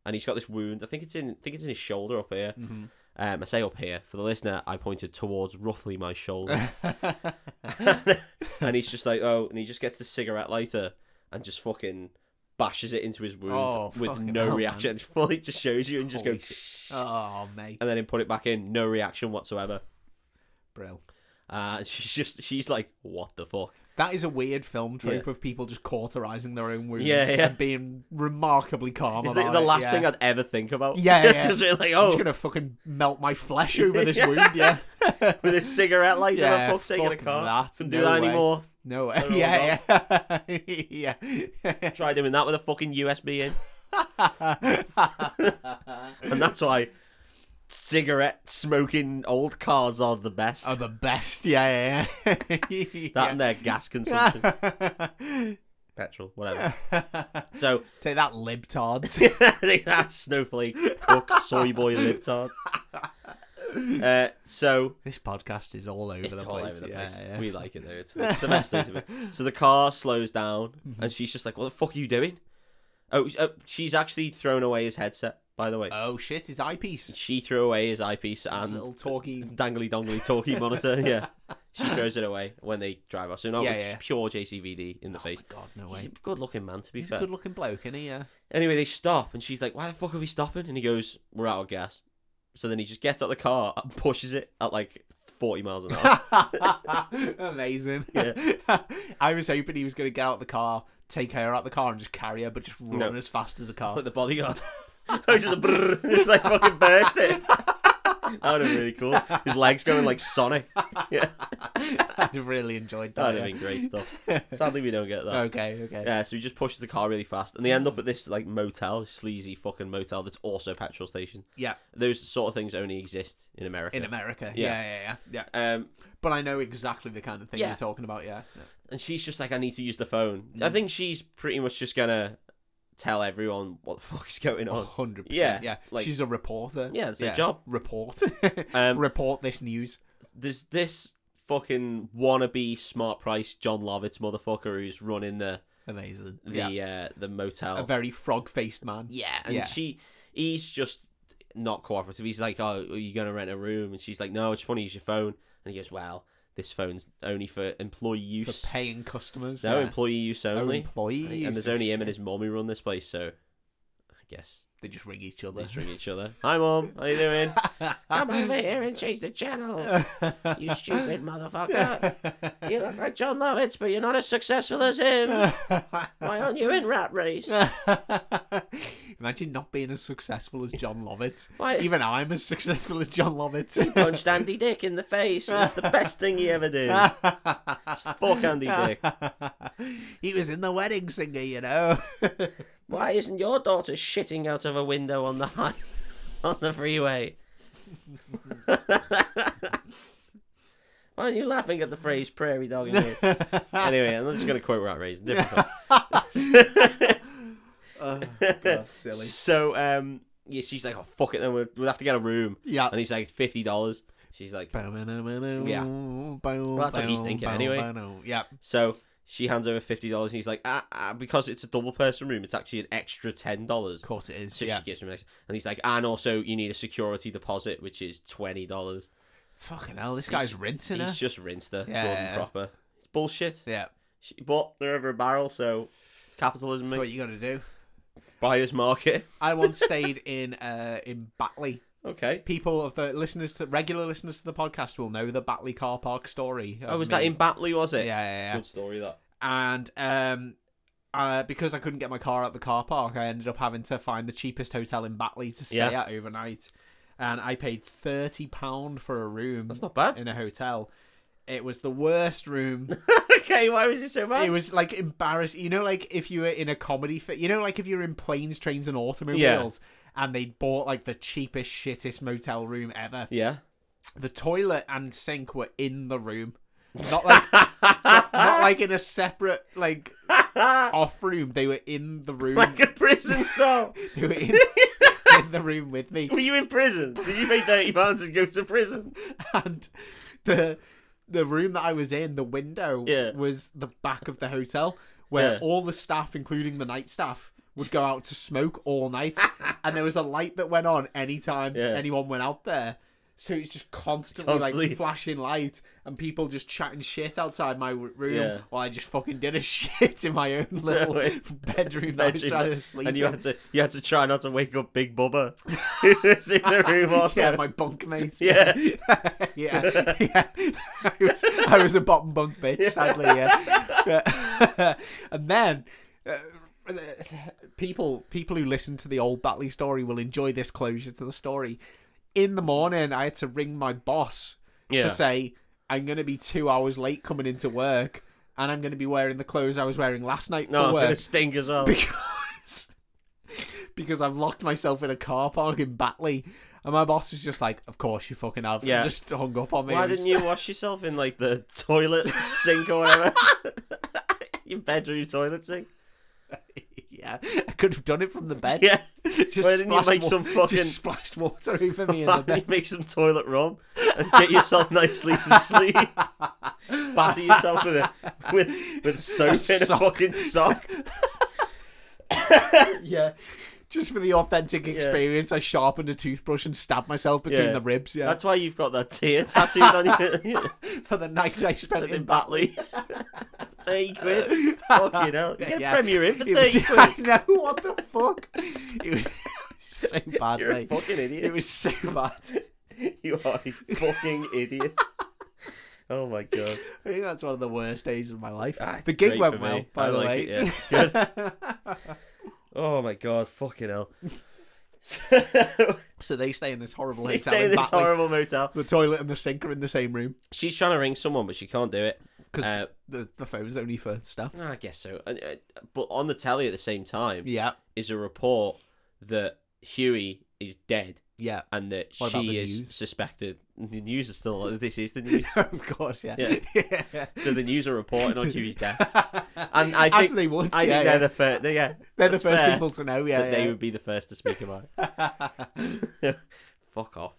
Speaker 1: and he's got this wound. I think it's in, I think it's in his shoulder up here.
Speaker 2: Mm-hmm.
Speaker 1: Um, I say up here for the listener. I pointed towards roughly my
Speaker 2: [LAUGHS]
Speaker 1: shoulder, [LAUGHS] and he's just like, "Oh," and he just gets the cigarette lighter and just fucking bashes it into his wound
Speaker 2: Oh,
Speaker 1: with
Speaker 2: fucking
Speaker 1: no
Speaker 2: hell, man.
Speaker 1: reaction. [LAUGHS] Fully just shows you and just
Speaker 2: Holy
Speaker 1: goes.
Speaker 2: oh mate,
Speaker 1: and then he put it back in, no reaction whatsoever.
Speaker 2: brill.
Speaker 1: Uh, [LAUGHS] and she's just, she's like, what the fuck?
Speaker 2: That is a weird film trope of people just cauterizing their own wounds
Speaker 1: Yeah, yeah.
Speaker 2: and being remarkably calm.
Speaker 1: It's the,
Speaker 2: about
Speaker 1: the
Speaker 2: it,
Speaker 1: last
Speaker 2: yeah.
Speaker 1: thing I'd ever think about. [LAUGHS]
Speaker 2: Yeah,
Speaker 1: it's
Speaker 2: yeah.
Speaker 1: just really like,
Speaker 2: I'm
Speaker 1: oh,
Speaker 2: just gonna fucking melt my
Speaker 1: [LAUGHS]
Speaker 2: flesh over this wound. Yeah,
Speaker 1: with a cigarette lighter,
Speaker 2: Yeah,
Speaker 1: yeah, fuck's sake in a
Speaker 2: fuck
Speaker 1: car.
Speaker 2: that,
Speaker 1: Don't do
Speaker 2: no
Speaker 1: that
Speaker 2: way.
Speaker 1: anymore.
Speaker 2: no, way.
Speaker 1: They're all
Speaker 2: yeah, yeah, yeah. [LAUGHS]
Speaker 1: Try doing that with a fucking USB in. and that's why cigarette smoking old cars are the best.
Speaker 2: Are the best. Yeah, yeah. [LAUGHS] yeah.
Speaker 1: that and their
Speaker 2: [LAUGHS]
Speaker 1: gas consumption, petrol, whatever. So [LAUGHS]
Speaker 2: Take that, libtards.
Speaker 1: that's snowflake, cook, soy boy,
Speaker 2: [LAUGHS]
Speaker 1: libtard. Uh, so
Speaker 2: this podcast is all over
Speaker 1: It's
Speaker 2: the
Speaker 1: all
Speaker 2: place.
Speaker 1: over the
Speaker 2: yeah,
Speaker 1: place.
Speaker 2: Yeah.
Speaker 1: We like it though. It's
Speaker 2: [LAUGHS]
Speaker 1: the, the best thing to be. So the car slows down,
Speaker 2: Mm-hmm.
Speaker 1: and she's just like, "What the fuck are you doing?" Oh, sh- oh, she's actually thrown away his headset. By the way,
Speaker 2: Oh shit! His eyepiece.
Speaker 1: she threw away his eyepiece
Speaker 2: His
Speaker 1: and
Speaker 2: little talkie.
Speaker 1: dangly dongly talkie monitor.
Speaker 2: [LAUGHS]
Speaker 1: Yeah, she throws it away when they drive off. So now
Speaker 2: Yeah,
Speaker 1: it's
Speaker 2: yeah.
Speaker 1: just pure JCVD in the
Speaker 2: Oh
Speaker 1: [LAUGHS]
Speaker 2: my
Speaker 1: face.
Speaker 2: god, no
Speaker 1: He's
Speaker 2: way.
Speaker 1: a good looking man, to be
Speaker 2: He's a
Speaker 1: fair.
Speaker 2: good looking bloke, isn't
Speaker 1: [LAUGHS]
Speaker 2: he? Yeah.
Speaker 1: Anyway, they stop, and she's like, "Why the fuck are we stopping?" And he goes, "We're out of gas." So then he just gets out the car and pushes it at like forty miles an hour.
Speaker 2: Amazing.
Speaker 1: Yeah.
Speaker 2: [LAUGHS] I was hoping he was going to get out the car, take her out the car, and just carry her, but just run
Speaker 1: No.
Speaker 2: as fast as a
Speaker 1: [LAUGHS]
Speaker 2: car. [LAUGHS]
Speaker 1: like the bodyguard. I was just a brrr, just like fucking burst it. [LAUGHS] That would have been really cool. His legs going like Sonic. Yeah,
Speaker 2: I'd have really enjoyed
Speaker 1: that
Speaker 2: that.
Speaker 1: would have
Speaker 2: yeah.
Speaker 1: been great stuff. Sadly, we don't get that.
Speaker 2: [LAUGHS] Okay, okay.
Speaker 1: Yeah, so he just pushes the car really fast, and they end up at this like motel, sleazy fucking motel that's also a petrol station.
Speaker 2: Yeah,
Speaker 1: Those sort of things only exist in America.
Speaker 2: in America.
Speaker 1: Yeah.
Speaker 2: Yeah. yeah, yeah, yeah,
Speaker 1: um,
Speaker 2: But I know exactly the kind of thing
Speaker 1: Yeah.
Speaker 2: you're talking about. Yeah. yeah.
Speaker 1: and she's just like, I need to use the phone. I
Speaker 2: Mm.
Speaker 1: think she's pretty much just gonna tell everyone what the [LAUGHS] fuck is going on.
Speaker 2: 100%.
Speaker 1: Yeah,
Speaker 2: Yeah. yeah.
Speaker 1: like-
Speaker 2: She's a reporter.
Speaker 1: Yeah, that's her job.
Speaker 2: Report.
Speaker 1: [LAUGHS] Um,
Speaker 2: Report this news.
Speaker 1: there's this fucking wannabe smart price John Lovitz motherfucker who's running the
Speaker 2: Amazing.
Speaker 1: the uh,
Speaker 2: yeah.
Speaker 1: the motel.
Speaker 2: A very frog faced man.
Speaker 1: yeah, and
Speaker 2: Yeah.
Speaker 1: she he's just not cooperative. He's like, "Oh, are you gonna rent a room?" And she's like, "No, I just want to use your phone." And he goes, "Well, this phone's only for employee
Speaker 2: For
Speaker 1: use.
Speaker 2: paying customers.
Speaker 1: no,
Speaker 2: yeah.
Speaker 1: employee use only."
Speaker 2: Employees.
Speaker 1: and there's only him and his mom who run this place, so I guess
Speaker 2: They just ring each
Speaker 1: they [LAUGHS]
Speaker 2: other.
Speaker 1: just ring each other. Hi, mom. How you [LAUGHS] doing? Come over here and change the [LAUGHS] channel. You stupid motherfucker. You look like John Lovitz, but you're not as successful as him. Why aren't you in Rat Race?
Speaker 2: [LAUGHS] Imagine not being as successful as John Lovett.
Speaker 1: Why-
Speaker 2: Even I'm as successful as John Lovett.
Speaker 1: Punched Andy Dick in the face. It's the best thing he ever did. Fuck Andy Dick.
Speaker 2: [LAUGHS] he was in the wedding singer,
Speaker 1: [LAUGHS]
Speaker 2: you know.
Speaker 1: Why isn't your daughter shitting out of a window on the high, [LAUGHS] on the freeway? [LAUGHS] Why aren't you laughing at the phrase prairie dog in here? anyway, I'm not just going to quote Rat Race. Different song. Oh,
Speaker 2: silly.
Speaker 1: so, um, yeah, she's like, oh, fuck it, then we'll, we'll have to get a room.
Speaker 2: Yeah.
Speaker 1: And he's like, it's $50. She's like,
Speaker 2: Yeah. Well,
Speaker 1: that's what he's thinking anyway.
Speaker 2: Yeah.
Speaker 1: So she hands over fifty dollars, and he's like, ah, ah, because it's a double person room, it's actually an extra ten dollars.
Speaker 2: Of course it is.
Speaker 1: So
Speaker 2: Yeah.
Speaker 1: she gives him an extra, and he's like, "Ah, and also you need a security deposit, which is twenty dollars.
Speaker 2: Fucking hell, this
Speaker 1: He's-
Speaker 2: guy's rinsing her.
Speaker 1: He's just rinsed her, good and
Speaker 2: Yeah.
Speaker 1: proper. It's bullshit.
Speaker 2: Yeah.
Speaker 1: She, but they're over a barrel, so it's capitalism.
Speaker 2: What
Speaker 1: Mate.
Speaker 2: you gotta do?
Speaker 1: buyer's market.
Speaker 2: I once stayed in uh, in Batley.
Speaker 1: Okay.
Speaker 2: People of the listeners to regular listeners to the podcast will know the Batley car park story.
Speaker 1: Oh,
Speaker 2: of
Speaker 1: was
Speaker 2: me.
Speaker 1: that in Batley? Was
Speaker 2: Yeah,
Speaker 1: it?
Speaker 2: yeah, yeah.
Speaker 1: Good story that.
Speaker 2: And um, uh, because I couldn't get my car out the car park, I ended up having to find the cheapest hotel in Batley to stay
Speaker 1: Yeah.
Speaker 2: at overnight. And I paid thirty pound for a room
Speaker 1: That's not bad.
Speaker 2: in a hotel. It was the worst room.
Speaker 1: [LAUGHS] okay, why was it so bad?
Speaker 2: It was like embarrassing. You know, like if you were in a comedy, fi- you know, like if you're in planes, trains, and automobiles, and they bought like the cheapest, shittest motel room ever.
Speaker 1: yeah.
Speaker 2: The toilet and sink were in the room, not like not, not like in a separate like off room. They were in the room.
Speaker 1: like a prison cell.
Speaker 2: They were in, [LAUGHS] in the room with me,
Speaker 1: Were you in prison? Did you pay thirty pounds and go to prison?
Speaker 2: [LAUGHS] and the the room that I was in, the window
Speaker 1: Yeah.
Speaker 2: was the back of the hotel where
Speaker 1: Yeah.
Speaker 2: all the staff, including the night staff, would go out to smoke
Speaker 1: [LAUGHS]
Speaker 2: all night, and there was a light that went on anytime
Speaker 1: Yeah.
Speaker 2: anyone went out there. So it's just constantly,
Speaker 1: Constantly.
Speaker 2: like flashing light and people just chatting shit outside my w- room
Speaker 1: Yeah.
Speaker 2: while I just fucking did a [LAUGHS] shit in my own
Speaker 1: [LAUGHS]
Speaker 2: little
Speaker 1: way.
Speaker 2: bedroom that I was trying to sleep
Speaker 1: and you
Speaker 2: in.
Speaker 1: had to you had to try not to wake up Big
Speaker 2: [LAUGHS]
Speaker 1: Bubba, who was in the room also.
Speaker 2: yeah, my bunk mate.
Speaker 1: [LAUGHS] Yeah.
Speaker 2: [LAUGHS] yeah, yeah. I was, I was a bottom bunk bitch, sadly. Yeah, [LAUGHS] But- and then. Uh, People, people who listen to the old Batley story will enjoy this closure to the story. In the morning, I had to ring my boss
Speaker 1: Yeah.
Speaker 2: to say I'm going to be two hours late coming into work, and I'm going to be wearing the clothes I was wearing last night for
Speaker 1: no, I'm
Speaker 2: work
Speaker 1: gonna stink as well.
Speaker 2: because [LAUGHS] because I've locked myself in a car park in Batley, and my boss was just like, "Of course you fucking have."
Speaker 1: Yeah.
Speaker 2: Yeah. just hung up on me.
Speaker 1: Why
Speaker 2: It was-
Speaker 1: didn't you wash yourself in like the toilet
Speaker 2: [LAUGHS]
Speaker 1: sink or whatever? [LAUGHS] Your bedroom toilet sink. [LAUGHS]
Speaker 2: [LAUGHS] yeah, I could have done it from the bed.
Speaker 1: Yeah.
Speaker 2: [LAUGHS] just
Speaker 1: Why didn't you
Speaker 2: splashed
Speaker 1: make
Speaker 2: wa-
Speaker 1: some fucking-
Speaker 2: just splashed water over me in
Speaker 1: Why [LAUGHS]
Speaker 2: the
Speaker 1: don't you
Speaker 2: bed?
Speaker 1: make some toilet rum and get yourself nicely to
Speaker 2: [LAUGHS]
Speaker 1: sleep? Batter yourself with a with with soap
Speaker 2: A
Speaker 1: in a
Speaker 2: sock.
Speaker 1: fucking
Speaker 2: [LAUGHS]
Speaker 1: sock.
Speaker 2: yeah. Just for the authentic experience, I sharpened a toothbrush and stabbed myself between
Speaker 1: Yeah.
Speaker 2: the ribs. Yeah,
Speaker 1: That's why you've got that tear tattooed on your
Speaker 2: [LAUGHS] for the night
Speaker 1: [LAUGHS]
Speaker 2: I spent
Speaker 1: in
Speaker 2: in.
Speaker 1: [LAUGHS] Batley. Thirty
Speaker 2: [LAUGHS]
Speaker 1: quid. Fucking hell. You get a
Speaker 2: Yeah.
Speaker 1: Premier in for
Speaker 2: It
Speaker 1: thirty
Speaker 2: was,
Speaker 1: quid.
Speaker 2: [LAUGHS] I know what the fuck. It was [LAUGHS] so
Speaker 1: [LAUGHS]
Speaker 2: bad.
Speaker 1: You're a
Speaker 2: mate.
Speaker 1: fucking idiot.
Speaker 2: It was so bad.
Speaker 1: [LAUGHS] You are a fucking
Speaker 2: [LAUGHS]
Speaker 1: idiot. Oh my god.
Speaker 2: I think that's one of the worst days of my life.
Speaker 1: Ah, it's
Speaker 2: the gig
Speaker 1: great
Speaker 2: went
Speaker 1: for
Speaker 2: well,
Speaker 1: me.
Speaker 2: by
Speaker 1: I
Speaker 2: the
Speaker 1: like
Speaker 2: way.
Speaker 1: [LAUGHS] it, yeah. Oh my god, fucking
Speaker 2: [LAUGHS]
Speaker 1: hell. [LAUGHS] So
Speaker 2: [LAUGHS] so they stay in this horrible
Speaker 1: they
Speaker 2: hotel.
Speaker 1: stay in
Speaker 2: in
Speaker 1: this
Speaker 2: Batley.
Speaker 1: horrible motel.
Speaker 2: The toilet and the sink are in the same room
Speaker 1: She's trying to ring someone, but she can't do it.
Speaker 2: because
Speaker 1: Uh,
Speaker 2: the the phone's only for staff.
Speaker 1: I guess so. And, uh, But on the telly at the same time
Speaker 2: Yeah,
Speaker 1: is a report that Huey is dead
Speaker 2: yeah. [LAUGHS]
Speaker 1: and that
Speaker 2: What about
Speaker 1: she
Speaker 2: the
Speaker 1: is
Speaker 2: news?
Speaker 1: suspected. The news is still. This is the news.
Speaker 2: of course, yeah.
Speaker 1: Yeah.
Speaker 2: [LAUGHS] Yeah.
Speaker 1: so the news are reporting on Huey's death. [LAUGHS] And I
Speaker 2: As
Speaker 1: think-
Speaker 2: they would.
Speaker 1: I
Speaker 2: yeah,
Speaker 1: think
Speaker 2: yeah.
Speaker 1: they're the first. They,
Speaker 2: [LAUGHS]
Speaker 1: yeah,
Speaker 2: They're the
Speaker 1: that's
Speaker 2: first
Speaker 1: fair,
Speaker 2: people to know. Yeah,
Speaker 1: that they would be the first to speak about
Speaker 2: [LAUGHS]
Speaker 1: it. Fuck off.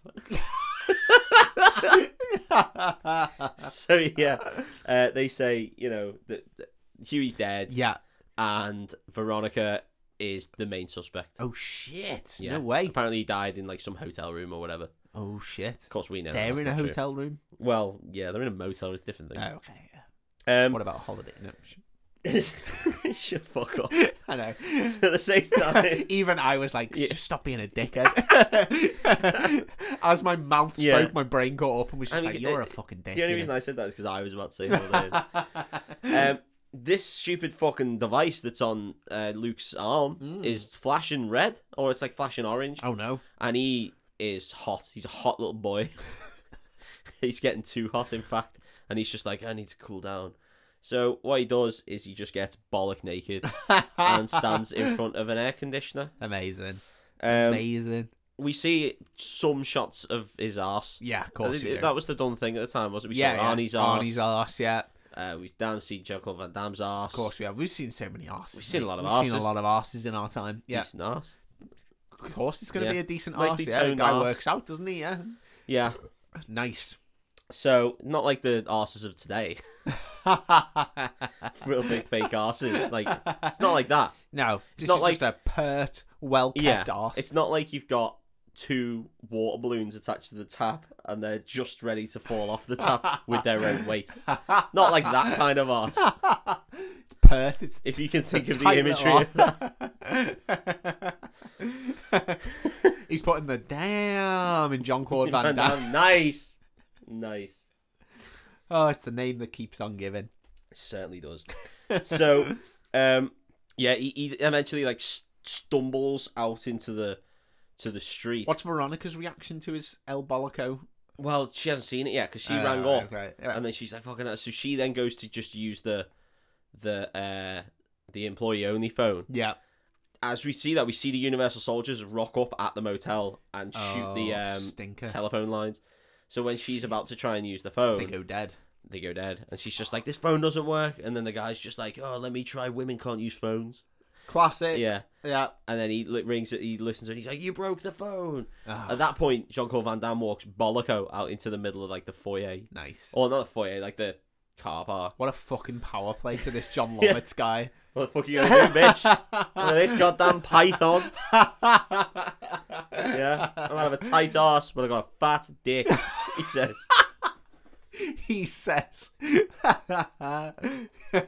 Speaker 2: yeah.
Speaker 1: So yeah, uh, they say you know that, that Huey's dead
Speaker 2: yeah.
Speaker 1: and Veronica is the main suspect.
Speaker 2: Oh shit!
Speaker 1: Yeah.
Speaker 2: No way.
Speaker 1: Apparently, he died in like some hotel room or whatever. Of
Speaker 2: Oh shit.
Speaker 1: course, we know
Speaker 2: they're
Speaker 1: that's
Speaker 2: in a
Speaker 1: not true.
Speaker 2: hotel room.
Speaker 1: Well, yeah, they're in a motel. It's a different
Speaker 2: Oh,
Speaker 1: thing.
Speaker 2: okay. yeah.
Speaker 1: Um,
Speaker 2: What about a holiday? No. [LAUGHS]
Speaker 1: [LAUGHS] shut the fuck off.
Speaker 2: I know.
Speaker 1: At the same
Speaker 2: [LAUGHS]
Speaker 1: time,
Speaker 2: Even I was like,
Speaker 1: Yeah.
Speaker 2: just stop being a dickhead. [LAUGHS] As my mouth spoke,
Speaker 1: Yeah.
Speaker 2: my brain got up and was just
Speaker 1: I mean,
Speaker 2: like, you're
Speaker 1: uh,
Speaker 2: a fucking dickhead.
Speaker 1: the only reason I said that is because I was about to say holiday.
Speaker 2: [LAUGHS]
Speaker 1: um, this stupid fucking device that's on uh, Luke's arm
Speaker 2: Hmm.
Speaker 1: is flashing red, or it's like flashing orange,
Speaker 2: oh no.
Speaker 1: and he is hot. He's a hot little boy. [LAUGHS] he's getting too hot, in fact, and he's just like, I need to cool down. So what he does is he just gets bollock naked [LAUGHS]
Speaker 2: [LAUGHS]
Speaker 1: and stands in front of an air conditioner.
Speaker 2: Amazing.
Speaker 1: Um,
Speaker 2: Amazing.
Speaker 1: we see some shots of his ass.
Speaker 2: Yeah, of course. you do.
Speaker 1: That was the done thing at the time, wasn't it? We
Speaker 2: yeah,
Speaker 1: saw
Speaker 2: yeah.
Speaker 1: Arnie's arse.
Speaker 2: Arnie's arse, yeah. Of
Speaker 1: Uh, we down see Jekyll Van Damme's arse. Of
Speaker 2: course we have. We've seen so many arses.
Speaker 1: We've seen a lot of
Speaker 2: We've seen
Speaker 1: arses.
Speaker 2: a lot of arses in our time. Yeah.
Speaker 1: Decent arse.
Speaker 2: Of course it's going to
Speaker 1: Yeah.
Speaker 2: be a decent arse.
Speaker 1: Nicely
Speaker 2: Yeah. The
Speaker 1: toned
Speaker 2: guy
Speaker 1: arse.
Speaker 2: works out, doesn't he? Yeah.
Speaker 1: Yeah.
Speaker 2: Nice. [LAUGHS]
Speaker 1: So not like the arses of today, [LAUGHS] real big fake arses. Like it's not like
Speaker 2: [LAUGHS]
Speaker 1: that.
Speaker 2: no. It's
Speaker 1: not
Speaker 2: not like just a pert, well-kept
Speaker 1: yeah.
Speaker 2: arse.
Speaker 1: It's not like you've got two water balloons attached to the tap and they're just ready to fall off the
Speaker 2: [LAUGHS]
Speaker 1: tap with their own weight. Not like that kind of arse.
Speaker 2: [LAUGHS] pert. It's
Speaker 1: If you can think of the
Speaker 2: tight
Speaker 1: imagery
Speaker 2: little
Speaker 1: of that.
Speaker 2: arse.
Speaker 1: [LAUGHS]
Speaker 2: [LAUGHS] He's putting the damn in John Claude Van
Speaker 1: Van
Speaker 2: Damme.
Speaker 1: Damme. Nice. Nice.
Speaker 2: Oh, it's the name that keeps on giving.
Speaker 1: It certainly does.
Speaker 2: [LAUGHS]
Speaker 1: so, um, yeah, he, he eventually like st- stumbles out into the to the street.
Speaker 2: What's Veronica's reaction to his El Bolico?
Speaker 1: Well, she hasn't seen it yet because she
Speaker 2: Uh,
Speaker 1: rang up
Speaker 2: okay, yeah.
Speaker 1: and then she's like, "Fucking." hell." So she then goes to just use the the uh the employee only phone.
Speaker 2: yeah.
Speaker 1: As we see that, we see the Universal Soldiers rock up at the motel and shoot the
Speaker 2: Oh,
Speaker 1: um
Speaker 2: stinker.
Speaker 1: telephone lines. So when she's about to try and use the phone,
Speaker 2: they go dead.
Speaker 1: they go dead. And she's just like, this phone doesn't work. And then the guy's just like, oh, let me try. Women can't use phones.
Speaker 2: Classic.
Speaker 1: Yeah.
Speaker 2: Yeah.
Speaker 1: And then he li- rings it, he listens, and he's like, you broke the phone.
Speaker 2: Ah.
Speaker 1: At that point, Jean Claude Van Damme walks bolloco out into the middle of like the foyer.
Speaker 2: Nice.
Speaker 1: Or not the foyer, like the car park.
Speaker 2: What a fucking power play to
Speaker 1: [LAUGHS]
Speaker 2: this John Lovitz guy.
Speaker 1: What the fuck are you going to do, [LAUGHS] bitch? Look at this goddamn [LAUGHS] python. Yeah. I'm going to have a tight ass, but i got a fat dick, he [LAUGHS] says.
Speaker 2: he says. [LAUGHS]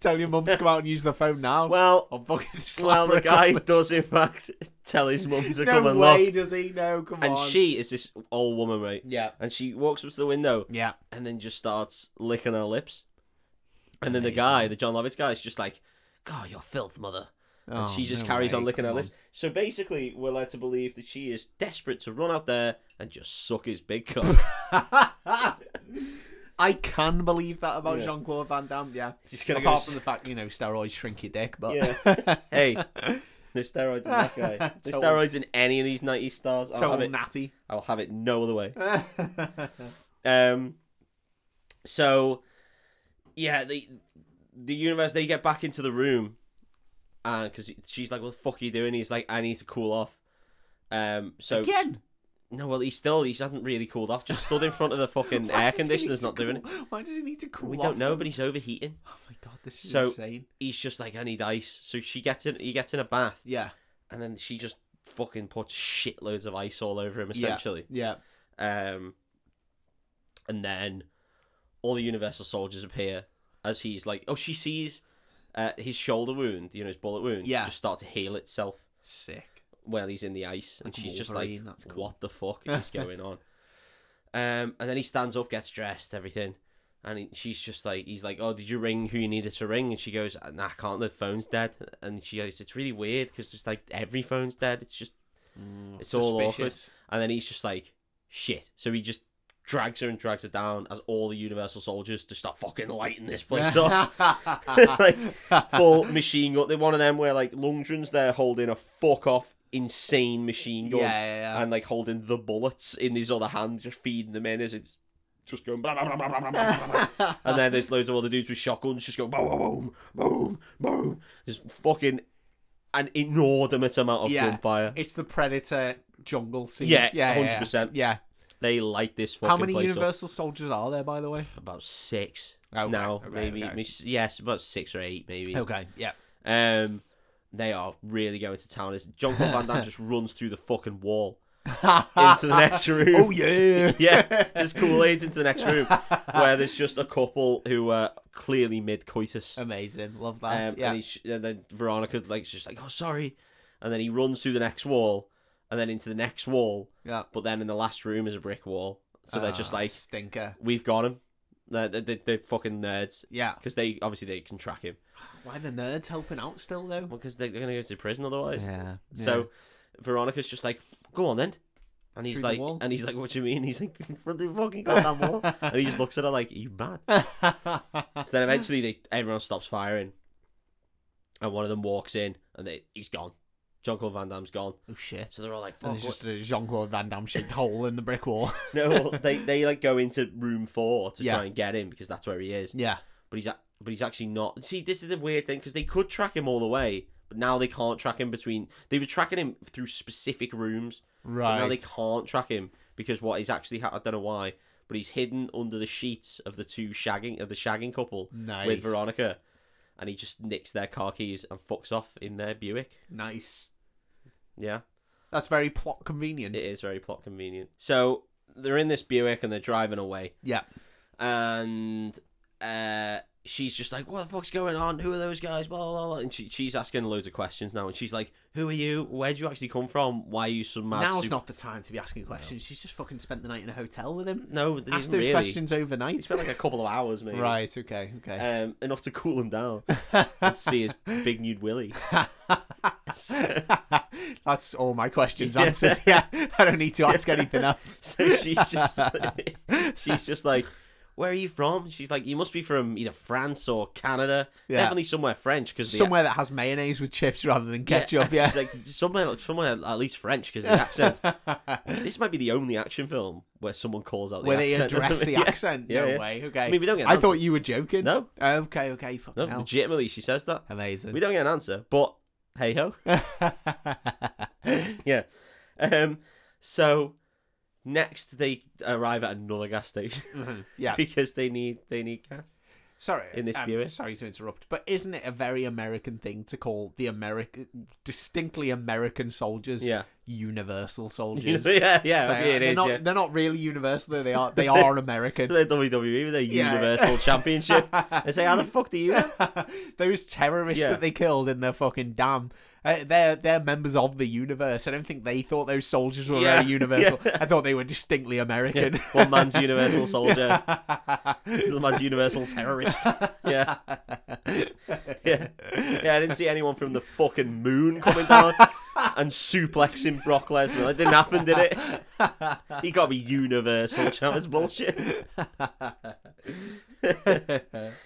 Speaker 2: Tell your mum to come out and use the phone now.
Speaker 1: Well,
Speaker 2: I'm fucking slapping
Speaker 1: well, the
Speaker 2: Oh, her
Speaker 1: guy
Speaker 2: on
Speaker 1: does, in fact, tell his mum to
Speaker 2: no
Speaker 1: come and
Speaker 2: way
Speaker 1: look.
Speaker 2: does he know. Come
Speaker 1: And
Speaker 2: on.
Speaker 1: she is this old woman, right?
Speaker 2: Yeah.
Speaker 1: And she walks up to the window
Speaker 2: Yeah.
Speaker 1: and then just starts licking her lips. And then the guy, the John Lovitz guy, is just like, God, you're filth, mother. And
Speaker 2: Oh,
Speaker 1: she just
Speaker 2: no
Speaker 1: carries
Speaker 2: way,
Speaker 1: on licking her
Speaker 2: come
Speaker 1: lips. So basically, we're led to believe that she is desperate to run out there and just suck his big cock.
Speaker 2: [LAUGHS] I can believe that about
Speaker 1: Yeah.
Speaker 2: Jean Claude Van Damme. Yeah.
Speaker 1: Just gonna
Speaker 2: Apart
Speaker 1: go-
Speaker 2: from the fact you know steroids shrink your dick, [LAUGHS]
Speaker 1: [LAUGHS]
Speaker 2: but
Speaker 1: Yeah. hey, no steroids in that
Speaker 2: [LAUGHS]
Speaker 1: guy. No
Speaker 2: Total-
Speaker 1: steroids in any of these 90s stars. I'll have
Speaker 2: total
Speaker 1: it,
Speaker 2: [LAUGHS] natty.
Speaker 1: I'll have it no other way. Um, so yeah, the the universe they get back into the room, and because she's like, "What the fuck are you doing?" He's like, "I need to cool off." Um, so
Speaker 2: Again,
Speaker 1: no, well, he's still he hasn't really cooled off. Just stood in front of the fucking
Speaker 2: Why
Speaker 1: air
Speaker 2: does he
Speaker 1: conditioner's
Speaker 2: need
Speaker 1: not
Speaker 2: to
Speaker 1: doing it.
Speaker 2: cool- Why does he need to cool
Speaker 1: We
Speaker 2: off?
Speaker 1: don't know, but he's overheating.
Speaker 2: Oh my god, this is
Speaker 1: So-
Speaker 2: insane.
Speaker 1: He's just like, "I need ice." So she gets in, he gets in a bath,
Speaker 2: Yeah.
Speaker 1: and then she just fucking puts shitloads of ice all over him,
Speaker 2: Yeah.
Speaker 1: essentially.
Speaker 2: Yeah.
Speaker 1: Um, and then all the Universal soldiers appear as he's like, oh, she sees uh, his shoulder wound, you know, his bullet wound,
Speaker 2: Yeah.
Speaker 1: just start to heal itself
Speaker 2: Sick.
Speaker 1: while he's in the ice, and
Speaker 2: Like
Speaker 1: she's just like,
Speaker 2: Wolverine, that's cool.
Speaker 1: what the
Speaker 2: [LAUGHS]
Speaker 1: fuck is going on? Um, and then he stands up, gets dressed, everything. And he, she's just like, he's like, oh, did you ring who you needed to ring? And she goes, nah, I can't, the phone's dead. And she goes, it's really weird because it's like every phone's dead. It's just It's all awkward.
Speaker 2: Mm, suspicious.
Speaker 1: and then he's just like, shit. So he just drags her and drags her down as all the Universal soldiers just start fucking lighting this
Speaker 2: [LAUGHS]
Speaker 1: place up. [LAUGHS] like, full machine gun. They're one of them where, like, Lundgren's there holding a fuck off insane machine
Speaker 2: yeah,
Speaker 1: gun
Speaker 2: yeah, yeah.
Speaker 1: and, like, holding the bullets in his other hand, just feeding them in as it's just going. Blah, blah, blah, blah, blah, blah, blah, blah, blah. and then there's loads of other dudes with shotguns just going, boom, boom, boom, boom, boom. Just fucking an inordinate amount of
Speaker 2: Yeah.
Speaker 1: gunfire.
Speaker 2: It's the predator jungle scene.
Speaker 1: Yeah,
Speaker 2: yeah, yeah,
Speaker 1: 100%.
Speaker 2: Yeah.
Speaker 1: They light this fucking
Speaker 2: How many
Speaker 1: place up.
Speaker 2: Universal soldiers are there, by the way?
Speaker 1: about six
Speaker 2: Okay,
Speaker 1: now,
Speaker 2: Oh, okay,
Speaker 1: maybe,
Speaker 2: okay.
Speaker 1: maybe s- yes, about six or eight, maybe.
Speaker 2: Okay. [LAUGHS] Yeah.
Speaker 1: Um, they are really going to town. It's John Claude Van
Speaker 2: [LAUGHS]
Speaker 1: Damme just runs through the fucking wall into the next room.
Speaker 2: oh yeah.
Speaker 1: [LAUGHS] yeah, there's Kool Aid's into the next
Speaker 2: [LAUGHS]
Speaker 1: room where there's just a couple who are clearly mid coitus. Um,
Speaker 2: Amazing. Love that. Oh, yeah.
Speaker 1: and, he's, and then Veronica like she's like, oh sorry, and then he runs through the next wall and then into the next wall,
Speaker 2: yeah.
Speaker 1: but then in the last room is a brick wall. So they're just
Speaker 2: Ah,
Speaker 1: like,
Speaker 2: stinker.
Speaker 1: we've got him. They're, they're, they're fucking nerds
Speaker 2: Yeah.
Speaker 1: because they obviously they can track him
Speaker 2: Why the nerds helping out still though?
Speaker 1: because they're, they're going to go to prison otherwise.
Speaker 2: Yeah.
Speaker 1: So [LAUGHS] Veronica's just like, "Go on then," and he's
Speaker 2: Through the
Speaker 1: like,
Speaker 2: wall?
Speaker 1: and he's like, "What do you mean?" He's like, "From the fucking
Speaker 2: [LAUGHS]
Speaker 1: goddamn wall," and he just looks at her like, "You mad?"
Speaker 2: [LAUGHS]
Speaker 1: So then eventually, they everyone stops firing, and one of them walks in, and they, he's gone. John Claude Van Damme's gone.
Speaker 2: oh shit.
Speaker 1: So they're all like, "Fuck!"
Speaker 2: And there's
Speaker 1: what-
Speaker 2: just a Jean Claude Van Damme shaped hole in the brick wall.
Speaker 1: [LAUGHS] No, well, they they like go into room four to
Speaker 2: Yeah.
Speaker 1: try and get him because that's where he is.
Speaker 2: [LAUGHS] yeah.
Speaker 1: but he's a- but he's actually not. See, this is the weird thing because they could track him all the way, but now they can't track him between. They were tracking him through specific rooms, but now
Speaker 2: Right.
Speaker 1: they can't track him because what he's actually ha- I don't know why, but he's hidden under the sheets of the two shagging of the shagging couple
Speaker 2: Nice.
Speaker 1: with Veronica, and he just nicks their car keys and fucks off in their Buick.
Speaker 2: Nice.
Speaker 1: Yeah,
Speaker 2: That's very plot convenient.
Speaker 1: it is very plot convenient. So they're in this Buick and they're driving away.
Speaker 2: Yeah.
Speaker 1: and uh, she's just like, what the fuck's going on? Who are those guys? Blah, blah, blah. And she, she's asking loads of questions now. And she's like, who are you? Where'd you actually come from? Why are you some mad
Speaker 2: Now's
Speaker 1: super-"
Speaker 2: not the time to be asking questions. She's just fucking spent the night in a hotel with him.
Speaker 1: No, they
Speaker 2: Ask
Speaker 1: didn't
Speaker 2: those
Speaker 1: really.
Speaker 2: questions
Speaker 1: He
Speaker 2: overnight.
Speaker 1: spent like a couple of hours, maybe.
Speaker 2: Right. Okay. Okay.
Speaker 1: Um, enough to cool him
Speaker 2: [LAUGHS]
Speaker 1: down and see his big nude willy. so,
Speaker 2: [LAUGHS] That's all
Speaker 1: [LAUGHS]
Speaker 2: my questions answered. Yeah, [LAUGHS] I don't need to ask anything else.
Speaker 1: so she's just, like, she's just like, where are you from? And She's like, you must be from either France or Canada,
Speaker 2: Yeah.
Speaker 1: definitely somewhere French because
Speaker 2: Somewhere that has mayonnaise with chips rather than ketchup.
Speaker 1: [LAUGHS] and
Speaker 2: Yeah,
Speaker 1: She's like somewhere, somewhere at least French because the
Speaker 2: [LAUGHS]
Speaker 1: accent. this might be the only action film where someone calls out the
Speaker 2: where they
Speaker 1: accent. [LAUGHS]
Speaker 2: address the
Speaker 1: Yeah.
Speaker 2: accent.
Speaker 1: Yeah,
Speaker 2: no
Speaker 1: yeah.
Speaker 2: way. Okay.
Speaker 1: I mean, we don't get. An
Speaker 2: I
Speaker 1: answer.
Speaker 2: thought you were joking.
Speaker 1: No.
Speaker 2: Okay. Okay. Fuck
Speaker 1: no, legitimately, she says that.
Speaker 2: Amazing.
Speaker 1: We don't get an answer, but hey ho. [LAUGHS]
Speaker 2: [LAUGHS] yeah.
Speaker 1: Yeah. Um. So next, they arrive at another gas station [LAUGHS] because they need they need gas.
Speaker 2: Sorry.
Speaker 1: In this
Speaker 2: um,
Speaker 1: viewer.
Speaker 2: Sorry to interrupt, but isn't it a very American thing to call the American, distinctly American soldiers,
Speaker 1: Yeah. [LAUGHS]
Speaker 2: universal soldiers?
Speaker 1: You know, yeah, yeah,
Speaker 2: They
Speaker 1: okay,
Speaker 2: are-
Speaker 1: it
Speaker 2: they're
Speaker 1: is.
Speaker 2: not.
Speaker 1: yeah.
Speaker 2: They're not really universal. though. They are.
Speaker 1: [LAUGHS]
Speaker 2: They are
Speaker 1: So
Speaker 2: American. [LAUGHS]
Speaker 1: they're WWE with their
Speaker 2: Yeah.
Speaker 1: Universal Championship.
Speaker 2: [LAUGHS]
Speaker 1: They say, "How the fuck do you?" know?"
Speaker 2: Those terrorists
Speaker 1: Yeah.
Speaker 2: that they killed in their fucking dam. Uh, they're they're members of the universe. I don't think they thought those soldiers were
Speaker 1: Yeah.
Speaker 2: very universal.
Speaker 1: [LAUGHS] Yeah.
Speaker 2: I thought they were distinctly American.
Speaker 1: One man's [LAUGHS] Universal Soldier, another man's Universal [LAUGHS] Terrorist. Yeah, yeah, yeah. I didn't see anyone from the fucking moon [LAUGHS] coming down and suplexing Brock Lesnar. That didn't happen, did it? He got to be Universal Champ. It's bullshit. [LAUGHS]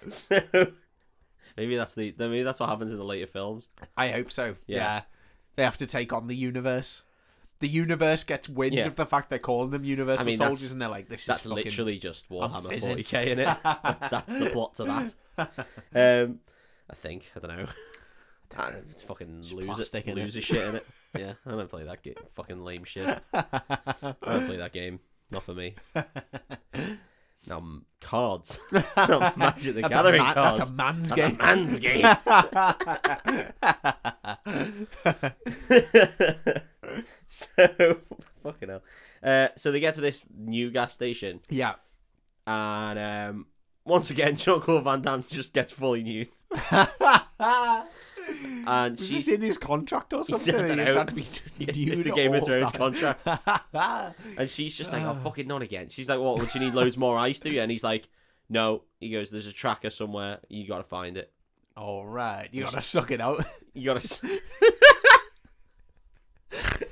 Speaker 1: so maybe that's the maybe that's what happens in the later films.
Speaker 2: [LAUGHS] I hope so.
Speaker 1: Yeah.
Speaker 2: Yeah. They have to take on the universe. The universe gets wind
Speaker 1: Yeah.
Speaker 2: of the fact they're calling them universal
Speaker 1: I mean, that's-
Speaker 2: soldiers, and they're like, "This is
Speaker 1: That's
Speaker 2: fucking...
Speaker 1: literally just Warhammer
Speaker 2: fizzing.
Speaker 1: 40k in it.
Speaker 2: [LAUGHS]
Speaker 1: that's the plot to that. Um, I think I don't know. I don't know, it's fucking loser,
Speaker 2: plastic, innit?
Speaker 1: loser shit in it. Yeah, I don't play that game. Fucking lame shit. I don't play that game. Not for
Speaker 2: [LAUGHS]
Speaker 1: me. Now m- cards. Not Magic the
Speaker 2: That's a
Speaker 1: Gathering
Speaker 2: ma-
Speaker 1: cards.
Speaker 2: That's a man's
Speaker 1: That's
Speaker 2: game.
Speaker 1: a man's game.
Speaker 2: [LAUGHS]
Speaker 1: [LAUGHS] so fucking hell. Uh, so they get to this new gas station,
Speaker 2: [LAUGHS]
Speaker 1: [LAUGHS]
Speaker 2: yeah.
Speaker 1: and um, once again, [LAUGHS] Jean Claude Van Damme just gets fully
Speaker 2: [LAUGHS]
Speaker 1: nude, and
Speaker 2: Is
Speaker 1: she's
Speaker 2: this in his
Speaker 1: [LAUGHS]
Speaker 2: contract or something?
Speaker 1: I
Speaker 2: He
Speaker 1: don't
Speaker 2: just
Speaker 1: know.
Speaker 2: had to be
Speaker 1: [LAUGHS] in
Speaker 2: [LAUGHS] nude
Speaker 1: the Game of
Speaker 2: all
Speaker 1: Thrones
Speaker 2: time. Ah.
Speaker 1: contract,
Speaker 2: [LAUGHS]
Speaker 1: and she's just like, "Oh, fucking none again." She's like, "What? Would you need loads more ice, do you?" And he's like, "No." He goes, "There's a tracker somewhere. You gotta find it.
Speaker 2: all Oh, right, you gotta suck it out. [LAUGHS]
Speaker 1: You gotta." s-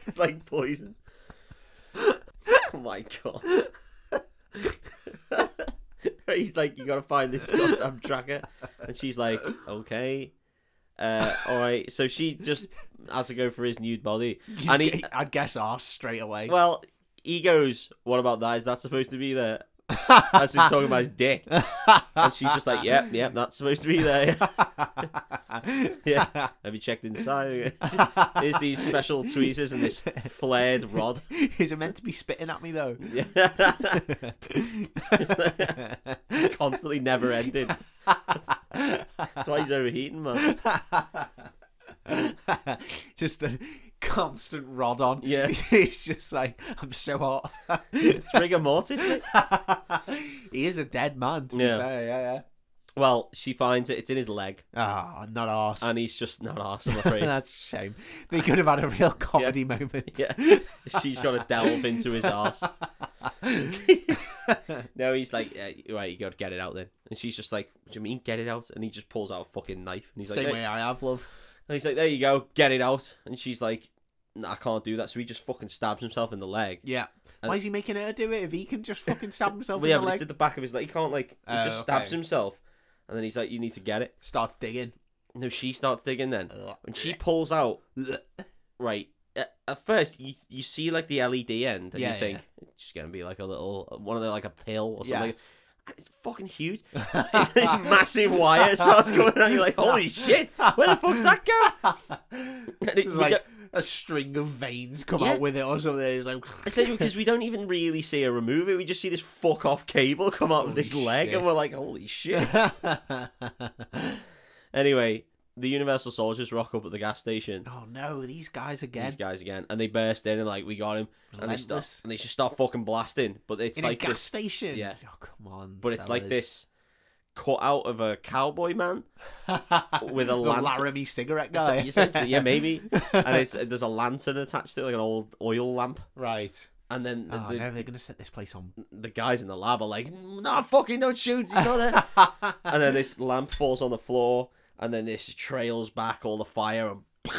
Speaker 1: it's like poison. oh my god. [LAUGHS] He's like, you gotta find this goddamn tracker, and she's like, okay, uh, all right. So she just has to go for his nude body, and he,
Speaker 2: [LAUGHS] I'd guess arse straight away.
Speaker 1: well, he goes, what about that? Is that supposed to be there? As in talking about his dick, and she's just like, yep, yep, that's supposed to be there. yeah, have you checked inside? [LAUGHS] There's these special tweezers and this flared rod.
Speaker 2: [LAUGHS] Is it meant to be spitting at me though? [LAUGHS]
Speaker 1: Yeah. [LAUGHS] Constantly never ending. That's why he's overheating, man.
Speaker 2: just a constant rod on. [LAUGHS]
Speaker 1: Yeah.
Speaker 2: he's just like, I'm so hot. [LAUGHS]
Speaker 1: It's rigor mortis. mate.
Speaker 2: he is a dead man. To
Speaker 1: Yeah.
Speaker 2: be fair. yeah, yeah.
Speaker 1: Well, she finds it. It's in his leg,
Speaker 2: Ah, not arse.
Speaker 1: and he's just not arse, I'm afraid.
Speaker 2: [LAUGHS] That's a shame. They could have had a real comedy moment.
Speaker 1: [LAUGHS] Yeah, she's got to delve into his
Speaker 2: [LAUGHS]
Speaker 1: arse. no, he's like, yeah, right, you got to get it out then. And she's just like, what do you mean, get it out? And he just pulls out a fucking knife, and he's like,
Speaker 2: Same
Speaker 1: "Hey."
Speaker 2: way I have love.
Speaker 1: and he's like, there you go, get it out. And she's like, nah, I can't do that. So he just fucking stabs himself in the leg.
Speaker 2: Yeah.
Speaker 1: And-
Speaker 2: Why is he making her do it if he can just fucking
Speaker 1: [LAUGHS]
Speaker 2: stab himself
Speaker 1: Well,
Speaker 2: in
Speaker 1: yeah,
Speaker 2: the
Speaker 1: but
Speaker 2: leg?
Speaker 1: it's at the back of his leg. He can't like. He
Speaker 2: Oh,
Speaker 1: just stabs
Speaker 2: okay.
Speaker 1: himself, and then he's like, "You need to get it."
Speaker 2: Starts digging.
Speaker 1: No, she starts digging then, and she pulls out. Right at, at first, you you see like the LED end, and
Speaker 2: Yeah,
Speaker 1: you think it's gonna be like a little one of the like a pill or
Speaker 2: Yeah.
Speaker 1: something. And it's fucking huge.
Speaker 2: [LAUGHS]
Speaker 1: [LAUGHS] this massive wire starts coming out. You're like,
Speaker 2: [LAUGHS]
Speaker 1: "Holy shit! Where the fuck's that go?" And it,
Speaker 2: There's
Speaker 1: we
Speaker 2: like
Speaker 1: don't-
Speaker 2: a string of veins come
Speaker 1: Yeah.
Speaker 2: out with it or something. It's like
Speaker 1: essentially because we don't even really see her remove it. We just see this fuck off cable come out of this leg,
Speaker 2: shit.
Speaker 1: and we're like, "Holy
Speaker 2: [LAUGHS]
Speaker 1: shit!" Anyway, the Universal Soldiers rock up at the gas station.
Speaker 2: [SNIFFS] Oh no, these guys again.
Speaker 1: These guys again, and they burst in and like we got him, and they start
Speaker 2: Relentless.
Speaker 1: and they just start fucking blasting. But it's
Speaker 2: in
Speaker 1: like
Speaker 2: a gas
Speaker 1: this,
Speaker 2: station.
Speaker 1: yeah.
Speaker 2: Oh come on.
Speaker 1: but it's like
Speaker 2: fellas.
Speaker 1: this cut out of a cowboy
Speaker 2: [LAUGHS]
Speaker 1: man with a
Speaker 2: the
Speaker 1: lantern.
Speaker 2: Laramie cigarette
Speaker 1: So-
Speaker 2: guy.
Speaker 1: essentially, yeah, maybe. And it's there's a lantern attached to it, like an old oil lamp.
Speaker 2: [LAUGHS] right.
Speaker 1: And then the,
Speaker 2: Oh,
Speaker 1: the,
Speaker 2: no, they're going to set this place on.
Speaker 1: the guys in the lab are like, "No, fucking don't shoot, he's not there."
Speaker 2: [LAUGHS]
Speaker 1: and then this lamp falls on the floor, and then this trails back all the fire and, [LAUGHS]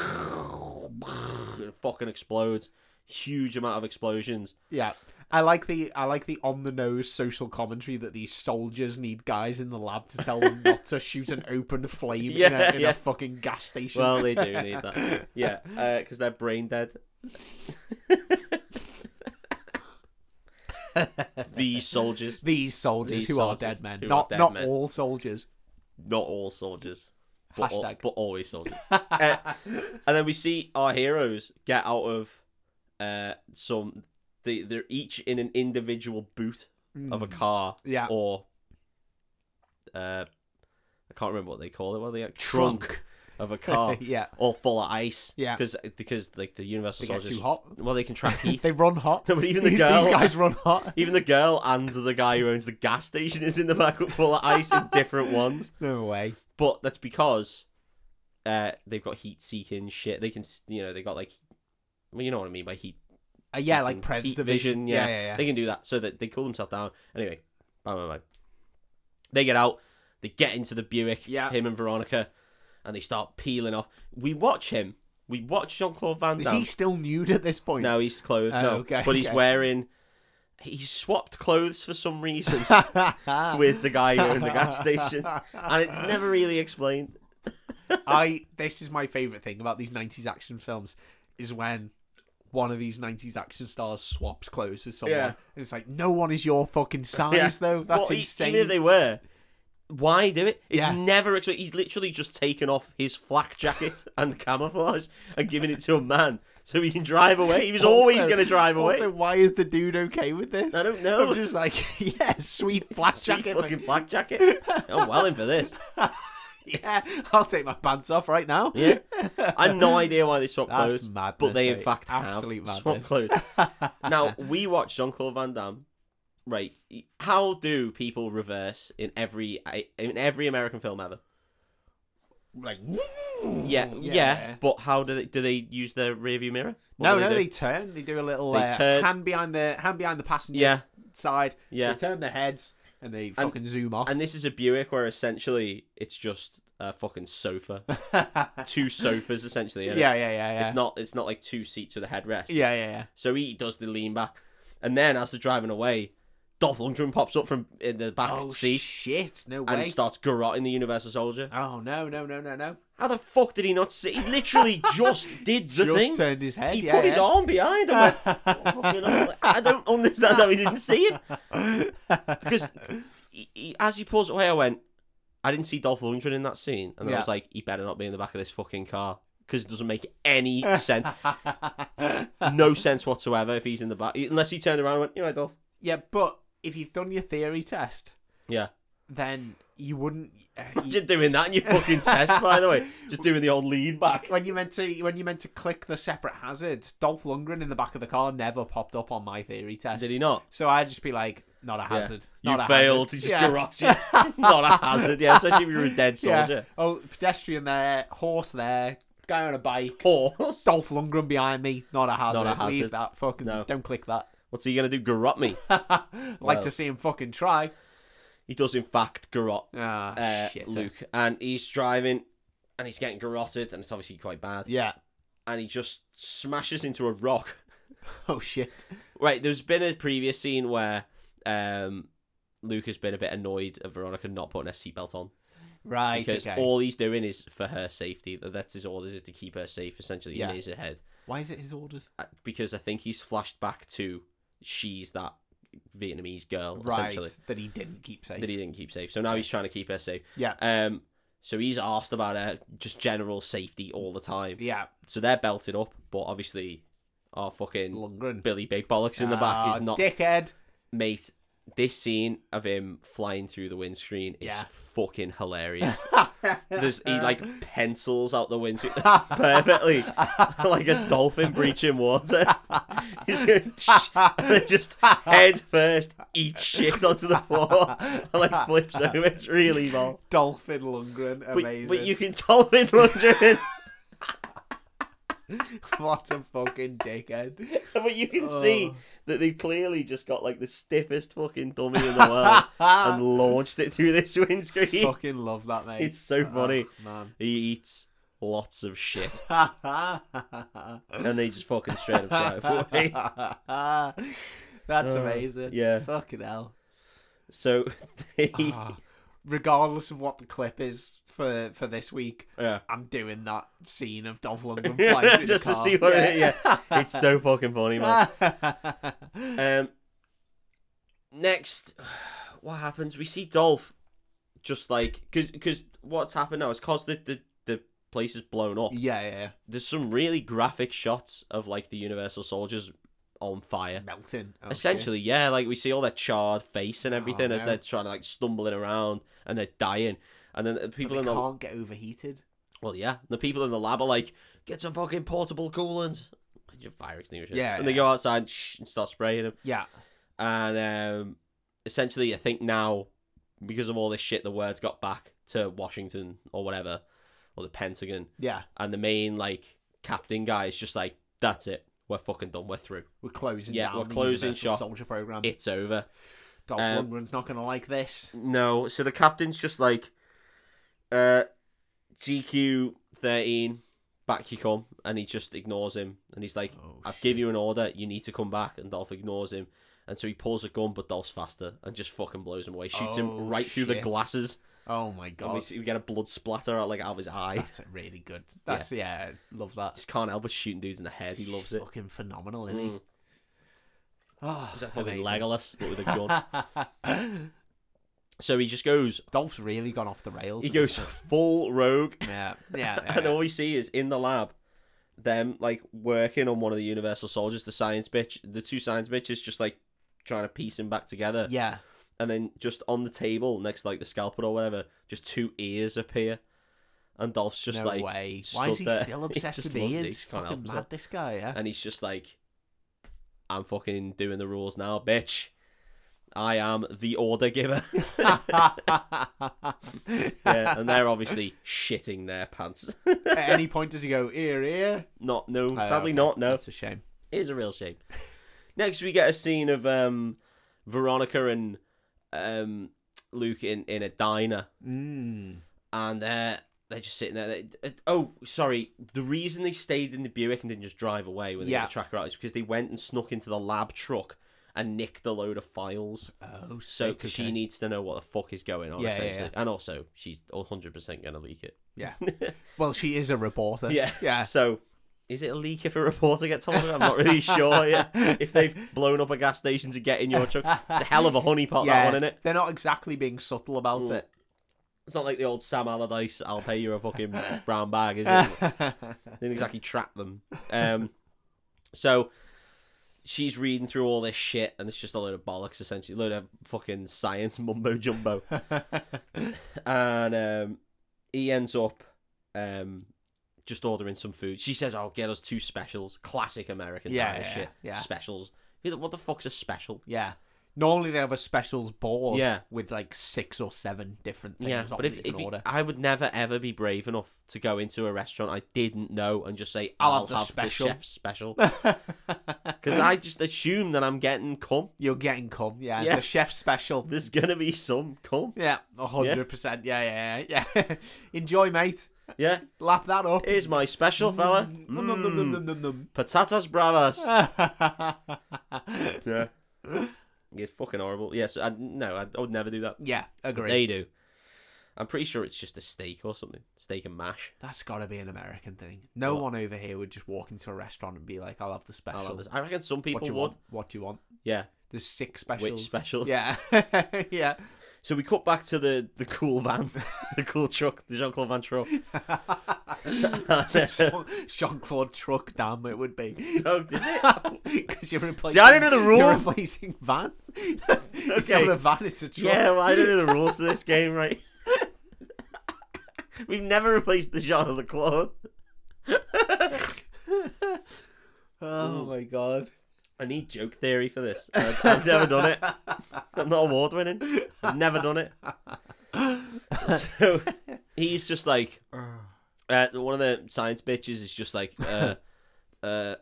Speaker 1: and it fucking explodes. Huge amount of explosions.
Speaker 2: Yeah. I like the I like the on the nose social commentary that these soldiers need guys in the lab to tell them not [LAUGHS] to shoot an open flame
Speaker 1: Yeah,
Speaker 2: in, a, in
Speaker 1: yeah.
Speaker 2: a fucking gas
Speaker 1: [LAUGHS]
Speaker 2: station.
Speaker 1: Well, they do need [LAUGHS] that, yeah, because they're brain dead. [LAUGHS] These soldiers,
Speaker 2: these soldiers
Speaker 1: These
Speaker 2: who
Speaker 1: soldiers
Speaker 2: are dead men,
Speaker 1: who are
Speaker 2: not
Speaker 1: dead
Speaker 2: not
Speaker 1: men.
Speaker 2: all soldiers.
Speaker 1: not all soldiers, but, al-
Speaker 2: Hashtag.
Speaker 1: but always
Speaker 2: [LAUGHS]
Speaker 1: soldiers. Uh, and then we see our heroes get out of uh, some. They they're each in an individual boot of a car
Speaker 2: Mm. Yeah.
Speaker 1: or uh, I can't remember what they call it. What are they trunk,
Speaker 2: Trunk.
Speaker 1: trunk of a car,
Speaker 2: [LAUGHS] yeah.
Speaker 1: all full of ice.
Speaker 2: Yeah.
Speaker 1: because because like the Universal
Speaker 2: They get
Speaker 1: soldiers.
Speaker 2: too hot.
Speaker 1: Well, they can
Speaker 2: [LAUGHS]
Speaker 1: track heat.
Speaker 2: They run hot.
Speaker 1: [LAUGHS] No, but even the
Speaker 2: [LAUGHS] These-
Speaker 1: girl-
Speaker 2: These guys run hot.
Speaker 1: Even the girl and the guy who owns the gas station is in the back with full of ice in
Speaker 2: [LAUGHS]
Speaker 1: different ones.
Speaker 2: No way.
Speaker 1: But that's because uh, they've got heat seeking shit. They can, s- you know, they got like, well, you know what I mean by heat.
Speaker 2: Uh, yeah, like
Speaker 1: seeking-
Speaker 2: Preds
Speaker 1: heat
Speaker 2: division.
Speaker 1: vision. Yeah.
Speaker 2: Yeah, yeah, yeah.
Speaker 1: they can do that so that they cool themselves down. Anyway, bye bye bye. They get out. They get into the Buick.
Speaker 2: Yeah.
Speaker 1: him and Veronica, and they start peeling off. We watch him. We watch Jean Claude Van
Speaker 2: Is
Speaker 1: Damme.
Speaker 2: he still nude at this point? [LAUGHS]
Speaker 1: No, he's clothed.
Speaker 2: Oh,
Speaker 1: no,
Speaker 2: okay,
Speaker 1: but he's
Speaker 2: okay.
Speaker 1: wearing. He's swapped clothes for some reason
Speaker 2: [LAUGHS]
Speaker 1: with the guy who owned the gas station, and
Speaker 2: [LAUGHS]
Speaker 1: it's never really explained.
Speaker 2: I this is my favorite thing about these 90s action films is when one of these 90s action stars swaps clothes with someone
Speaker 1: Yeah.
Speaker 2: and it's like no one is
Speaker 1: [LAUGHS]
Speaker 2: your fucking size though that's
Speaker 1: Well, e-
Speaker 2: insane
Speaker 1: Even if they were, why do it? It's
Speaker 2: Yeah.
Speaker 1: never explained. He's literally just taken off his flak jacket [LAUGHS] and camouflage and giving it to a man so he can drive away. He was always
Speaker 2: Also-
Speaker 1: going to drive away.
Speaker 2: also why is the dude okay with this
Speaker 1: I don't know.
Speaker 2: I'm just like [LAUGHS] yeah sweet
Speaker 1: [LAUGHS]
Speaker 2: flak
Speaker 1: Sweet
Speaker 2: jacket
Speaker 1: fucking
Speaker 2: mate.
Speaker 1: flak jacket.
Speaker 2: [LAUGHS]
Speaker 1: I'm well in for this.
Speaker 2: yeah I'll take my pants off right now
Speaker 1: Yeah. I have no idea why they swapped
Speaker 2: That's
Speaker 1: clothes, but
Speaker 2: madness,
Speaker 1: they in
Speaker 2: mate.
Speaker 1: fact have
Speaker 2: Absolute
Speaker 1: swapped clothes.
Speaker 2: [LAUGHS]
Speaker 1: now we watch Jean Claude Van Damme. Right, how do people reverse in every in every American film ever?
Speaker 2: like
Speaker 1: Yeah, yeah, but how do they do they use their rearview mirror? What
Speaker 2: No,
Speaker 1: do
Speaker 2: no,
Speaker 1: do?
Speaker 2: they turn. They do a little
Speaker 1: They
Speaker 2: uh,
Speaker 1: turn-
Speaker 2: hand behind the hand behind the passenger
Speaker 1: yeah,
Speaker 2: side.
Speaker 1: yeah.
Speaker 2: They turn their heads and they fucking zoom off.
Speaker 1: And this is a Buick where essentially it's just a fucking
Speaker 2: [LAUGHS]
Speaker 1: sofa, two sofas essentially.
Speaker 2: yeah,
Speaker 1: innit?
Speaker 2: yeah, yeah, yeah.
Speaker 1: it's not it's not like two seats with a headrest.
Speaker 2: Yeah, yeah, yeah.
Speaker 1: So he does the lean back, and then as they're driving away, Dolph Lundgren pops up from in the back
Speaker 2: Oh
Speaker 1: seat
Speaker 2: shit! No
Speaker 1: and
Speaker 2: way.
Speaker 1: starts garroting the Universal Soldier.
Speaker 2: Oh no, no, no, no, no.
Speaker 1: How the fuck did he not see? He
Speaker 2: [LAUGHS]
Speaker 1: literally just did the
Speaker 2: Just
Speaker 1: thing.
Speaker 2: turned his head.
Speaker 1: He
Speaker 2: yeah,
Speaker 1: put his arm behind him. Went, "Oh, "Fucking hell." I don't understand how he didn't see him
Speaker 2: [LAUGHS]
Speaker 1: because he, he- as he pulls away, I went, I didn't see Dolph Lundgren in that scene, and I
Speaker 2: Yeah.
Speaker 1: was like, he better not be in the back of this fucking car because it doesn't make any
Speaker 2: [LAUGHS]
Speaker 1: sense,
Speaker 2: yeah.
Speaker 1: no sense whatsoever if he's in the back, unless he turned around and went, you know, Dolph.
Speaker 2: yeah, but if you've done your theory test,
Speaker 1: Yeah.
Speaker 2: then you wouldn't. Uh, you-
Speaker 1: Imagine doing that in your fucking test, by the way. Just doing the old lean
Speaker 2: [LAUGHS]
Speaker 1: back.
Speaker 2: when you meant to when you meant to click the separate hazards, Dolph Lundgren in the back of the car never popped up on my theory test.
Speaker 1: Did he not?
Speaker 2: So I'd just be like, not a hazard.
Speaker 1: You
Speaker 2: not a
Speaker 1: failed. He
Speaker 2: hazard.
Speaker 1: just
Speaker 2: Yeah.
Speaker 1: garrots you. [LAUGHS] not a hazard. Yeah, especially if you were a dead soldier.
Speaker 2: Yeah. Oh, pedestrian there, horse there, guy on a bike,
Speaker 1: Horse.
Speaker 2: Dolph Lundgren behind me. Not a hazard.
Speaker 1: Not a hazard.
Speaker 2: Leave that. Fucking
Speaker 1: No.
Speaker 2: don't click that. [LAUGHS]
Speaker 1: What's he going to do? Garrot me?
Speaker 2: like to see him fucking try.
Speaker 1: He does, in fact, garrot
Speaker 2: Ah,
Speaker 1: uh,
Speaker 2: shit.
Speaker 1: Luke. And he's driving and he's getting garroted and it's obviously quite bad.
Speaker 2: Yeah. [LAUGHS]
Speaker 1: And he just smashes into a rock. [LAUGHS]
Speaker 2: Oh shit.
Speaker 1: Right, there's been a previous scene where um, Luke has been a bit annoyed at Veronica not putting her seatbelt on.
Speaker 2: Right.
Speaker 1: because
Speaker 2: okay.
Speaker 1: all he's doing is for her safety. That- That's his orders is to keep her safe, essentially,
Speaker 2: Yeah.
Speaker 1: in his head.
Speaker 2: Why is it his orders?
Speaker 1: Uh, Because I think he's flashed back to she's that Vietnamese girl,
Speaker 2: Right.
Speaker 1: essentially,
Speaker 2: That he didn't keep saying.
Speaker 1: that he didn't keep safe. So now he's trying to keep her safe.
Speaker 2: Yeah.
Speaker 1: Um, so he's asked about her just general safety all the time.
Speaker 2: Yeah.
Speaker 1: So they're belted up, but obviously our fucking
Speaker 2: Lundgren.
Speaker 1: Billy Big Bollocks in the back
Speaker 2: Ah,
Speaker 1: is not
Speaker 2: Dickhead.
Speaker 1: mate. This scene of him flying through the windscreen is
Speaker 2: Yeah. [LAUGHS]
Speaker 1: fucking hilarious. There's he like pencils out the windshield [LAUGHS] perfectly, [LAUGHS] like a dolphin breaching water. [LAUGHS] He's going and then just head first eats shit onto the floor [LAUGHS] and like flips over. It's really well.
Speaker 2: Dolphin Lundgren,
Speaker 1: But,
Speaker 2: amazing.
Speaker 1: but you can dolphin Lundgren,
Speaker 2: [LAUGHS] What a fucking dickhead.
Speaker 1: [LAUGHS] but you
Speaker 2: Oh.
Speaker 1: can see that they clearly just got like the stiffest fucking dummy in the world
Speaker 2: [LAUGHS]
Speaker 1: and launched it through this windscreen.
Speaker 2: fucking love that, mate.
Speaker 1: It's so funny.
Speaker 2: Oh, [LAUGHS] man.
Speaker 1: He eats lots of shit. and they just fucking straight up
Speaker 2: [LAUGHS]
Speaker 1: drive away.
Speaker 2: That's
Speaker 1: Uh,
Speaker 2: amazing.
Speaker 1: yeah. [LAUGHS]
Speaker 2: Fucking hell.
Speaker 1: So [LAUGHS] they,
Speaker 2: Ah, regardless of what the clip is for, for this week,
Speaker 1: yeah,
Speaker 2: I'm doing that scene of
Speaker 1: [LAUGHS]
Speaker 2: Dolph Lundgren flying through the
Speaker 1: just to
Speaker 2: car.
Speaker 1: see what it is. Yeah, it's so fucking funny,
Speaker 2: [LAUGHS]
Speaker 1: man. Um, next, what happens? We see Dolph just like because because what's happened now is cause the the the place is blown up.
Speaker 2: yeah, yeah,
Speaker 1: There's some really graphic shots of like the Universal soldiers on fire.
Speaker 2: yeah. melting. Oh, shit.
Speaker 1: Essentially, yeah, like we see all their charred face
Speaker 2: Oh,
Speaker 1: and everything as
Speaker 2: no.
Speaker 1: they're trying to like stumbling around and they're dying. And then the
Speaker 2: But
Speaker 1: people
Speaker 2: they
Speaker 1: in the
Speaker 2: can't get overheated.
Speaker 1: well, yeah, the people in the lab are like, get some fucking portable coolant, your fire extinguisher.
Speaker 2: Yeah,
Speaker 1: and they
Speaker 2: yeah.
Speaker 1: go outside and, shh, and start spraying them.
Speaker 2: Yeah,
Speaker 1: And um, essentially, I think now because of all this shit, the word's got back to Washington or whatever, or the Pentagon,
Speaker 2: yeah.
Speaker 1: and the main like captain guy is just like, that's it, we're fucking done, we're through,
Speaker 2: We're closing
Speaker 1: Yeah,
Speaker 2: down
Speaker 1: we're
Speaker 2: the
Speaker 1: closing
Speaker 2: Universal
Speaker 1: shop.
Speaker 2: Soldier Program.
Speaker 1: it's over.
Speaker 2: Dolph
Speaker 1: um,
Speaker 2: Lundgren's not going to like this.
Speaker 1: No, so the captain's just like, uh, GQ thirteen, back you come, and he just ignores him, and he's like,
Speaker 2: Oh,
Speaker 1: "I've give you an order, you need to come back," and Dolph ignores him, and so he pulls a gun, but Dolph's faster, and just fucking blows him away, shoots
Speaker 2: Oh,
Speaker 1: him right through the
Speaker 2: shit.
Speaker 1: glasses,
Speaker 2: Oh my
Speaker 1: and we,
Speaker 2: god,
Speaker 1: see, we get a blood splatter out like out of his
Speaker 2: [LAUGHS]
Speaker 1: eye.
Speaker 2: that's really good. That's yeah, love that.
Speaker 1: Just can't help but shooting dudes in the head. He loves it.
Speaker 2: Fucking phenomenal, isn't he?
Speaker 1: Mm.
Speaker 2: Oh,
Speaker 1: He's like fucking
Speaker 2: amazing.
Speaker 1: Legolas, but with a gun. so he just goes.
Speaker 2: [LAUGHS] Dolph's really gone off the rails.
Speaker 1: He
Speaker 2: at
Speaker 1: goes
Speaker 2: this
Speaker 1: full rogue.
Speaker 2: point. Yeah,
Speaker 1: [LAUGHS]
Speaker 2: yeah. yeah,
Speaker 1: and
Speaker 2: yeah.
Speaker 1: all we see is in the lab them like working on one of the universal soldiers the science bitch the two science bitches just like trying to piece him back together
Speaker 2: Yeah.
Speaker 1: and then just on the table next to like the scalpel or whatever just two ears appear and dolph's just
Speaker 2: no
Speaker 1: like
Speaker 2: way.
Speaker 1: stood
Speaker 2: Why is he
Speaker 1: there.
Speaker 2: still
Speaker 1: [LAUGHS] He
Speaker 2: obsessed
Speaker 1: just
Speaker 2: with
Speaker 1: loves it.
Speaker 2: ears?
Speaker 1: He just can't
Speaker 2: fucking
Speaker 1: help
Speaker 2: mad,
Speaker 1: himself.
Speaker 2: this guy. Yeah.
Speaker 1: and he's just like i'm fucking doing the rules now bitch i am the order
Speaker 2: [LAUGHS]
Speaker 1: giver [LAUGHS] yeah and they're obviously shitting their pants [LAUGHS]
Speaker 2: At any point does he go ear ear?
Speaker 1: not no
Speaker 2: Oh,
Speaker 1: sadly
Speaker 2: okay.
Speaker 1: not no
Speaker 2: That's a shame.
Speaker 1: It is a real shame. Next, we get a scene of um, Veronica and um, Luke in, in a diner,
Speaker 2: Mm.
Speaker 1: and they're they're just sitting there. They, uh, oh, sorry. The reason they stayed in the Buick and didn't just drive away when they
Speaker 2: Yeah.
Speaker 1: got the tracker out is because they went and snuck into the lab truck and nicked a load of files.
Speaker 2: Oh,
Speaker 1: So,
Speaker 2: sick,
Speaker 1: because
Speaker 2: okay.
Speaker 1: she needs to know what the fuck is going on,
Speaker 2: Yeah, yeah,
Speaker 1: essentially.
Speaker 2: yeah.
Speaker 1: And also, she's 100% going to leak it. [LAUGHS]
Speaker 2: Yeah. Well, she is a reporter.
Speaker 1: Yeah.
Speaker 2: Yeah.
Speaker 1: So, is it a leak if a reporter gets hold of it? I'm not really sure. Yeah. If they've blown up a gas station to get in your truck, it's a hell of a honeypot, that one, isn't it?
Speaker 2: They're not exactly being subtle about
Speaker 1: Mm.
Speaker 2: it.
Speaker 1: It's not like the old Sam Allardyce, I'll pay you a
Speaker 2: [LAUGHS]
Speaker 1: fucking brown bag, is it? Didn't exactly trap them. Um, so, she's reading through all this shit, and it's just a load of bollocks, essentially. A load of fucking science mumbo
Speaker 2: [LAUGHS]
Speaker 1: jumbo. and um, he ends up um, just ordering some food. She says, "I'll get us two specials, classic American
Speaker 2: Yeah,
Speaker 1: diner
Speaker 2: yeah,
Speaker 1: shit,
Speaker 2: yeah.
Speaker 1: specials." He's like, What the fuck's a special?
Speaker 2: yeah. Normally they have a specials board
Speaker 1: Yeah.
Speaker 2: with like six or seven different things
Speaker 1: yeah,
Speaker 2: on
Speaker 1: but
Speaker 2: that
Speaker 1: if,
Speaker 2: you
Speaker 1: if
Speaker 2: can
Speaker 1: you-
Speaker 2: order.
Speaker 1: I would never ever be brave enough to go into a restaurant I didn't know and just say, "I'll, have, the,
Speaker 2: special."
Speaker 1: chef's
Speaker 2: [LAUGHS]
Speaker 1: special," because I just assume that I'm getting cum.
Speaker 2: You're getting cum, yeah.
Speaker 1: Yeah.
Speaker 2: The chef special.
Speaker 1: There's gonna be some cum.
Speaker 2: Yeah, a hundred percent. Yeah, yeah, yeah. yeah. [LAUGHS] Enjoy, mate.
Speaker 1: Yeah,
Speaker 2: Lap that up.
Speaker 1: here's my special, fella.
Speaker 2: Nom, nom, nom, nom,
Speaker 1: Mm,
Speaker 2: nom, nom,
Speaker 1: patatas
Speaker 2: [LAUGHS]
Speaker 1: bravas.
Speaker 2: nom.
Speaker 1: Yeah. It's fucking horrible. Yes, I, no, I, I would never do that.
Speaker 2: yeah, agree.
Speaker 1: They do. I'm pretty sure it's just a steak or something. Steak and mash.
Speaker 2: That's got to be an American thing. No
Speaker 1: What?
Speaker 2: one over here would just walk into a restaurant and be like, "I'll have the
Speaker 1: I,
Speaker 2: special."
Speaker 1: love this. I reckon some people
Speaker 2: what do you
Speaker 1: would.
Speaker 2: want? What do you want?
Speaker 1: Yeah.
Speaker 2: There's six
Speaker 1: Which
Speaker 2: specials.
Speaker 1: special?
Speaker 2: Yeah, [LAUGHS]
Speaker 1: [LAUGHS]
Speaker 2: yeah.
Speaker 1: So we cut back to the, the cool van, [LAUGHS] the cool truck, the Jean Claude Van Oh, truck.
Speaker 2: Jean Claude Truck, damn it would be.
Speaker 1: Oh,
Speaker 2: [LAUGHS]
Speaker 1: is it?
Speaker 2: Because you're replacing.
Speaker 1: See, I don't know the
Speaker 2: You're
Speaker 1: rules.
Speaker 2: replacing van. [LAUGHS] It's
Speaker 1: Okay.
Speaker 2: not a van. It's a truck.
Speaker 1: Yeah, well, I don't know the rules to this game, right? [LAUGHS] We've never replaced the genre of the clone.
Speaker 2: Oh my god.
Speaker 1: I need joke theory for this. I've, I've never done it. I'm not award winning. I've never done it. So he's just like uh, one of the science bitches is just like uh, uh,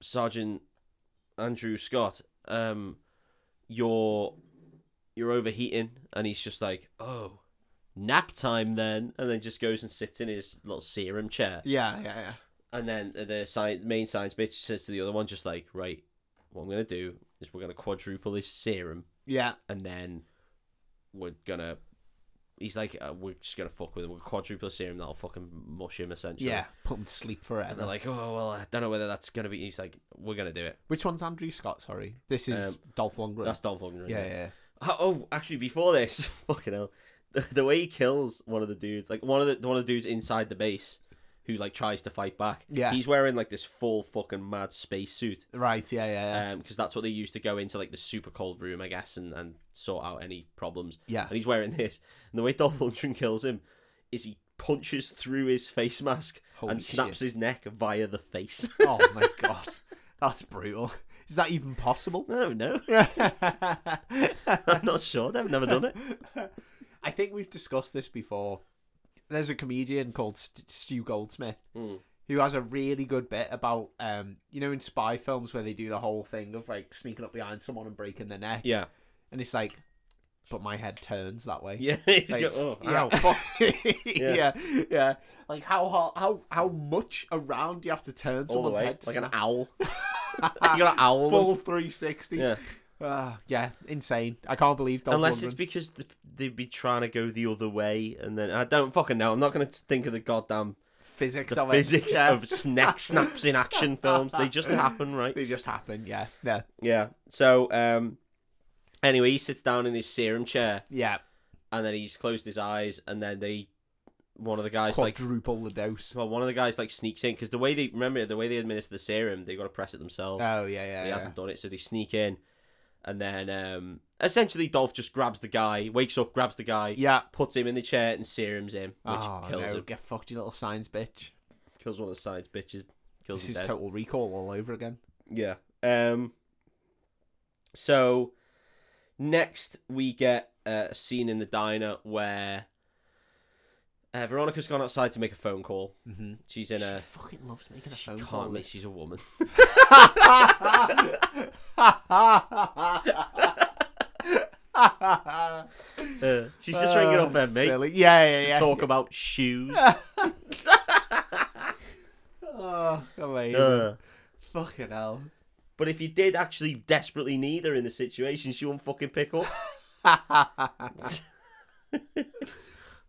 Speaker 1: Sergeant Andrew Scott. Um, you're you're overheating, and he's just like, oh, nap time then, and then just goes and sits in his little serum chair.
Speaker 2: Yeah, yeah, yeah.
Speaker 1: And then the science, main science bitch says to the other one, just like, right, what I'm going to do is we're going to quadruple his serum
Speaker 2: Yeah.
Speaker 1: and then we're gonna. He's like, uh, we're just gonna fuck with him. We'll quadruple serum. That'll fucking mush him essentially.
Speaker 2: Yeah. Put him to sleep
Speaker 1: And they're
Speaker 2: forever.
Speaker 1: like, oh well, I don't know whether that's gonna be. He's like, we're gonna do it.
Speaker 2: Which one's Andrew Scott, sorry? This is Dolph Lundgren.
Speaker 1: Um, That's Dolph Lundgren.
Speaker 2: yeah, yeah.
Speaker 1: Oh, oh, actually, before this, [LAUGHS] fucking hell, the, the way he kills one of the dudes, like one of the one of the dudes inside the base, who like tries to fight back.
Speaker 2: Yeah.
Speaker 1: He's wearing like this full fucking mad space suit.
Speaker 2: Right, yeah, yeah, yeah.
Speaker 1: Um, because that's what they use to go into like the super cold room, I guess, and, and sort out any problems.
Speaker 2: Yeah.
Speaker 1: And he's wearing this, and the way Dolph Lundgren kills him is he punches through his face mask
Speaker 2: Holy
Speaker 1: and snaps
Speaker 2: shit.
Speaker 1: his neck via the face. [LAUGHS]
Speaker 2: oh my [LAUGHS] god. That's brutal. Is that even
Speaker 1: [LAUGHS]
Speaker 2: possible? [LAUGHS]
Speaker 1: I don't know.
Speaker 2: I
Speaker 1: I'm not sure. I've never done it.
Speaker 2: think we've discussed this before. There's a comedian called St- Stu Goldsmith
Speaker 1: Mm.
Speaker 2: who has a really good bit about, um, you know, in spy films where they do the whole thing of like sneaking up behind someone and breaking their neck,
Speaker 1: Yeah.
Speaker 2: and it's like, but my head turns that way.
Speaker 1: [LAUGHS] Yeah. He's
Speaker 2: Like,
Speaker 1: go- oh,
Speaker 2: [LAUGHS] Yeah.
Speaker 1: ow, fuck.
Speaker 2: [LAUGHS] yeah. yeah, Like how ho- how how much around do you have to turn
Speaker 1: All the
Speaker 2: someone's
Speaker 1: way.
Speaker 2: head? to
Speaker 1: Like an
Speaker 2: snap-
Speaker 1: owl. you got an owl.
Speaker 2: full 360.
Speaker 1: Yeah.
Speaker 2: Ah, yeah, insane. I can't believe. Dolph
Speaker 1: Unless it's
Speaker 2: Lundgren.
Speaker 1: because th- they'd be trying to go the other way, and then I don't fucking know. I'm not going to think of the goddamn
Speaker 2: physics
Speaker 1: the
Speaker 2: of it.
Speaker 1: physics
Speaker 2: Yeah.
Speaker 1: of snack snaps in action films. They just happen, right?
Speaker 2: They just happen. Yeah, yeah,
Speaker 1: Yeah. So, um, anyway, he sits down in his serum chair
Speaker 2: yeah.
Speaker 1: and then he's closed his eyes, and then they, one of the guys, like,
Speaker 2: Quadruple the dose.
Speaker 1: well, one of the guys, like, sneaks in because the way they remember the way they administer the serum, they got to press it themselves.
Speaker 2: Oh yeah, yeah.
Speaker 1: he
Speaker 2: yeah.
Speaker 1: hasn't done it, so they sneak in, and then um, essentially Dolph just grabs the guy, wakes up, grabs the guy,
Speaker 2: Yeah.
Speaker 1: puts him in the chair, and serums him, which
Speaker 2: oh,
Speaker 1: kills
Speaker 2: no.
Speaker 1: him,
Speaker 2: Get fucked, you little science bitch.
Speaker 1: kills one of the sides bitches, kills
Speaker 2: This
Speaker 1: him
Speaker 2: is
Speaker 1: dead.
Speaker 2: total recall all over again.
Speaker 1: Yeah. Um. So next we get uh, a scene in the diner where uh, Veronica's gone outside to make a phone call.
Speaker 2: Mm-hmm.
Speaker 1: She's in a.
Speaker 2: Fucking loves making a
Speaker 1: She
Speaker 2: phone call.
Speaker 1: can't
Speaker 2: [LAUGHS]
Speaker 1: miss. She's a woman. Uh, she's just ringing up her
Speaker 2: Oh,
Speaker 1: mate
Speaker 2: silly. Yeah, yeah,
Speaker 1: to
Speaker 2: yeah.
Speaker 1: talk about
Speaker 2: [LAUGHS]
Speaker 1: shoes.
Speaker 2: Oh, amazing.
Speaker 1: Uh,
Speaker 2: Fucking hell.
Speaker 1: but if you did actually desperately need her in the situation, she won't fucking pick
Speaker 2: [LAUGHS]
Speaker 1: up.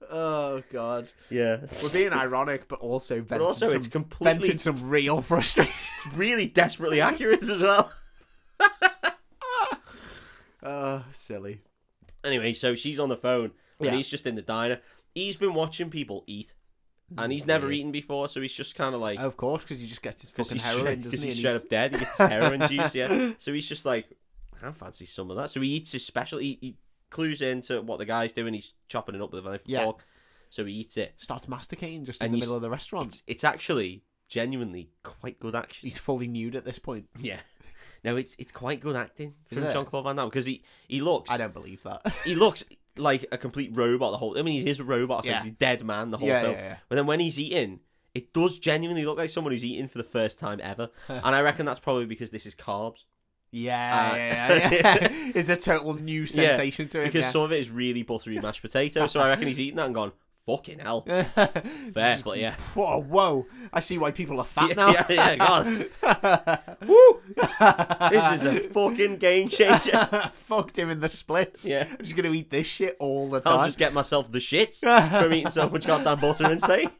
Speaker 2: oh god.
Speaker 1: Yeah.
Speaker 2: We're being ironic, but also venting
Speaker 1: But also,
Speaker 2: some,
Speaker 1: it's completely,
Speaker 2: venting some
Speaker 1: [LAUGHS]
Speaker 2: real frustration.
Speaker 1: it's really desperately accurate as well. Uh,
Speaker 2: oh, silly.
Speaker 1: Anyway, so she's on the phone and
Speaker 2: Yeah.
Speaker 1: he's just in the diner. He's been watching people eat, and he's never eaten before, so he's just kind of like
Speaker 2: Of course, because you just get his Oh, fucking
Speaker 1: he's
Speaker 2: heroin,
Speaker 1: straight-
Speaker 2: doesn't he?
Speaker 1: he's
Speaker 2: And
Speaker 1: straight up dead. He
Speaker 2: [LAUGHS]
Speaker 1: gets his heroin juice, yeah. So he's just like, I fancy some of that. So he eats his special. He, he clues into what the guy's doing. He's chopping it up with a knife and
Speaker 2: Yeah.
Speaker 1: fork. So he eats it.
Speaker 2: starts masticating just
Speaker 1: And
Speaker 2: in the
Speaker 1: he's-
Speaker 2: middle of the restaurant.
Speaker 1: It's, it's actually genuinely quite good action.
Speaker 2: He's fully nude at this point.
Speaker 1: Yeah. No, it's it's quite good acting
Speaker 2: Is
Speaker 1: from
Speaker 2: it?
Speaker 1: John Claude Van Damme because he he looks
Speaker 2: I don't believe that. [LAUGHS]
Speaker 1: he looks like a complete robot the whole. I mean, he is a robot, so
Speaker 2: Yeah.
Speaker 1: he's a dead man the [LAUGHS] whole
Speaker 2: yeah, yeah,
Speaker 1: film.
Speaker 2: yeah.
Speaker 1: But then when he's eating, it does genuinely look like someone who's eating for the first time
Speaker 2: [LAUGHS]
Speaker 1: ever. and I reckon that's probably because this is carbs.
Speaker 2: Yeah,
Speaker 1: Uh,
Speaker 2: yeah, yeah,
Speaker 1: [LAUGHS]
Speaker 2: yeah. [LAUGHS] it's a total new sensation to him.
Speaker 1: Because
Speaker 2: yeah. [LAUGHS]
Speaker 1: some of it is really buttery mashed potato, so I reckon he's eaten that and gone, fucking hell. Fair,
Speaker 2: Just-
Speaker 1: but yeah.
Speaker 2: [LAUGHS] Whoa, whoa! I see why people are fat
Speaker 1: Yeah,
Speaker 2: now.
Speaker 1: [LAUGHS] yeah, yeah,
Speaker 2: [LAUGHS] Woo!
Speaker 1: This is a fucking game changer. [LAUGHS]
Speaker 2: [LAUGHS] fucked him in the splits.
Speaker 1: Yeah.
Speaker 2: I'm just gonna eat this shit all the time.
Speaker 1: I'll just get myself the
Speaker 2: [LAUGHS]
Speaker 1: shits from eating so much goddamn butter instead.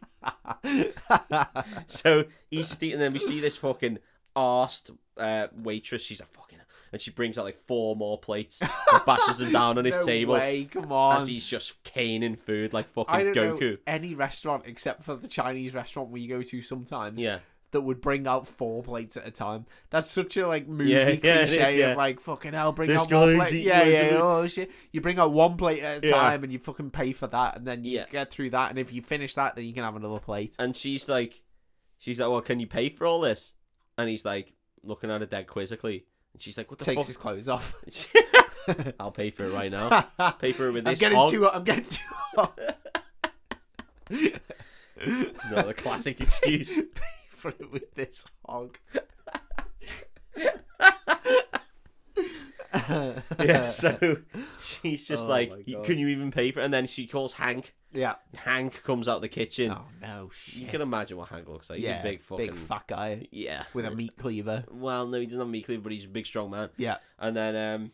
Speaker 1: so he's just eating, and then we see this fucking arsed uh, waitress. She's a fucking. And she brings out like four more plates and bashes them down on his
Speaker 2: [LAUGHS] no
Speaker 1: table.
Speaker 2: way, come on.
Speaker 1: as he's just caning food like
Speaker 2: I
Speaker 1: fucking
Speaker 2: don't
Speaker 1: Goku.
Speaker 2: know any restaurant except for the Chinese restaurant we go to sometimes.
Speaker 1: Yeah.
Speaker 2: that would bring out four plates at a time. That's such a like movie
Speaker 1: Yeah, yeah, it is,
Speaker 2: cliche
Speaker 1: yeah.
Speaker 2: of like fucking hell, bring
Speaker 1: This
Speaker 2: out one
Speaker 1: guy's
Speaker 2: plate.
Speaker 1: eating
Speaker 2: Yeah,
Speaker 1: loads
Speaker 2: yeah,
Speaker 1: of-
Speaker 2: oh shit. You bring out one plate at a
Speaker 1: Yeah.
Speaker 2: time and you fucking pay for that and then you
Speaker 1: Yeah.
Speaker 2: get through that and if you finish that then you can have another plate.
Speaker 1: And she's like, she's like, well, can you pay for all this? And he's like, looking at her dead quizzically. And she's like, what the
Speaker 2: Takes his clothes off. [LAUGHS]
Speaker 1: fuck? [LAUGHS] I'll pay for it right now.
Speaker 2: I'm
Speaker 1: Pay for it with this.
Speaker 2: getting
Speaker 1: hog."
Speaker 2: too I'm getting
Speaker 1: [LAUGHS]
Speaker 2: too hot.
Speaker 1: no, the classic excuse.
Speaker 2: [LAUGHS] Pay for it with this hog. [LAUGHS]
Speaker 1: yeah, so she's just
Speaker 2: Oh
Speaker 1: like,
Speaker 2: my
Speaker 1: "You-
Speaker 2: God.
Speaker 1: can you even pay for it? And then she calls Hank.
Speaker 2: Yeah.
Speaker 1: Hank comes out the kitchen.
Speaker 2: Oh no
Speaker 1: You
Speaker 2: shit.
Speaker 1: can imagine what Hank looks like. He's
Speaker 2: yeah,
Speaker 1: a big fucking.
Speaker 2: big fat guy
Speaker 1: yeah.
Speaker 2: with a meat cleaver.
Speaker 1: Well, no, he doesn't have a meat cleaver, but he's a big, strong man.
Speaker 2: Yeah.
Speaker 1: And then um,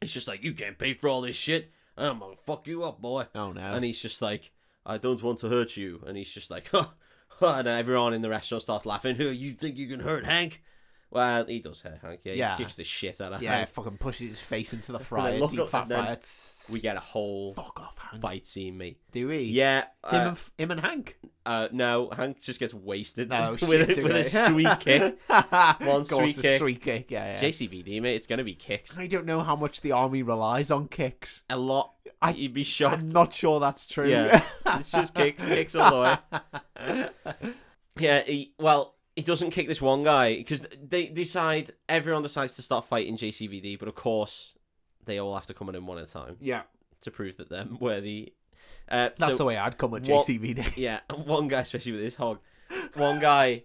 Speaker 1: he's just like, you can't pay for all this shit. I'm going to fuck you up, boy.
Speaker 2: Oh no.
Speaker 1: And he's just like, I don't want to hurt you. And he's just like, [LAUGHS] huh. huh," And everyone in the restaurant starts laughing. "Who, You think you can hurt Hank? Well, he does hurt Hank. Yeah,
Speaker 2: Yeah.
Speaker 1: he kicks the shit out of
Speaker 2: yeah, he
Speaker 1: Hank.
Speaker 2: fucking pushes his face into the fryer,
Speaker 1: look
Speaker 2: deep
Speaker 1: up [LAUGHS]
Speaker 2: fat
Speaker 1: and then
Speaker 2: fryer.
Speaker 1: We get a whole
Speaker 2: fuck off, Hank.
Speaker 1: fight scene, mate.
Speaker 2: Do we?
Speaker 1: Yeah.
Speaker 2: Him,
Speaker 1: Uh,
Speaker 2: and, him and Hank.
Speaker 1: uh, no, Hank just gets wasted
Speaker 2: Oh,
Speaker 1: [LAUGHS] with,
Speaker 2: shit,
Speaker 1: a, with a [LAUGHS]
Speaker 2: okay. [LAUGHS]
Speaker 1: sweet kick.
Speaker 2: One
Speaker 1: sweet kick.
Speaker 2: Sweet kick. Yeah,
Speaker 1: It's
Speaker 2: yeah.
Speaker 1: JCVD, mate. It's going to be kicks.
Speaker 2: I don't know how much the army relies on kicks.
Speaker 1: A lot.
Speaker 2: I-
Speaker 1: You'd be
Speaker 2: [LAUGHS]
Speaker 1: shocked.
Speaker 2: I'm not sure that's true. [LAUGHS]
Speaker 1: Yeah. it's just kicks, kicks all the way. Yeah, he, well, he doesn't kick this one guy because they decide everyone decides to start fighting JCVD, but of course they all have to come in in one at a time
Speaker 2: yeah.
Speaker 1: to prove that they're [LAUGHS] worthy. Uh,
Speaker 2: That's
Speaker 1: so,
Speaker 2: the way I'd come at
Speaker 1: what- [LAUGHS]
Speaker 2: JCVD.
Speaker 1: yeah, and one guy, especially with his hog, one guy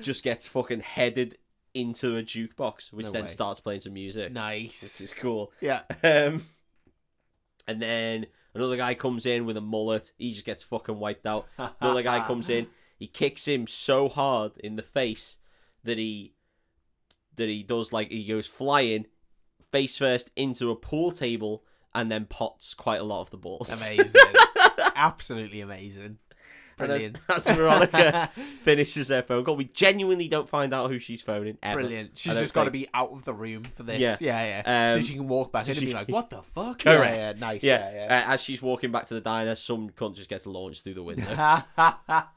Speaker 1: just gets fucking headed into a jukebox, which
Speaker 2: No
Speaker 1: then
Speaker 2: way.
Speaker 1: starts playing some music, which
Speaker 2: nice.
Speaker 1: is
Speaker 2: [LAUGHS]
Speaker 1: cool.
Speaker 2: Yeah.
Speaker 1: Um, and then another guy comes in with a mullet. He just gets fucking wiped out. Another guy comes
Speaker 2: [LAUGHS]
Speaker 1: in. He kicks him so hard in the face that he that he does like he goes flying face first into a pool table and then pots quite a lot of the balls.
Speaker 2: Amazing. Absolutely amazing.
Speaker 1: And that's-
Speaker 2: Brilliant.
Speaker 1: That's, Veronica
Speaker 2: [LAUGHS]
Speaker 1: finishes her phone call. We genuinely don't find out who she's phoning ever.
Speaker 2: Brilliant. She's
Speaker 1: don't
Speaker 2: just got to
Speaker 1: think-
Speaker 2: be out of the room for this.
Speaker 1: Yeah.
Speaker 2: Yeah, yeah. so
Speaker 1: Um,
Speaker 2: she can walk back
Speaker 1: so
Speaker 2: in and
Speaker 1: she
Speaker 2: be like, "What the fuck?"
Speaker 1: Correct.
Speaker 2: Yeah, yeah,
Speaker 1: [LAUGHS]
Speaker 2: nice.
Speaker 1: Yeah,
Speaker 2: Yeah, yeah.
Speaker 1: uh, as she's walking back to the diner, some cunt just gets launched through the
Speaker 2: [LAUGHS]
Speaker 1: window, and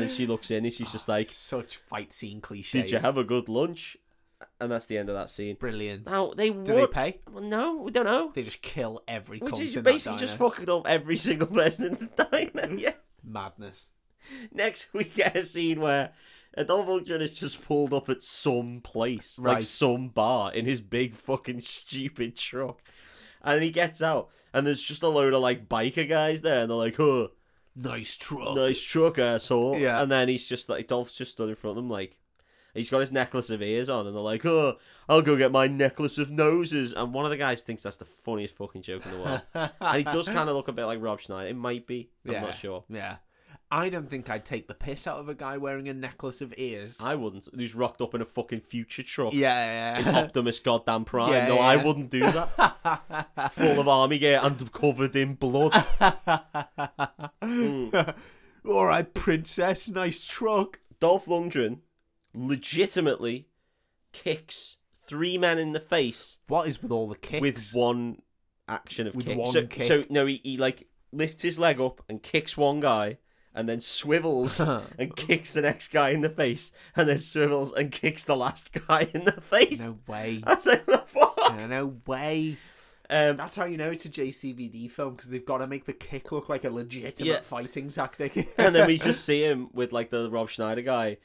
Speaker 1: then she looks in and she's just like,
Speaker 2: Such fight scene cliches.
Speaker 1: "Did you have a good lunch?" And that's the end of that scene.
Speaker 2: Brilliant?
Speaker 1: Now they
Speaker 2: Do
Speaker 1: would.
Speaker 2: they pay?
Speaker 1: Well, no, we don't know.
Speaker 2: They just kill every.
Speaker 1: Which
Speaker 2: cunt
Speaker 1: is
Speaker 2: in that
Speaker 1: basically just
Speaker 2: diner.
Speaker 1: fucking up every [LAUGHS] single person in the diner. [LAUGHS] yeah.
Speaker 2: madness.
Speaker 1: [LAUGHS] Next we get a scene where Adolf Lundgren is just pulled up at some place, like
Speaker 2: Right.
Speaker 1: some bar, in his big fucking stupid truck, and he gets out, and there's just a load of like biker guys there, and they're like, "Oh,
Speaker 2: Nice truck.
Speaker 1: nice truck, asshole."
Speaker 2: Oh. Yeah.
Speaker 1: And then he's just like, Dolph's just stood in front of them, like. He's got his necklace of ears on, and they're like, "Oh, I'll go get my necklace of noses." And one of the guys thinks that's the funniest fucking joke in the world. and he does kind of look a bit like Rob Schneider. It might be. I'm
Speaker 2: Yeah.
Speaker 1: not sure.
Speaker 2: Yeah. I don't think I'd take the piss out of a guy wearing a necklace of ears.
Speaker 1: I wouldn't. Who's rocked up in a fucking future truck?
Speaker 2: Yeah,
Speaker 1: In
Speaker 2: yeah.
Speaker 1: [LAUGHS] Optimus goddamn Prime.
Speaker 2: Yeah,
Speaker 1: no, I
Speaker 2: yeah.
Speaker 1: wouldn't do that.
Speaker 2: [LAUGHS]
Speaker 1: Full of army gear and covered in blood.
Speaker 2: [LAUGHS] All right, princess. Nice truck.
Speaker 1: Dolph Lundgren legitimately kicks three men in the face
Speaker 2: What is with all the kicks?
Speaker 1: with one action of
Speaker 2: With
Speaker 1: kick.
Speaker 2: one
Speaker 1: so,
Speaker 2: kick.
Speaker 1: so no, he, he like lifts his leg up and kicks one guy, and then
Speaker 2: [LAUGHS]
Speaker 1: swivels and kicks the next guy in the face, and then swivels and kicks the last guy in the face.
Speaker 2: no way.
Speaker 1: [LAUGHS] I was like, "The fuck?"
Speaker 2: No, no way.
Speaker 1: Um,
Speaker 2: That's how you know it's a JCVD film because they've got to make the kick look like a legitimate
Speaker 1: Yeah.
Speaker 2: fighting tactic.
Speaker 1: and then we just see him with like the Rob Schneider guy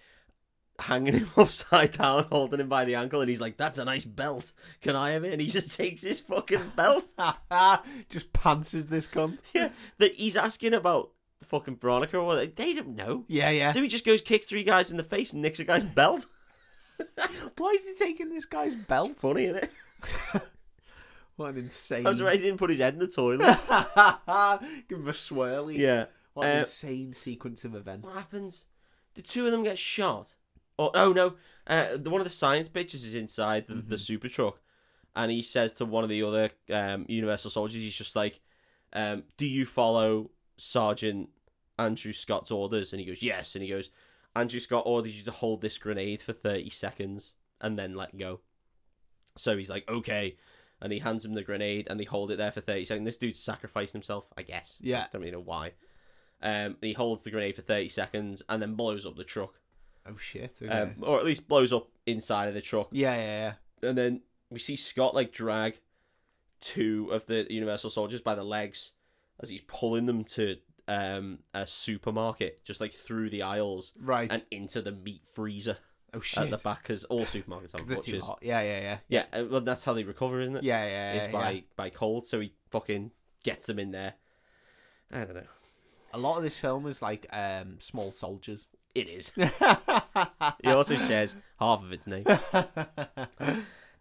Speaker 1: hanging him [LAUGHS] upside down, holding him by the ankle, and he's like, "That's a nice belt. Can I have it?" And he just [LAUGHS] takes his fucking belt.
Speaker 2: [LAUGHS] just pantses this cunt.
Speaker 1: yeah, [LAUGHS] that he's asking about fucking Veronica or what? They don't know.
Speaker 2: Yeah, yeah.
Speaker 1: So he just goes, kicks three guys in the face, and nicks a guy's belt. [LAUGHS]
Speaker 2: Why is he taking this guy's belt?
Speaker 1: Funny, isn't it?
Speaker 2: What an insane.
Speaker 1: I was surprised he didn't put his head in the [LAUGHS] toilet.
Speaker 2: [LAUGHS] Give him a swirly.
Speaker 1: yeah.
Speaker 2: What
Speaker 1: Uh,
Speaker 2: an insane sequence of events.
Speaker 1: What happens? The two of them get shot. Or oh no, uh, the, one of the science bitches is inside the, the super truck, and he says to one of the other um, Universal soldiers, he's just like, um, "Do you follow Sergeant Andrew Scott's orders?" And he goes, "Yes." And he goes, "Andrew Scott orders you to hold this grenade for thirty seconds and then let go." So he's like, "Okay." And he hands him the grenade, and they hold it there for thirty seconds. This dude's sacrificing himself, I guess.
Speaker 2: Yeah.
Speaker 1: don't really know why. Um, and he holds the grenade for 30 seconds and then blows up the truck.
Speaker 2: Oh shit. Okay.
Speaker 1: um, or at least blows up inside of the truck.
Speaker 2: yeah, yeah,
Speaker 1: And then we see Scott like drag two of the Universal Soldiers by the legs as he's pulling them to um, a supermarket, just like through the aisles
Speaker 2: yeah. Right.
Speaker 1: and into the meat freezer
Speaker 2: oh
Speaker 1: at
Speaker 2: shit.
Speaker 1: the back, because all supermarkets have
Speaker 2: 'Cause they're too
Speaker 1: butchers.
Speaker 2: hot. Yeah, yeah, yeah.
Speaker 1: Yeah, uh, well, that's how they recover, isn't it?
Speaker 2: Yeah, yeah, yeah.
Speaker 1: It's by by cold, so he fucking gets them in there. I don't know.
Speaker 2: A lot of this film is like um, small soldiers.
Speaker 1: It is. He also shares half of its name.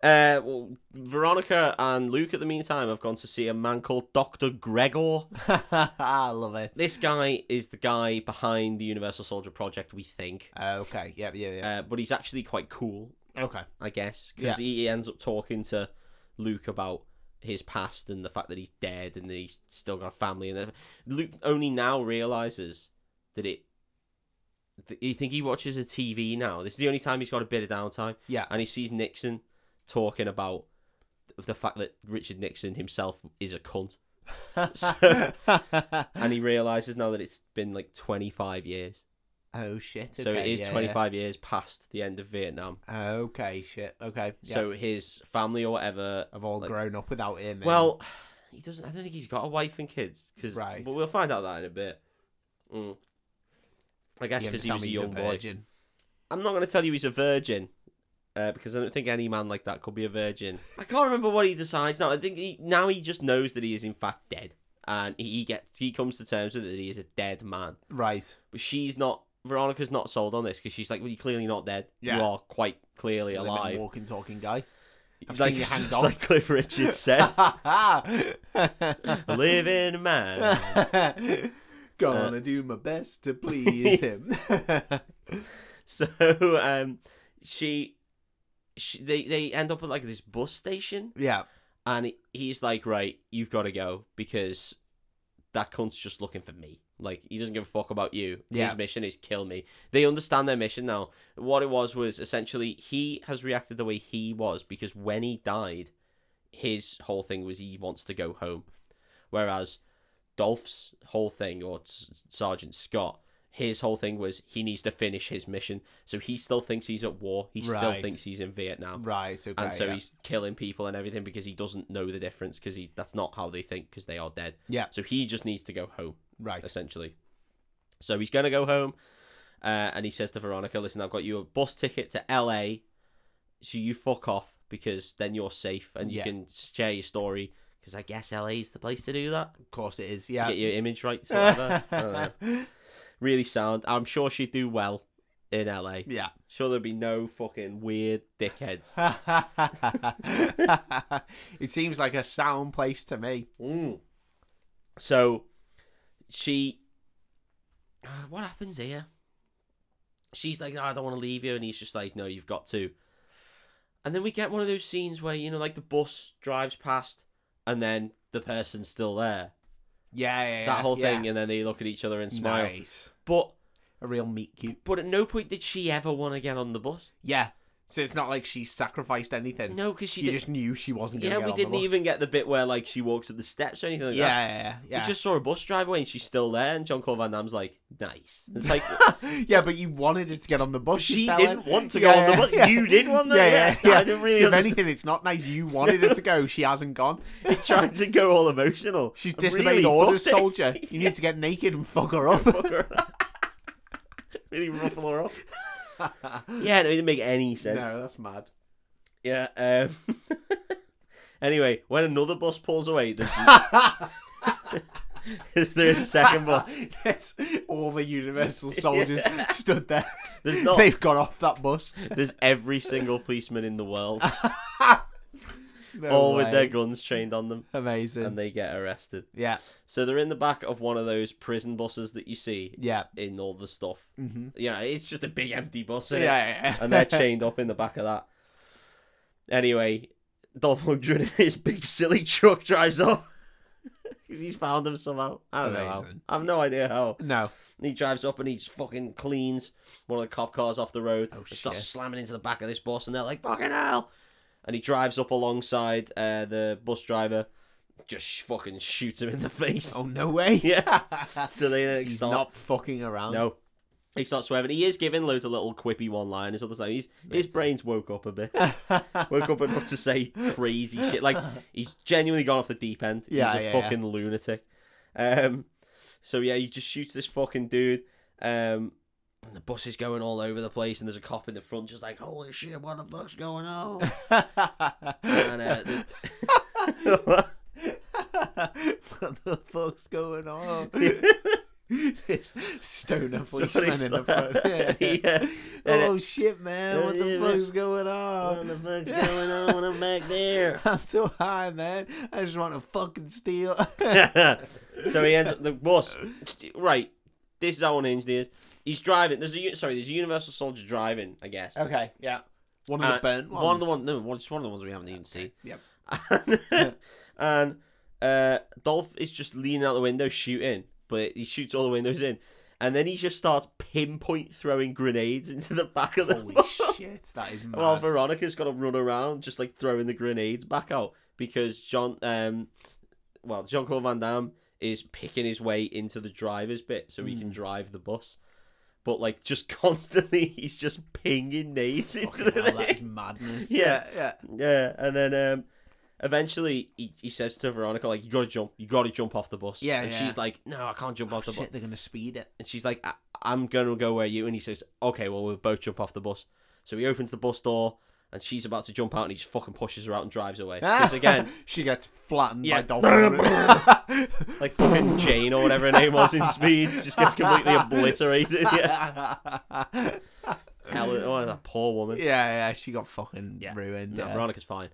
Speaker 1: Uh, well, Veronica and Luke, at the meantime, have gone to see a man called Doctor Gregor.
Speaker 2: [LAUGHS] I love it.
Speaker 1: This guy is the guy behind the Universal Soldier project, we think,
Speaker 2: Uh, okay. Yeah, yeah, yeah.
Speaker 1: uh, but he's actually quite cool,
Speaker 2: okay.
Speaker 1: I guess, because he he ends up talking to Luke about his past and the fact that he's dead and that he's still got a family. And that- Luke only now realizes that it. Th- you think he watches a TV now? This is the only time he's got a bit of downtime,
Speaker 2: Yeah.
Speaker 1: and he sees Nixon talking about the fact that Richard Nixon himself is a cunt, So- and
Speaker 2: [SIGHS]
Speaker 1: he realizes now that it's been like twenty five years.
Speaker 2: [LAUGHS] oh shit.
Speaker 1: so it
Speaker 2: okay,
Speaker 1: is
Speaker 2: yeah,
Speaker 1: 25 years past the end of Vietnam.
Speaker 2: yeah. Okay. Shit. Okay. Yeah.
Speaker 1: So his family or whatever.
Speaker 2: I've all
Speaker 1: like-
Speaker 2: grown up without him. and-
Speaker 1: Well, [SIGHS] he doesn't. I don't think he's got a wife and kids. Cause,
Speaker 2: Right.
Speaker 1: But we'll find out that in a bit. Mm. I guess
Speaker 2: you
Speaker 1: because he
Speaker 2: tell
Speaker 1: was a
Speaker 2: me he's
Speaker 1: young boy.
Speaker 2: virgin.
Speaker 1: I'm not going to tell you he's a virgin. Uh, because I don't think any man like that could be a virgin. I can't remember what he decides now. I think he, now he just knows that he is in fact dead, and he gets he comes to terms with it that he is a dead man.
Speaker 2: Right.
Speaker 1: But she's not. Veronica's not sold on this because she's like, "Well, you're clearly not dead.
Speaker 2: Yeah.
Speaker 1: You are quite clearly
Speaker 2: A bit
Speaker 1: alive."
Speaker 2: Walking, talking guy. I've
Speaker 1: like, [LAUGHS]
Speaker 2: seen you hanged
Speaker 1: just like Cliff Richard said, [LAUGHS]
Speaker 2: on.
Speaker 1: living man.
Speaker 2: [LAUGHS] Gonna do my best
Speaker 1: [LAUGHS]
Speaker 2: to please him. [LAUGHS]
Speaker 1: So um, she, she, they, they end up at like this bus station,
Speaker 2: yeah.
Speaker 1: and he- he's like, right, you've got to go because that cunt's just looking for me. Like he doesn't give a fuck about you.
Speaker 2: Yeah.
Speaker 1: His mission is kill me. They understand their mission now. What it was was essentially he has reacted the way he was because when he died, his whole thing was he wants to go home, whereas Dolph's whole thing or S- Sergeant Scott. His whole thing was he needs to finish his mission, so he still thinks he's at war. He still
Speaker 2: Right.
Speaker 1: thinks he's in Vietnam
Speaker 2: Right. Okay.
Speaker 1: and so
Speaker 2: yeah.
Speaker 1: he's killing people and everything because he doesn't know the difference because he that's not how they think because they are dead.
Speaker 2: Yeah.
Speaker 1: So he just needs to go home
Speaker 2: Right.
Speaker 1: essentially. So he's gonna go home, uh, and he says to Veronica, "Listen, I've got you a bus ticket to L.A. So you fuck off because then you're safe and you
Speaker 2: Yeah.
Speaker 1: can share your story because I guess L.A. is the place to do that
Speaker 2: Of course it is.
Speaker 1: to
Speaker 2: Yeah.
Speaker 1: get your image right.
Speaker 2: [LAUGHS]
Speaker 1: or whatever. I don't know. Really sound. I'm sure she'd do well in L.A.
Speaker 2: yeah.
Speaker 1: Sure, there'd be no fucking weird dickheads.
Speaker 2: [LAUGHS] it seems like a sound place to me.
Speaker 1: Mm. So she. Ah, What happens here? She's like, "No, I don't want to leave you. And he's just like, no, you've got to. And then we get one of those scenes where, you know, like the bus drives past and then the person's still there.
Speaker 2: Yeah. yeah, yeah
Speaker 1: that whole
Speaker 2: yeah.
Speaker 1: thing. And then they look at each other and smile.
Speaker 2: Nice.
Speaker 1: But
Speaker 2: A real meat cute.
Speaker 1: but at no point did she ever want to get on the bus.
Speaker 2: Yeah. So it's not like she sacrificed anything.
Speaker 1: No, because she
Speaker 2: you
Speaker 1: did.
Speaker 2: just knew she wasn't. Gonna
Speaker 1: Yeah,
Speaker 2: get
Speaker 1: we
Speaker 2: on the
Speaker 1: didn't
Speaker 2: bus.
Speaker 1: even get the bit where, like, she walks up the steps or anything like that.
Speaker 2: yeah, yeah, yeah.
Speaker 1: We just saw a bus drive away and she's still there, and John Claude Van Damme's like, nice. It's like,
Speaker 2: yeah, but you wanted her to get on the bus.
Speaker 1: she
Speaker 2: you fella.
Speaker 1: didn't want to go on the bus. You did want that?
Speaker 2: Yeah, yeah.
Speaker 1: I didn't really
Speaker 2: so if
Speaker 1: understand.
Speaker 2: anything, it's not nice. You wanted her to go. She hasn't gone. [LAUGHS]
Speaker 1: He tried to go all emotional.
Speaker 2: She's
Speaker 1: I
Speaker 2: disobeyed
Speaker 1: really
Speaker 2: orders,
Speaker 1: fucked it.
Speaker 2: soldier. You need to get naked and fuck her up.
Speaker 1: [LAUGHS] Fuck her. [LAUGHS] really ruffle her up.
Speaker 2: [LAUGHS]
Speaker 1: yeah, no, it didn't make any sense.
Speaker 2: no, that's mad.
Speaker 1: Yeah. Um... [LAUGHS] anyway, when another bus pulls away, there's,
Speaker 2: [LAUGHS]
Speaker 1: [LAUGHS] there's a second bus.
Speaker 2: yes, all the
Speaker 1: [LAUGHS]
Speaker 2: Universal soldiers stood there.
Speaker 1: There's not-
Speaker 2: They've got off that bus.
Speaker 1: There's every single policeman in the world,
Speaker 2: No
Speaker 1: all with
Speaker 2: way.
Speaker 1: their guns trained on them,
Speaker 2: amazing.
Speaker 1: and they get arrested.
Speaker 2: yeah,
Speaker 1: So they're in the back of one of those prison buses that you see
Speaker 2: yeah,
Speaker 1: in all the stuff.
Speaker 2: mm-hmm.
Speaker 1: You know, it's just a big empty bus,
Speaker 2: yeah,
Speaker 1: innit?
Speaker 2: yeah.
Speaker 1: and
Speaker 2: [LAUGHS]
Speaker 1: they're chained up in the back of that. Anyway, Dolph Lundgren in his big silly truck drives [LAUGHS] off because he's found them somehow. I don't know.
Speaker 2: Amazing.
Speaker 1: How. I've no idea how.
Speaker 2: [LAUGHS] no.
Speaker 1: And he drives up and he's fucking cleans one of the cop cars off the road.
Speaker 2: Oh,
Speaker 1: and starts
Speaker 2: shit.
Speaker 1: slamming into the back of this bus, and they're like, "Fucking hell!" And he drives up alongside uh, the bus driver, just sh- fucking shoots him in the [LAUGHS] face.
Speaker 2: Oh no way. [LAUGHS]
Speaker 1: Yeah. So they then
Speaker 2: He's
Speaker 1: start.
Speaker 2: not fucking around.
Speaker 1: No. He starts swearing. He is giving loads of little quippy one-liners all the time. He's, his brain's woke up a bit. woke up enough to say crazy shit. Like he's genuinely gone off the deep end. He's
Speaker 2: Yeah,
Speaker 1: a
Speaker 2: yeah, yeah.
Speaker 1: fucking lunatic. Um, so yeah, he just shoots this fucking dude. Um, and the bus is going all over the place, and there's a cop in the front, just like, "Holy shit, what the fuck's going
Speaker 2: [LAUGHS]
Speaker 1: on?" and, uh, the-
Speaker 2: what the fuck's
Speaker 1: [LAUGHS]
Speaker 2: going on? this stoner
Speaker 1: Sorry,
Speaker 2: policeman in
Speaker 1: [LAUGHS]
Speaker 2: the front.
Speaker 1: yeah.
Speaker 2: Oh shit, man! What
Speaker 1: Yeah.
Speaker 2: the fuck's going
Speaker 1: [LAUGHS]
Speaker 2: on?
Speaker 1: What the fuck's
Speaker 2: [LAUGHS]
Speaker 1: going on when I'm back there?
Speaker 2: I'm so high, man. I just want to fucking steal. [LAUGHS]
Speaker 1: so he ends up the bus. Right, this is how unhinged he is. He's driving. There's a u- sorry. There's a Universal Soldier driving. I guess.
Speaker 2: okay, yeah. One
Speaker 1: Uh, One of the ones. No, one, it's one of the ones we haven't even seen. [LAUGHS]
Speaker 2: Yep.
Speaker 1: and uh, Dolph is just leaning out the window shooting, but he shoots all the windows in, and then he just starts pinpoint throwing grenades into the back of the
Speaker 2: Holy
Speaker 1: bus.
Speaker 2: shit, that is
Speaker 1: [LAUGHS]
Speaker 2: mad. [LAUGHS]
Speaker 1: Well, Veronica's got to run around just like throwing the grenades back out because John, um, well, Jean Claude Van Damme is picking his way into the driver's bit so
Speaker 2: Hmm.
Speaker 1: he can drive the bus. But like, just [LAUGHS] constantly, he's just pinging nades into
Speaker 2: Fucking
Speaker 1: the
Speaker 2: hell, Oh,
Speaker 1: [LAUGHS]
Speaker 2: that
Speaker 1: thing.
Speaker 2: is madness.
Speaker 1: Yeah.
Speaker 2: yeah.
Speaker 1: Yeah, and then um, eventually he, he says to Veronica like, "You gotta jump, you gotta jump off the bus."
Speaker 2: Yeah,
Speaker 1: and
Speaker 2: yeah. Oh,
Speaker 1: she's like, "No, I can't jump off the bus."
Speaker 2: Shit, they're gonna speed [LAUGHS] it.
Speaker 1: And she's like, I- I'm going to go where you. And he says, okay, well, we'll both jump off the bus. So he opens the bus door and she's about to jump out and he just fucking pushes her out and drives
Speaker 2: [LAUGHS]
Speaker 1: away. Because again,
Speaker 2: she gets flattened
Speaker 1: Yeah.
Speaker 2: by
Speaker 1: [LAUGHS]
Speaker 2: dolphins.
Speaker 1: like fucking Jane or whatever her name was in Speed just gets
Speaker 2: [LAUGHS]
Speaker 1: completely obliterated. Yeah.
Speaker 2: yeah,
Speaker 1: Hell, oh, that poor woman.
Speaker 2: [LAUGHS] yeah, she got fucking ruined.
Speaker 1: No,
Speaker 2: yeah.
Speaker 1: Veronica's fine.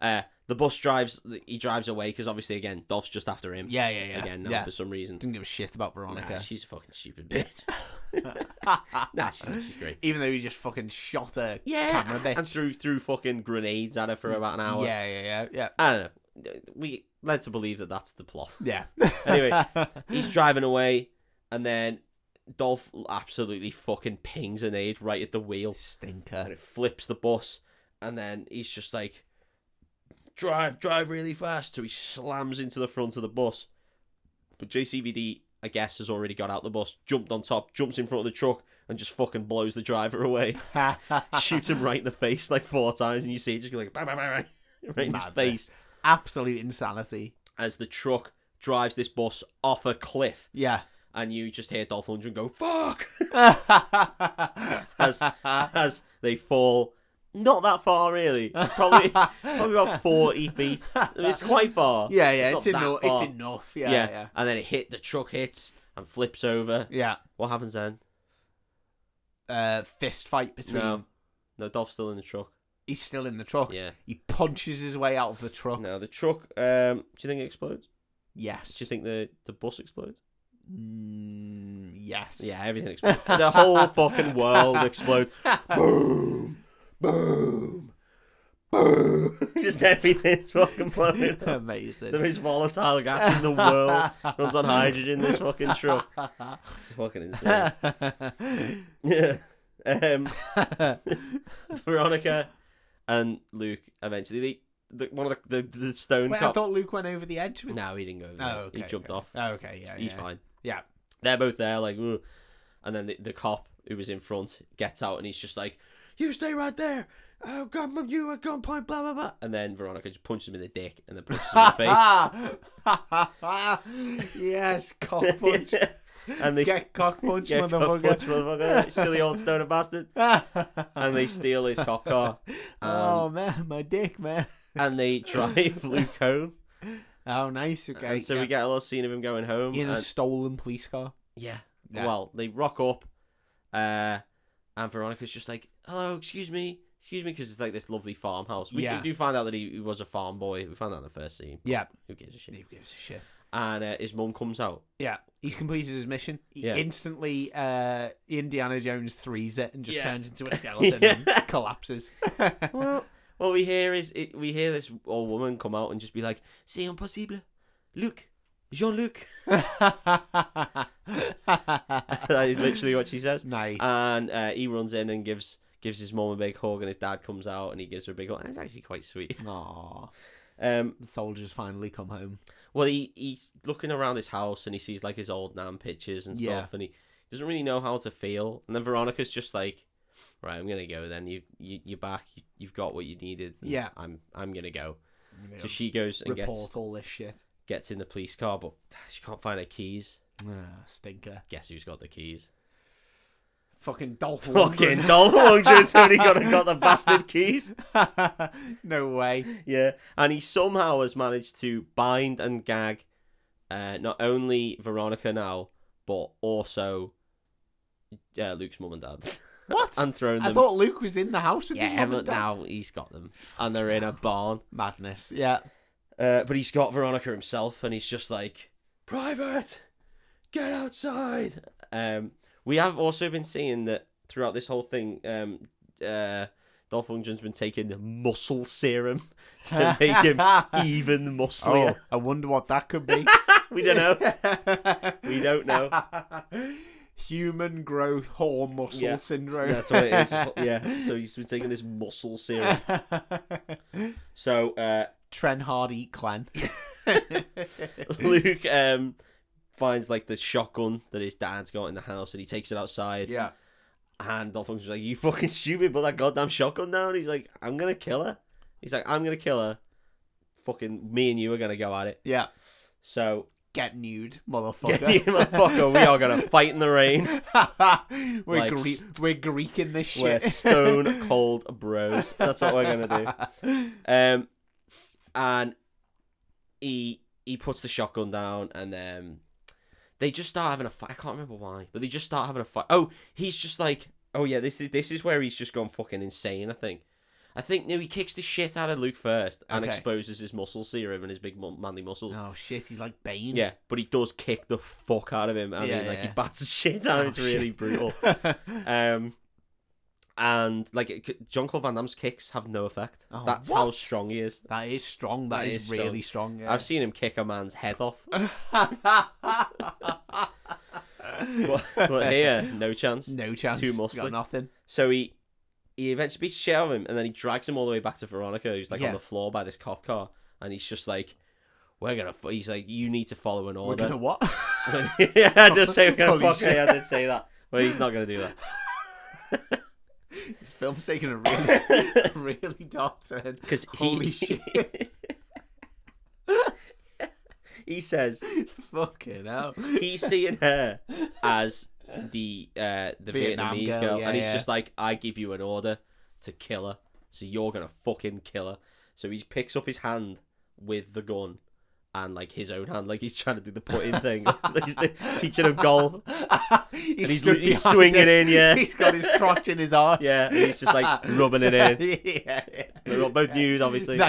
Speaker 1: Uh, the bus drives, he drives away because obviously, again, Dolph's just after him.
Speaker 2: yeah, yeah, yeah.
Speaker 1: Again, now
Speaker 2: yeah.
Speaker 1: for some reason.
Speaker 2: didn't give a shit about Veronica.
Speaker 1: Nah, she's a fucking stupid bitch. [LAUGHS] nah, she's, not. she's great.
Speaker 2: Even though he just fucking shot her camera bitch.
Speaker 1: And threw, threw fucking grenades at her for about an hour.
Speaker 2: yeah, yeah, yeah,
Speaker 1: I don't know. We led to believe that that's the plot. [LAUGHS]
Speaker 2: yeah,
Speaker 1: Anyway,
Speaker 2: yeah. [LAUGHS]
Speaker 1: he's driving away, and then Dolph absolutely fucking pings an aid right at the wheel, and
Speaker 2: Stinker.
Speaker 1: it flips the bus, and then he's just like, drive, drive really fast. So he slams into the front of the bus, but JCVD, I guess, has already got out the bus, jumped on top, jumps in front of the truck, and just fucking blows the driver away, shoots him right in the face like four times, and you see it just go like bang, bang, bang, bang, right in his
Speaker 2: Madness.
Speaker 1: face
Speaker 2: Absolute insanity.
Speaker 1: as the truck drives this bus off a cliff,
Speaker 2: [LAUGHS] Yeah.
Speaker 1: and you just hear Dolph Lundgren go "fuck" [LAUGHS] as
Speaker 2: yeah,
Speaker 1: as they fall. Not that far, really.
Speaker 2: [LAUGHS]
Speaker 1: Probably, probably about forty feet. It's quite far.
Speaker 2: [LAUGHS] yeah,
Speaker 1: It's
Speaker 2: it's,
Speaker 1: not that
Speaker 2: enough.
Speaker 1: far.
Speaker 2: It's enough. Yeah,
Speaker 1: yeah.
Speaker 2: yeah,
Speaker 1: And then it hit the truck, hits and flips over.
Speaker 2: yeah.
Speaker 1: What happens then?
Speaker 2: Uh, fist fight between.
Speaker 1: No, no, Dolph's still in the truck.
Speaker 2: He's still in the truck.
Speaker 1: Yeah.
Speaker 2: He punches his way out of the truck.
Speaker 1: No, the truck. Um, do you think it explodes?
Speaker 2: Yes.
Speaker 1: Do you think the the bus explodes?
Speaker 2: Mm, yes. [LAUGHS]
Speaker 1: Yeah, [LAUGHS] everything explodes. the whole fucking world explodes. boom, boom, boom. [LAUGHS] Just everything's fucking blowing
Speaker 2: [LAUGHS]
Speaker 1: up.
Speaker 2: Amazing.
Speaker 1: The most volatile gas in the
Speaker 2: [LAUGHS]
Speaker 1: world runs on hydrogen. This fucking truck. It's fucking insane. [LAUGHS] Yeah. um, Veronica and Luke eventually they. The, one of the the, the stone
Speaker 2: Wait, I
Speaker 1: cop. [LAUGHS]
Speaker 2: thought Luke went over the edge with.
Speaker 1: No, he didn't go. Over
Speaker 2: Oh,
Speaker 1: there.
Speaker 2: okay,
Speaker 1: he jumped
Speaker 2: okay.
Speaker 1: off.
Speaker 2: Oh, okay, yeah,
Speaker 1: He's
Speaker 2: yeah.
Speaker 1: fine.
Speaker 2: Yeah.
Speaker 1: They're both there, like, Ooh. and then the, the cop who was in front gets out and he's just like, "You stay right there." Oh God, mum, you at gunpoint, blah blah blah. And then Veronica just punches him in the dick and then punches him in
Speaker 2: [LAUGHS]
Speaker 1: the
Speaker 2: Ah! yes, cock punch.
Speaker 1: face. and [LAUGHS] they
Speaker 2: Get cock punch,
Speaker 1: yeah, cock punch,
Speaker 2: motherfucker. [LAUGHS]
Speaker 1: motherfucker, silly old stoner bastard. And they um, steal his cop
Speaker 2: [LAUGHS]
Speaker 1: car
Speaker 2: oh man, my dick, man.
Speaker 1: and they drive Luke home.
Speaker 2: Oh, nice. Okay.
Speaker 1: and so
Speaker 2: yeah.
Speaker 1: we get a little scene of him going home.
Speaker 2: in a
Speaker 1: and-
Speaker 2: stolen police car.
Speaker 1: Yeah.
Speaker 2: Yeah.
Speaker 1: Well, they rock up, uh, and Veronica's just like, "Hello, excuse me, excuse me," because it's like this lovely farmhouse. We do-
Speaker 2: Yeah.
Speaker 1: do find out that he, he was a farm boy. We found out in the first scene.
Speaker 2: Yeah.
Speaker 1: Who gives a shit?
Speaker 2: Who gives a shit?
Speaker 1: And uh, his mum comes out.
Speaker 2: Yeah, he's completed his mission. He
Speaker 1: Yeah.
Speaker 2: instantly uh, Indiana Jones threes it and just
Speaker 1: Yeah.
Speaker 2: turns into a
Speaker 1: [LAUGHS]
Speaker 2: skeleton
Speaker 1: Yeah. [LAUGHS]
Speaker 2: and collapses. [LAUGHS]
Speaker 1: Well, what we hear is it, we hear this old woman come out and just be like, "C'est impossible, Luc, Jean Luc." [LAUGHS] that is literally what she says.
Speaker 2: nice.
Speaker 1: And uh, he runs in and gives gives his mum a big hug, and his dad comes out and he gives her a big hug. And it's actually quite sweet.
Speaker 2: Aw,
Speaker 1: Um,
Speaker 2: the soldiers finally come home.
Speaker 1: Well, he, he's looking around his house and he sees like his old nan pictures and stuff,
Speaker 2: Yeah.
Speaker 1: and he, doesn't really know how to feel. And then Veronica's just like, right, I'm gonna go. Then you, you you're back. You, you've got what you needed. and
Speaker 2: Yeah.
Speaker 1: I'm I'm gonna go.
Speaker 2: You know,
Speaker 1: So she goes and
Speaker 2: report
Speaker 1: gets
Speaker 2: all this shit.
Speaker 1: gets in the police car, but [SIGHS] she can't find her keys.
Speaker 2: Ah, stinker.
Speaker 1: Guess who's got the keys?
Speaker 2: Fucking
Speaker 1: [LAUGHS]
Speaker 2: Dolph
Speaker 1: Fucking
Speaker 2: Lundgren.
Speaker 1: Dolph Lundgren's only got got
Speaker 2: [LAUGHS]
Speaker 1: the bastard keys.
Speaker 2: no way.
Speaker 1: Yeah, and he somehow has managed to bind and gag uh, not only Veronica now, but also uh, Luke's mum and dad,
Speaker 2: What?
Speaker 1: and thrown
Speaker 2: I
Speaker 1: them.
Speaker 2: thought Luke was in the house with his
Speaker 1: yeah,
Speaker 2: mum
Speaker 1: but
Speaker 2: and dad.
Speaker 1: now he's got them, and they're in a barn.
Speaker 2: Madness. Yeah.
Speaker 1: Uh, but he's got Veronica himself, and he's just like, "Private, get outside." Um, we have also been seeing that throughout this whole thing, um, uh, Dolph Lundgren's been taking muscle serum [LAUGHS]
Speaker 2: [LAUGHS]
Speaker 1: to make him [LAUGHS] even musclier.
Speaker 2: Oh, I wonder what that could be.
Speaker 1: We don't know. [LAUGHS] We don't know.
Speaker 2: [LAUGHS] Human growth hormone muscle
Speaker 1: Yeah,
Speaker 2: syndrome.
Speaker 1: [LAUGHS] That's what it is.
Speaker 2: [LAUGHS]
Speaker 1: Yeah. So he's been taking this muscle serum. So [LAUGHS] uh,
Speaker 2: Tren Hard Eat Clan.
Speaker 1: Luke um, finds like the shotgun that his dad's got in the house, and he takes it outside.
Speaker 2: yeah.
Speaker 1: And Dolph Lundgren's like, "You fucking stupid! Put that goddamn shotgun down." He's like, "I'm gonna kill her." He's like, "I'm gonna kill her." Fucking me and you are gonna go at it.
Speaker 2: Yeah.
Speaker 1: So [LAUGHS]
Speaker 2: Get nude,
Speaker 1: get
Speaker 2: motherfucker.
Speaker 1: the motherfucker. We are gonna fight in the rain.
Speaker 2: [LAUGHS] we're,
Speaker 1: Like
Speaker 2: Greek,
Speaker 1: st-
Speaker 2: we're Greek in this shit. [LAUGHS]
Speaker 1: We're stone cold bros. That's what we're gonna do. Um, and he he puts the shotgun down, and um, they just start having a fight. I can't remember why, but they just start having a fight. Oh, he's just like, oh yeah, this is this is where he's just gone fucking insane. I think. I think no, he kicks the shit out of Luke first and
Speaker 2: Okay.
Speaker 1: exposes his muscle serum and his big mu- manly muscles.
Speaker 2: Oh shit, he's like Bane.
Speaker 1: Yeah, but he does kick the fuck out of him. I
Speaker 2: Yeah,
Speaker 1: mean, like
Speaker 2: yeah.
Speaker 1: he bats the shit out of him.
Speaker 2: Oh,
Speaker 1: It's really
Speaker 2: shit.
Speaker 1: brutal. Um, and like it c- John Claude Van Damme's kicks have no effect.
Speaker 2: Oh,
Speaker 1: That's
Speaker 2: what?
Speaker 1: how strong he is.
Speaker 2: [LAUGHS] that is strong.
Speaker 1: That
Speaker 2: that is,
Speaker 1: is
Speaker 2: really strong. yeah.
Speaker 1: I've seen him kick a man's head off, but, but here, no chance.
Speaker 2: [LAUGHS] no chance.
Speaker 1: Too muscly.
Speaker 2: Got nothing.
Speaker 1: So he he eventually beats the shit out of him, and then he drags him all the way back to Veronica, who's like
Speaker 2: Yeah.
Speaker 1: on the floor by this cop car, and he's just like, "We're gonna." F-. He's like, "You need to follow an
Speaker 2: We're
Speaker 1: order."
Speaker 2: gonna what? [LAUGHS]
Speaker 1: yeah, [LAUGHS] I just say we're gonna
Speaker 2: Holy
Speaker 1: fuck.
Speaker 2: shit.
Speaker 1: Yeah, I did say that, but he's not gonna do that.
Speaker 2: this film's taking a really,
Speaker 1: [LAUGHS]
Speaker 2: really dark turn.
Speaker 1: Because
Speaker 2: [LAUGHS] Holy
Speaker 1: he,
Speaker 2: shit.
Speaker 1: he says [LAUGHS]
Speaker 2: Fucking hell.
Speaker 1: he's seeing her as the uh, the
Speaker 2: Vietnam
Speaker 1: Vietnamese
Speaker 2: girl,
Speaker 1: girl,
Speaker 2: yeah,
Speaker 1: and he's
Speaker 2: yeah.
Speaker 1: just like, "I give you an order to kill her, so you're gonna fucking kill her." So he picks up his hand with the gun and like his own hand, like he's trying to do the putting
Speaker 2: [LAUGHS]
Speaker 1: thing, [LAUGHS] he's the- teaching him golf,
Speaker 2: he's,
Speaker 1: and he's,
Speaker 2: stood
Speaker 1: he's
Speaker 2: behind
Speaker 1: swinging
Speaker 2: her.
Speaker 1: in, yeah,
Speaker 2: [LAUGHS] He's got his crotch in his arse.
Speaker 1: yeah, and he's just like rubbing
Speaker 2: [LAUGHS]
Speaker 1: it in.
Speaker 2: yeah.
Speaker 1: They're all- both nude,
Speaker 2: [LAUGHS]
Speaker 1: obviously.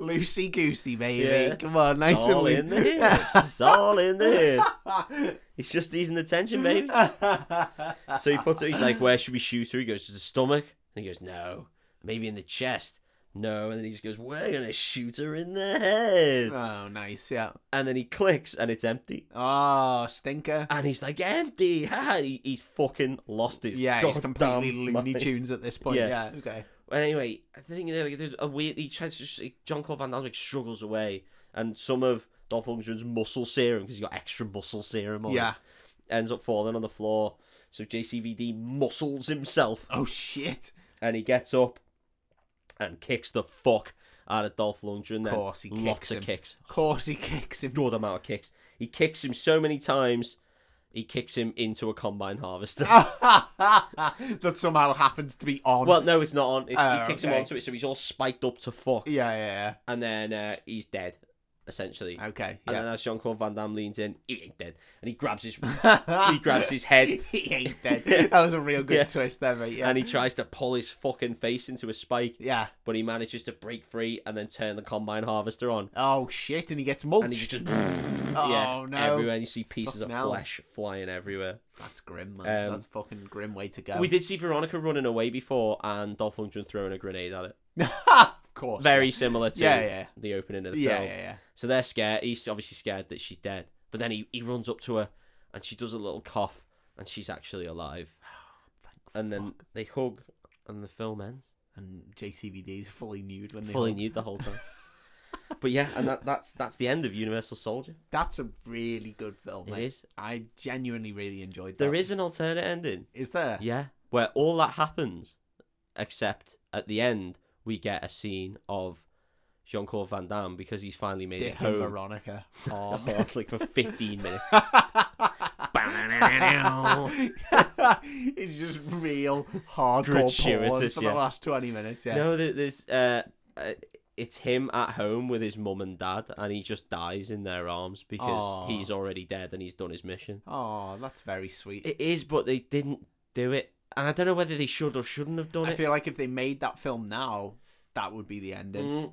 Speaker 2: Lucy Goosey, baby.
Speaker 1: Yeah.
Speaker 2: Come on, nice
Speaker 1: It's all
Speaker 2: and
Speaker 1: in the hips. It's all in the hips.
Speaker 2: [LAUGHS]
Speaker 1: He's just easing the tension, baby. So he puts it. He's like, "Where should we shoot her?" He goes to the stomach, and he goes, "No, maybe in the chest." No, and then he just goes, "We're gonna shoot her in the head."
Speaker 2: Oh, nice, yeah.
Speaker 1: And then he clicks, and it's empty.
Speaker 2: Oh, stinker.
Speaker 1: And he's like, "Empty!" Ha! He, he's fucking lost his.
Speaker 2: Yeah, he's
Speaker 1: goddamn
Speaker 2: completely Looney
Speaker 1: mind.
Speaker 2: Tunes at this point.
Speaker 1: Yeah.
Speaker 2: Yeah, okay.
Speaker 1: Well, anyway, I think that, like, there's a weird. He tries to. just- John Claude Van Damme like, struggles away, and some of Dolph Lundgren's muscle serum because he got extra muscle serum on.
Speaker 2: Yeah.
Speaker 1: ends up falling on the floor. So JCVD muscles himself
Speaker 2: Oh, shit.
Speaker 1: and he gets up and kicks the fuck out of Dolph Lundgren. Then
Speaker 2: course he kicks
Speaker 1: lots
Speaker 2: him.
Speaker 1: of kicks,
Speaker 2: Of course he kicks
Speaker 1: [LAUGHS]
Speaker 2: him. [LAUGHS]
Speaker 1: good amount of kicks. He kicks him so many times, he kicks him into a combine harvester.
Speaker 2: Ah. that somehow happens to be
Speaker 1: [LAUGHS]
Speaker 2: on.
Speaker 1: well, no, it's not on. It's,
Speaker 2: Oh,
Speaker 1: he kicks
Speaker 2: okay.
Speaker 1: him onto it, so he's all spiked up to fuck,
Speaker 2: yeah, yeah,
Speaker 1: and then uh, he's dead essentially.
Speaker 2: yeah. Okay,
Speaker 1: And
Speaker 2: Ah, yeah.
Speaker 1: then as Jean Claude Van Damme leans in, he ain't dead, and he grabs
Speaker 2: [LAUGHS]
Speaker 1: his he
Speaker 2: he
Speaker 1: grabs his head
Speaker 2: he ain't dead. That was a real good
Speaker 1: [LAUGHS] Yeah.
Speaker 2: twist there, mate. Yeah.
Speaker 1: and he tries to pull his fucking face into a spike.
Speaker 2: yeah.
Speaker 1: but he manages to break free and then turn the combine harvester on.
Speaker 2: Oh shit! And he gets mulched.
Speaker 1: And he
Speaker 2: [LAUGHS]
Speaker 1: just,
Speaker 2: oh
Speaker 1: yeah,
Speaker 2: no!
Speaker 1: everywhere. You see pieces
Speaker 2: Fucking
Speaker 1: of
Speaker 2: hell.
Speaker 1: flesh flying everywhere.
Speaker 2: That's grim, man.
Speaker 1: Um,
Speaker 2: That's fucking grim way to go. [LAUGHS]
Speaker 1: We did see Veronica running away before and Dolph Lundgren throwing a grenade at it.
Speaker 2: of course.
Speaker 1: Very similar to
Speaker 2: Yeah, yeah.
Speaker 1: the opening of the
Speaker 2: Yeah,
Speaker 1: film.
Speaker 2: yeah, yeah.
Speaker 1: So they're scared. He's obviously scared that she's dead. But then he, he runs up to her and she does a little cough and she's actually alive.
Speaker 2: [SIGHS]
Speaker 1: And then they hug and the film ends.
Speaker 2: And JCVD's fully nude when they
Speaker 1: Fully
Speaker 2: hug.
Speaker 1: nude the whole time. [LAUGHS] But yeah, and that, that's that's the end of Universal Soldier.
Speaker 2: That's a really good film.
Speaker 1: It
Speaker 2: mate.
Speaker 1: is.
Speaker 2: I genuinely really enjoyed that.
Speaker 1: There is an alternate ending.
Speaker 2: Is there?
Speaker 1: Yeah, where all that happens, except at the end we get a scene of Jean Claude Van Damme because he's finally made it
Speaker 2: Dick and
Speaker 1: home.
Speaker 2: Veronica. Oh.
Speaker 1: Oh, it's like [LAUGHS] for 15 minutes.
Speaker 2: [LAUGHS] it's just real hardcore porn
Speaker 1: Gratuitous,
Speaker 2: for
Speaker 1: yeah.
Speaker 2: the last 20 minutes. [LAUGHS] Yeah.
Speaker 1: No, there- there's uh, uh, it's him at home with his mum and dad, and he just dies in their arms because
Speaker 2: Aw.
Speaker 1: he's already dead and he's done his mission.
Speaker 2: Oh, that's very sweet.
Speaker 1: It is, but they didn't do it, and I don't know whether they should or shouldn't have done
Speaker 2: I
Speaker 1: it.
Speaker 2: feel like if they made that film now, that would be the ending.
Speaker 1: Mm.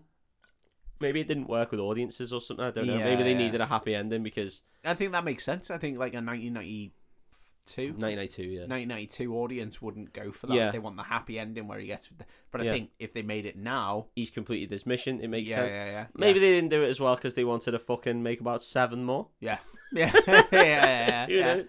Speaker 1: Maybe it didn't work with audiences or something. I don't know. Maybe
Speaker 2: Yeah,
Speaker 1: they
Speaker 2: yeah.
Speaker 1: needed a happy ending because
Speaker 2: I think that makes sense. I think like a 1992,
Speaker 1: 1992, yeah.
Speaker 2: 1992 audience wouldn't go for that.
Speaker 1: Yeah.
Speaker 2: They want the happy ending where he gets. With the... But I
Speaker 1: Yeah.
Speaker 2: think if they made it now,
Speaker 1: he's completed his mission. It makes
Speaker 2: yeah,
Speaker 1: sense.
Speaker 2: yeah, yeah,
Speaker 1: Maybe they didn't do it as well because they wanted to fucking make about seven more. [LAUGHS]
Speaker 2: yeah, yeah, [LAUGHS] yeah, yeah, yeah,
Speaker 1: You
Speaker 2: yeah.
Speaker 1: know?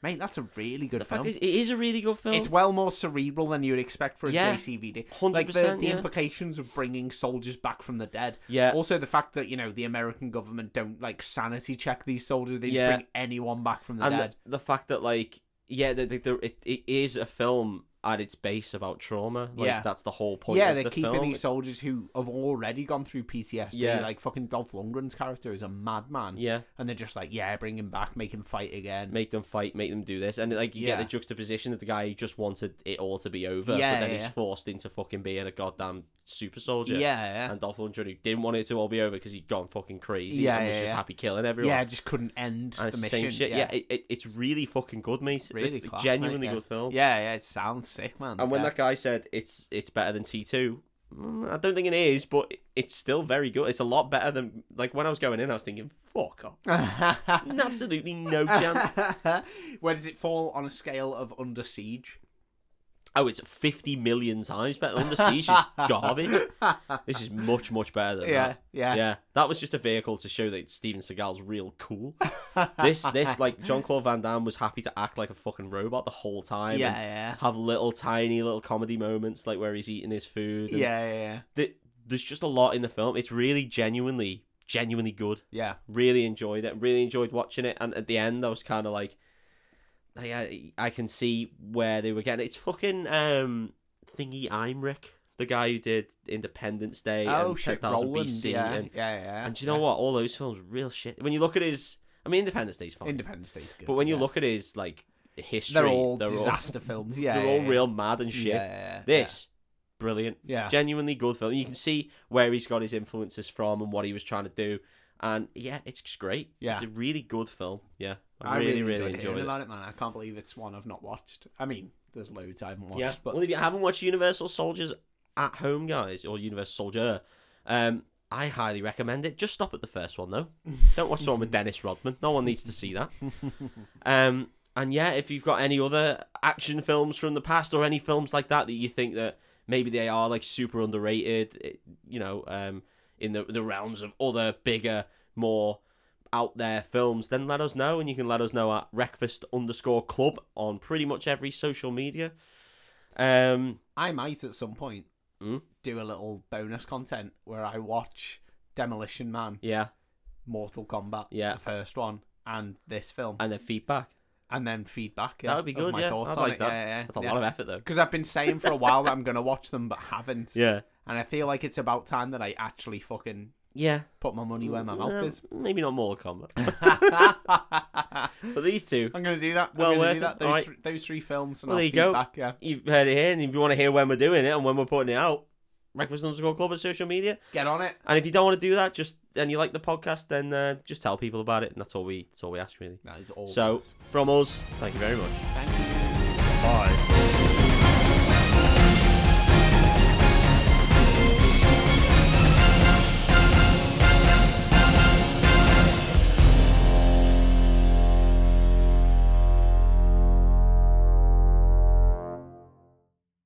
Speaker 2: Mate, that's a really good
Speaker 1: The
Speaker 2: film.
Speaker 1: fact is, it is a really good film.
Speaker 2: It's well more cerebral than you'd expect for a
Speaker 1: Yeah.
Speaker 2: JCVD.
Speaker 1: 100%,
Speaker 2: like the, the
Speaker 1: yeah.
Speaker 2: implications of bringing soldiers back from the dead.
Speaker 1: Yeah.
Speaker 2: Also, the fact that you know the American government don't like sanity check these soldiers; they just
Speaker 1: Yeah.
Speaker 2: bring anyone back from the
Speaker 1: and
Speaker 2: dead.
Speaker 1: the, the fact that like yeah the, the, the, it, it is a film at its base about trauma like
Speaker 2: Yeah.
Speaker 1: that's the whole point
Speaker 2: yeah,
Speaker 1: of
Speaker 2: they're
Speaker 1: the
Speaker 2: keeping
Speaker 1: film.
Speaker 2: these soldiers who have already gone through PTSD.
Speaker 1: Yeah.
Speaker 2: Like fucking Dolph Lundgren's character is a madman,
Speaker 1: yeah
Speaker 2: and they're just like, yeah, bring him back, make him fight again.
Speaker 1: make them fight make them do this and like you
Speaker 2: Yeah.
Speaker 1: get the juxtaposition of the guy who just wanted it all to be over
Speaker 2: Yeah,
Speaker 1: but then
Speaker 2: yeah,
Speaker 1: he's
Speaker 2: yeah.
Speaker 1: forced into fucking being a goddamn super soldier
Speaker 2: yeah, yeah,
Speaker 1: and Dolph Lundgren who didn't want it to all be over because he'd gone fucking crazy
Speaker 2: Yeah,
Speaker 1: and was
Speaker 2: yeah,
Speaker 1: just
Speaker 2: yeah.
Speaker 1: happy killing everyone
Speaker 2: yeah. Just couldn't end
Speaker 1: and
Speaker 2: the
Speaker 1: it's the
Speaker 2: mission.
Speaker 1: same shit yeah, it, it, it's really fucking good mate
Speaker 2: really
Speaker 1: it's a
Speaker 2: class, mate,
Speaker 1: genuinely
Speaker 2: yeah.
Speaker 1: good film
Speaker 2: Yeah, yeah. It sounds sick, man.
Speaker 1: And when
Speaker 2: yeah.
Speaker 1: that guy said it's it's better than T two, mm, I don't think it is, but it's still very good. It's a lot better than like when I was going in, I was thinking, fuck off,
Speaker 2: [LAUGHS]
Speaker 1: [LAUGHS] absolutely no chance.
Speaker 2: Where does it fall on a scale of Under Siege?
Speaker 1: [LAUGHS] Oh, it's fifty million times better. Under Siege
Speaker 2: [LAUGHS]
Speaker 1: is garbage. This is much much better than
Speaker 2: Yeah,
Speaker 1: that.
Speaker 2: yeah.
Speaker 1: Yeah, that was just a vehicle to show that Steven Seagal's real cool. this this like John Claude Van Damme was happy to act like a fucking robot the whole time. and
Speaker 2: yeah, yeah.
Speaker 1: Have little tiny little comedy moments like where he's eating his food. and
Speaker 2: Yeah, yeah, yeah.
Speaker 1: th- there's just a lot in the film. It's really genuinely, genuinely good.
Speaker 2: Yeah.
Speaker 1: Really enjoyed it. Really enjoyed watching it. And at the end, I was kind of like, I, I I can see where they were getting. It's fucking um thingy Imric, the guy who did Independence Day
Speaker 2: Oh
Speaker 1: and
Speaker 2: shit,
Speaker 1: 10,000
Speaker 2: Roland.
Speaker 1: BC.
Speaker 2: Yeah,
Speaker 1: And,
Speaker 2: yeah, yeah.
Speaker 1: and do you know what? All those films, real shit. When you look at his, I mean, Independence Day's
Speaker 2: yeah.
Speaker 1: fine,
Speaker 2: Independence Day's good.
Speaker 1: but when you
Speaker 2: yeah.
Speaker 1: look at his like history,
Speaker 2: they're all
Speaker 1: they're all,
Speaker 2: disaster films. Yeah,
Speaker 1: they're
Speaker 2: yeah,
Speaker 1: all
Speaker 2: yeah.
Speaker 1: real mad and shit.
Speaker 2: Yeah, yeah, yeah.
Speaker 1: This Uh, brilliant
Speaker 2: Yeah.
Speaker 1: genuinely good film. You can see where he's got his influences from and what he was trying to do. And yeah, it's just great.
Speaker 2: Yeah.
Speaker 1: It's a really good film. Yeah.
Speaker 2: I
Speaker 1: I, really, really,
Speaker 2: enjoyed
Speaker 1: enjoyed
Speaker 2: hearing
Speaker 1: it.
Speaker 2: about it, man. I can't believe it's one I've not watched. I mean, there's loads I haven't watched,
Speaker 1: Yeah.
Speaker 2: but
Speaker 1: well, if you haven't watched Universal Soldiers at home, guys, or Universal Soldier, um, I highly recommend it. Just stop at the first one though. Don't watch the one with Dennis Rodman. No one needs to see that. Um, and yeah, if you've got any other action films from the past or any films like that that you think that maybe they are like super underrated, it- you know, um, in the the realms of other bigger, more out there films, then let us know, and you can let us know at breakfast underscore club on pretty much every social media. Um,
Speaker 2: I might at some point
Speaker 1: Mm.
Speaker 2: do a little bonus content where I watch Demolition Man,
Speaker 1: yeah,
Speaker 2: Mortal Kombat,
Speaker 1: Yeah.
Speaker 2: the first one, and this film,
Speaker 1: and then feedback.
Speaker 2: and then feedback.
Speaker 1: That would be
Speaker 2: of
Speaker 1: good.
Speaker 2: My
Speaker 1: Yeah,
Speaker 2: thoughts
Speaker 1: I'd
Speaker 2: on
Speaker 1: like
Speaker 2: it.
Speaker 1: that.
Speaker 2: Yeah, yeah,
Speaker 1: That's a lot of effort though.
Speaker 2: Because I've been saying for a while that I'm going to watch them, but haven't.
Speaker 1: Yeah,
Speaker 2: And I feel like it's about time that I actually fucking
Speaker 1: yeah.
Speaker 2: put my money where my mouth
Speaker 1: Um,
Speaker 2: is.
Speaker 1: Maybe not Mortal Kombat,
Speaker 2: I'm
Speaker 1: [LAUGHS] but these two.
Speaker 2: going to do that. I'm
Speaker 1: Well
Speaker 2: gonna
Speaker 1: worth
Speaker 2: do
Speaker 1: it.
Speaker 2: that. Those,
Speaker 1: Alright.
Speaker 2: three, those three films. And
Speaker 1: Well,
Speaker 2: I'll
Speaker 1: there you go.
Speaker 2: feedback, Yeah.
Speaker 1: you've heard it here, and if you want to hear when we're doing it and when we're putting it out, Breakfast underscore Club at social media.
Speaker 2: Get on it.
Speaker 1: And if you don't want to do that, just and you like the podcast, then uh, just tell people about it, and that's all we that's all we ask really.
Speaker 2: That is all.
Speaker 1: So from us, thank you very much.
Speaker 2: Thank you.
Speaker 1: Bye.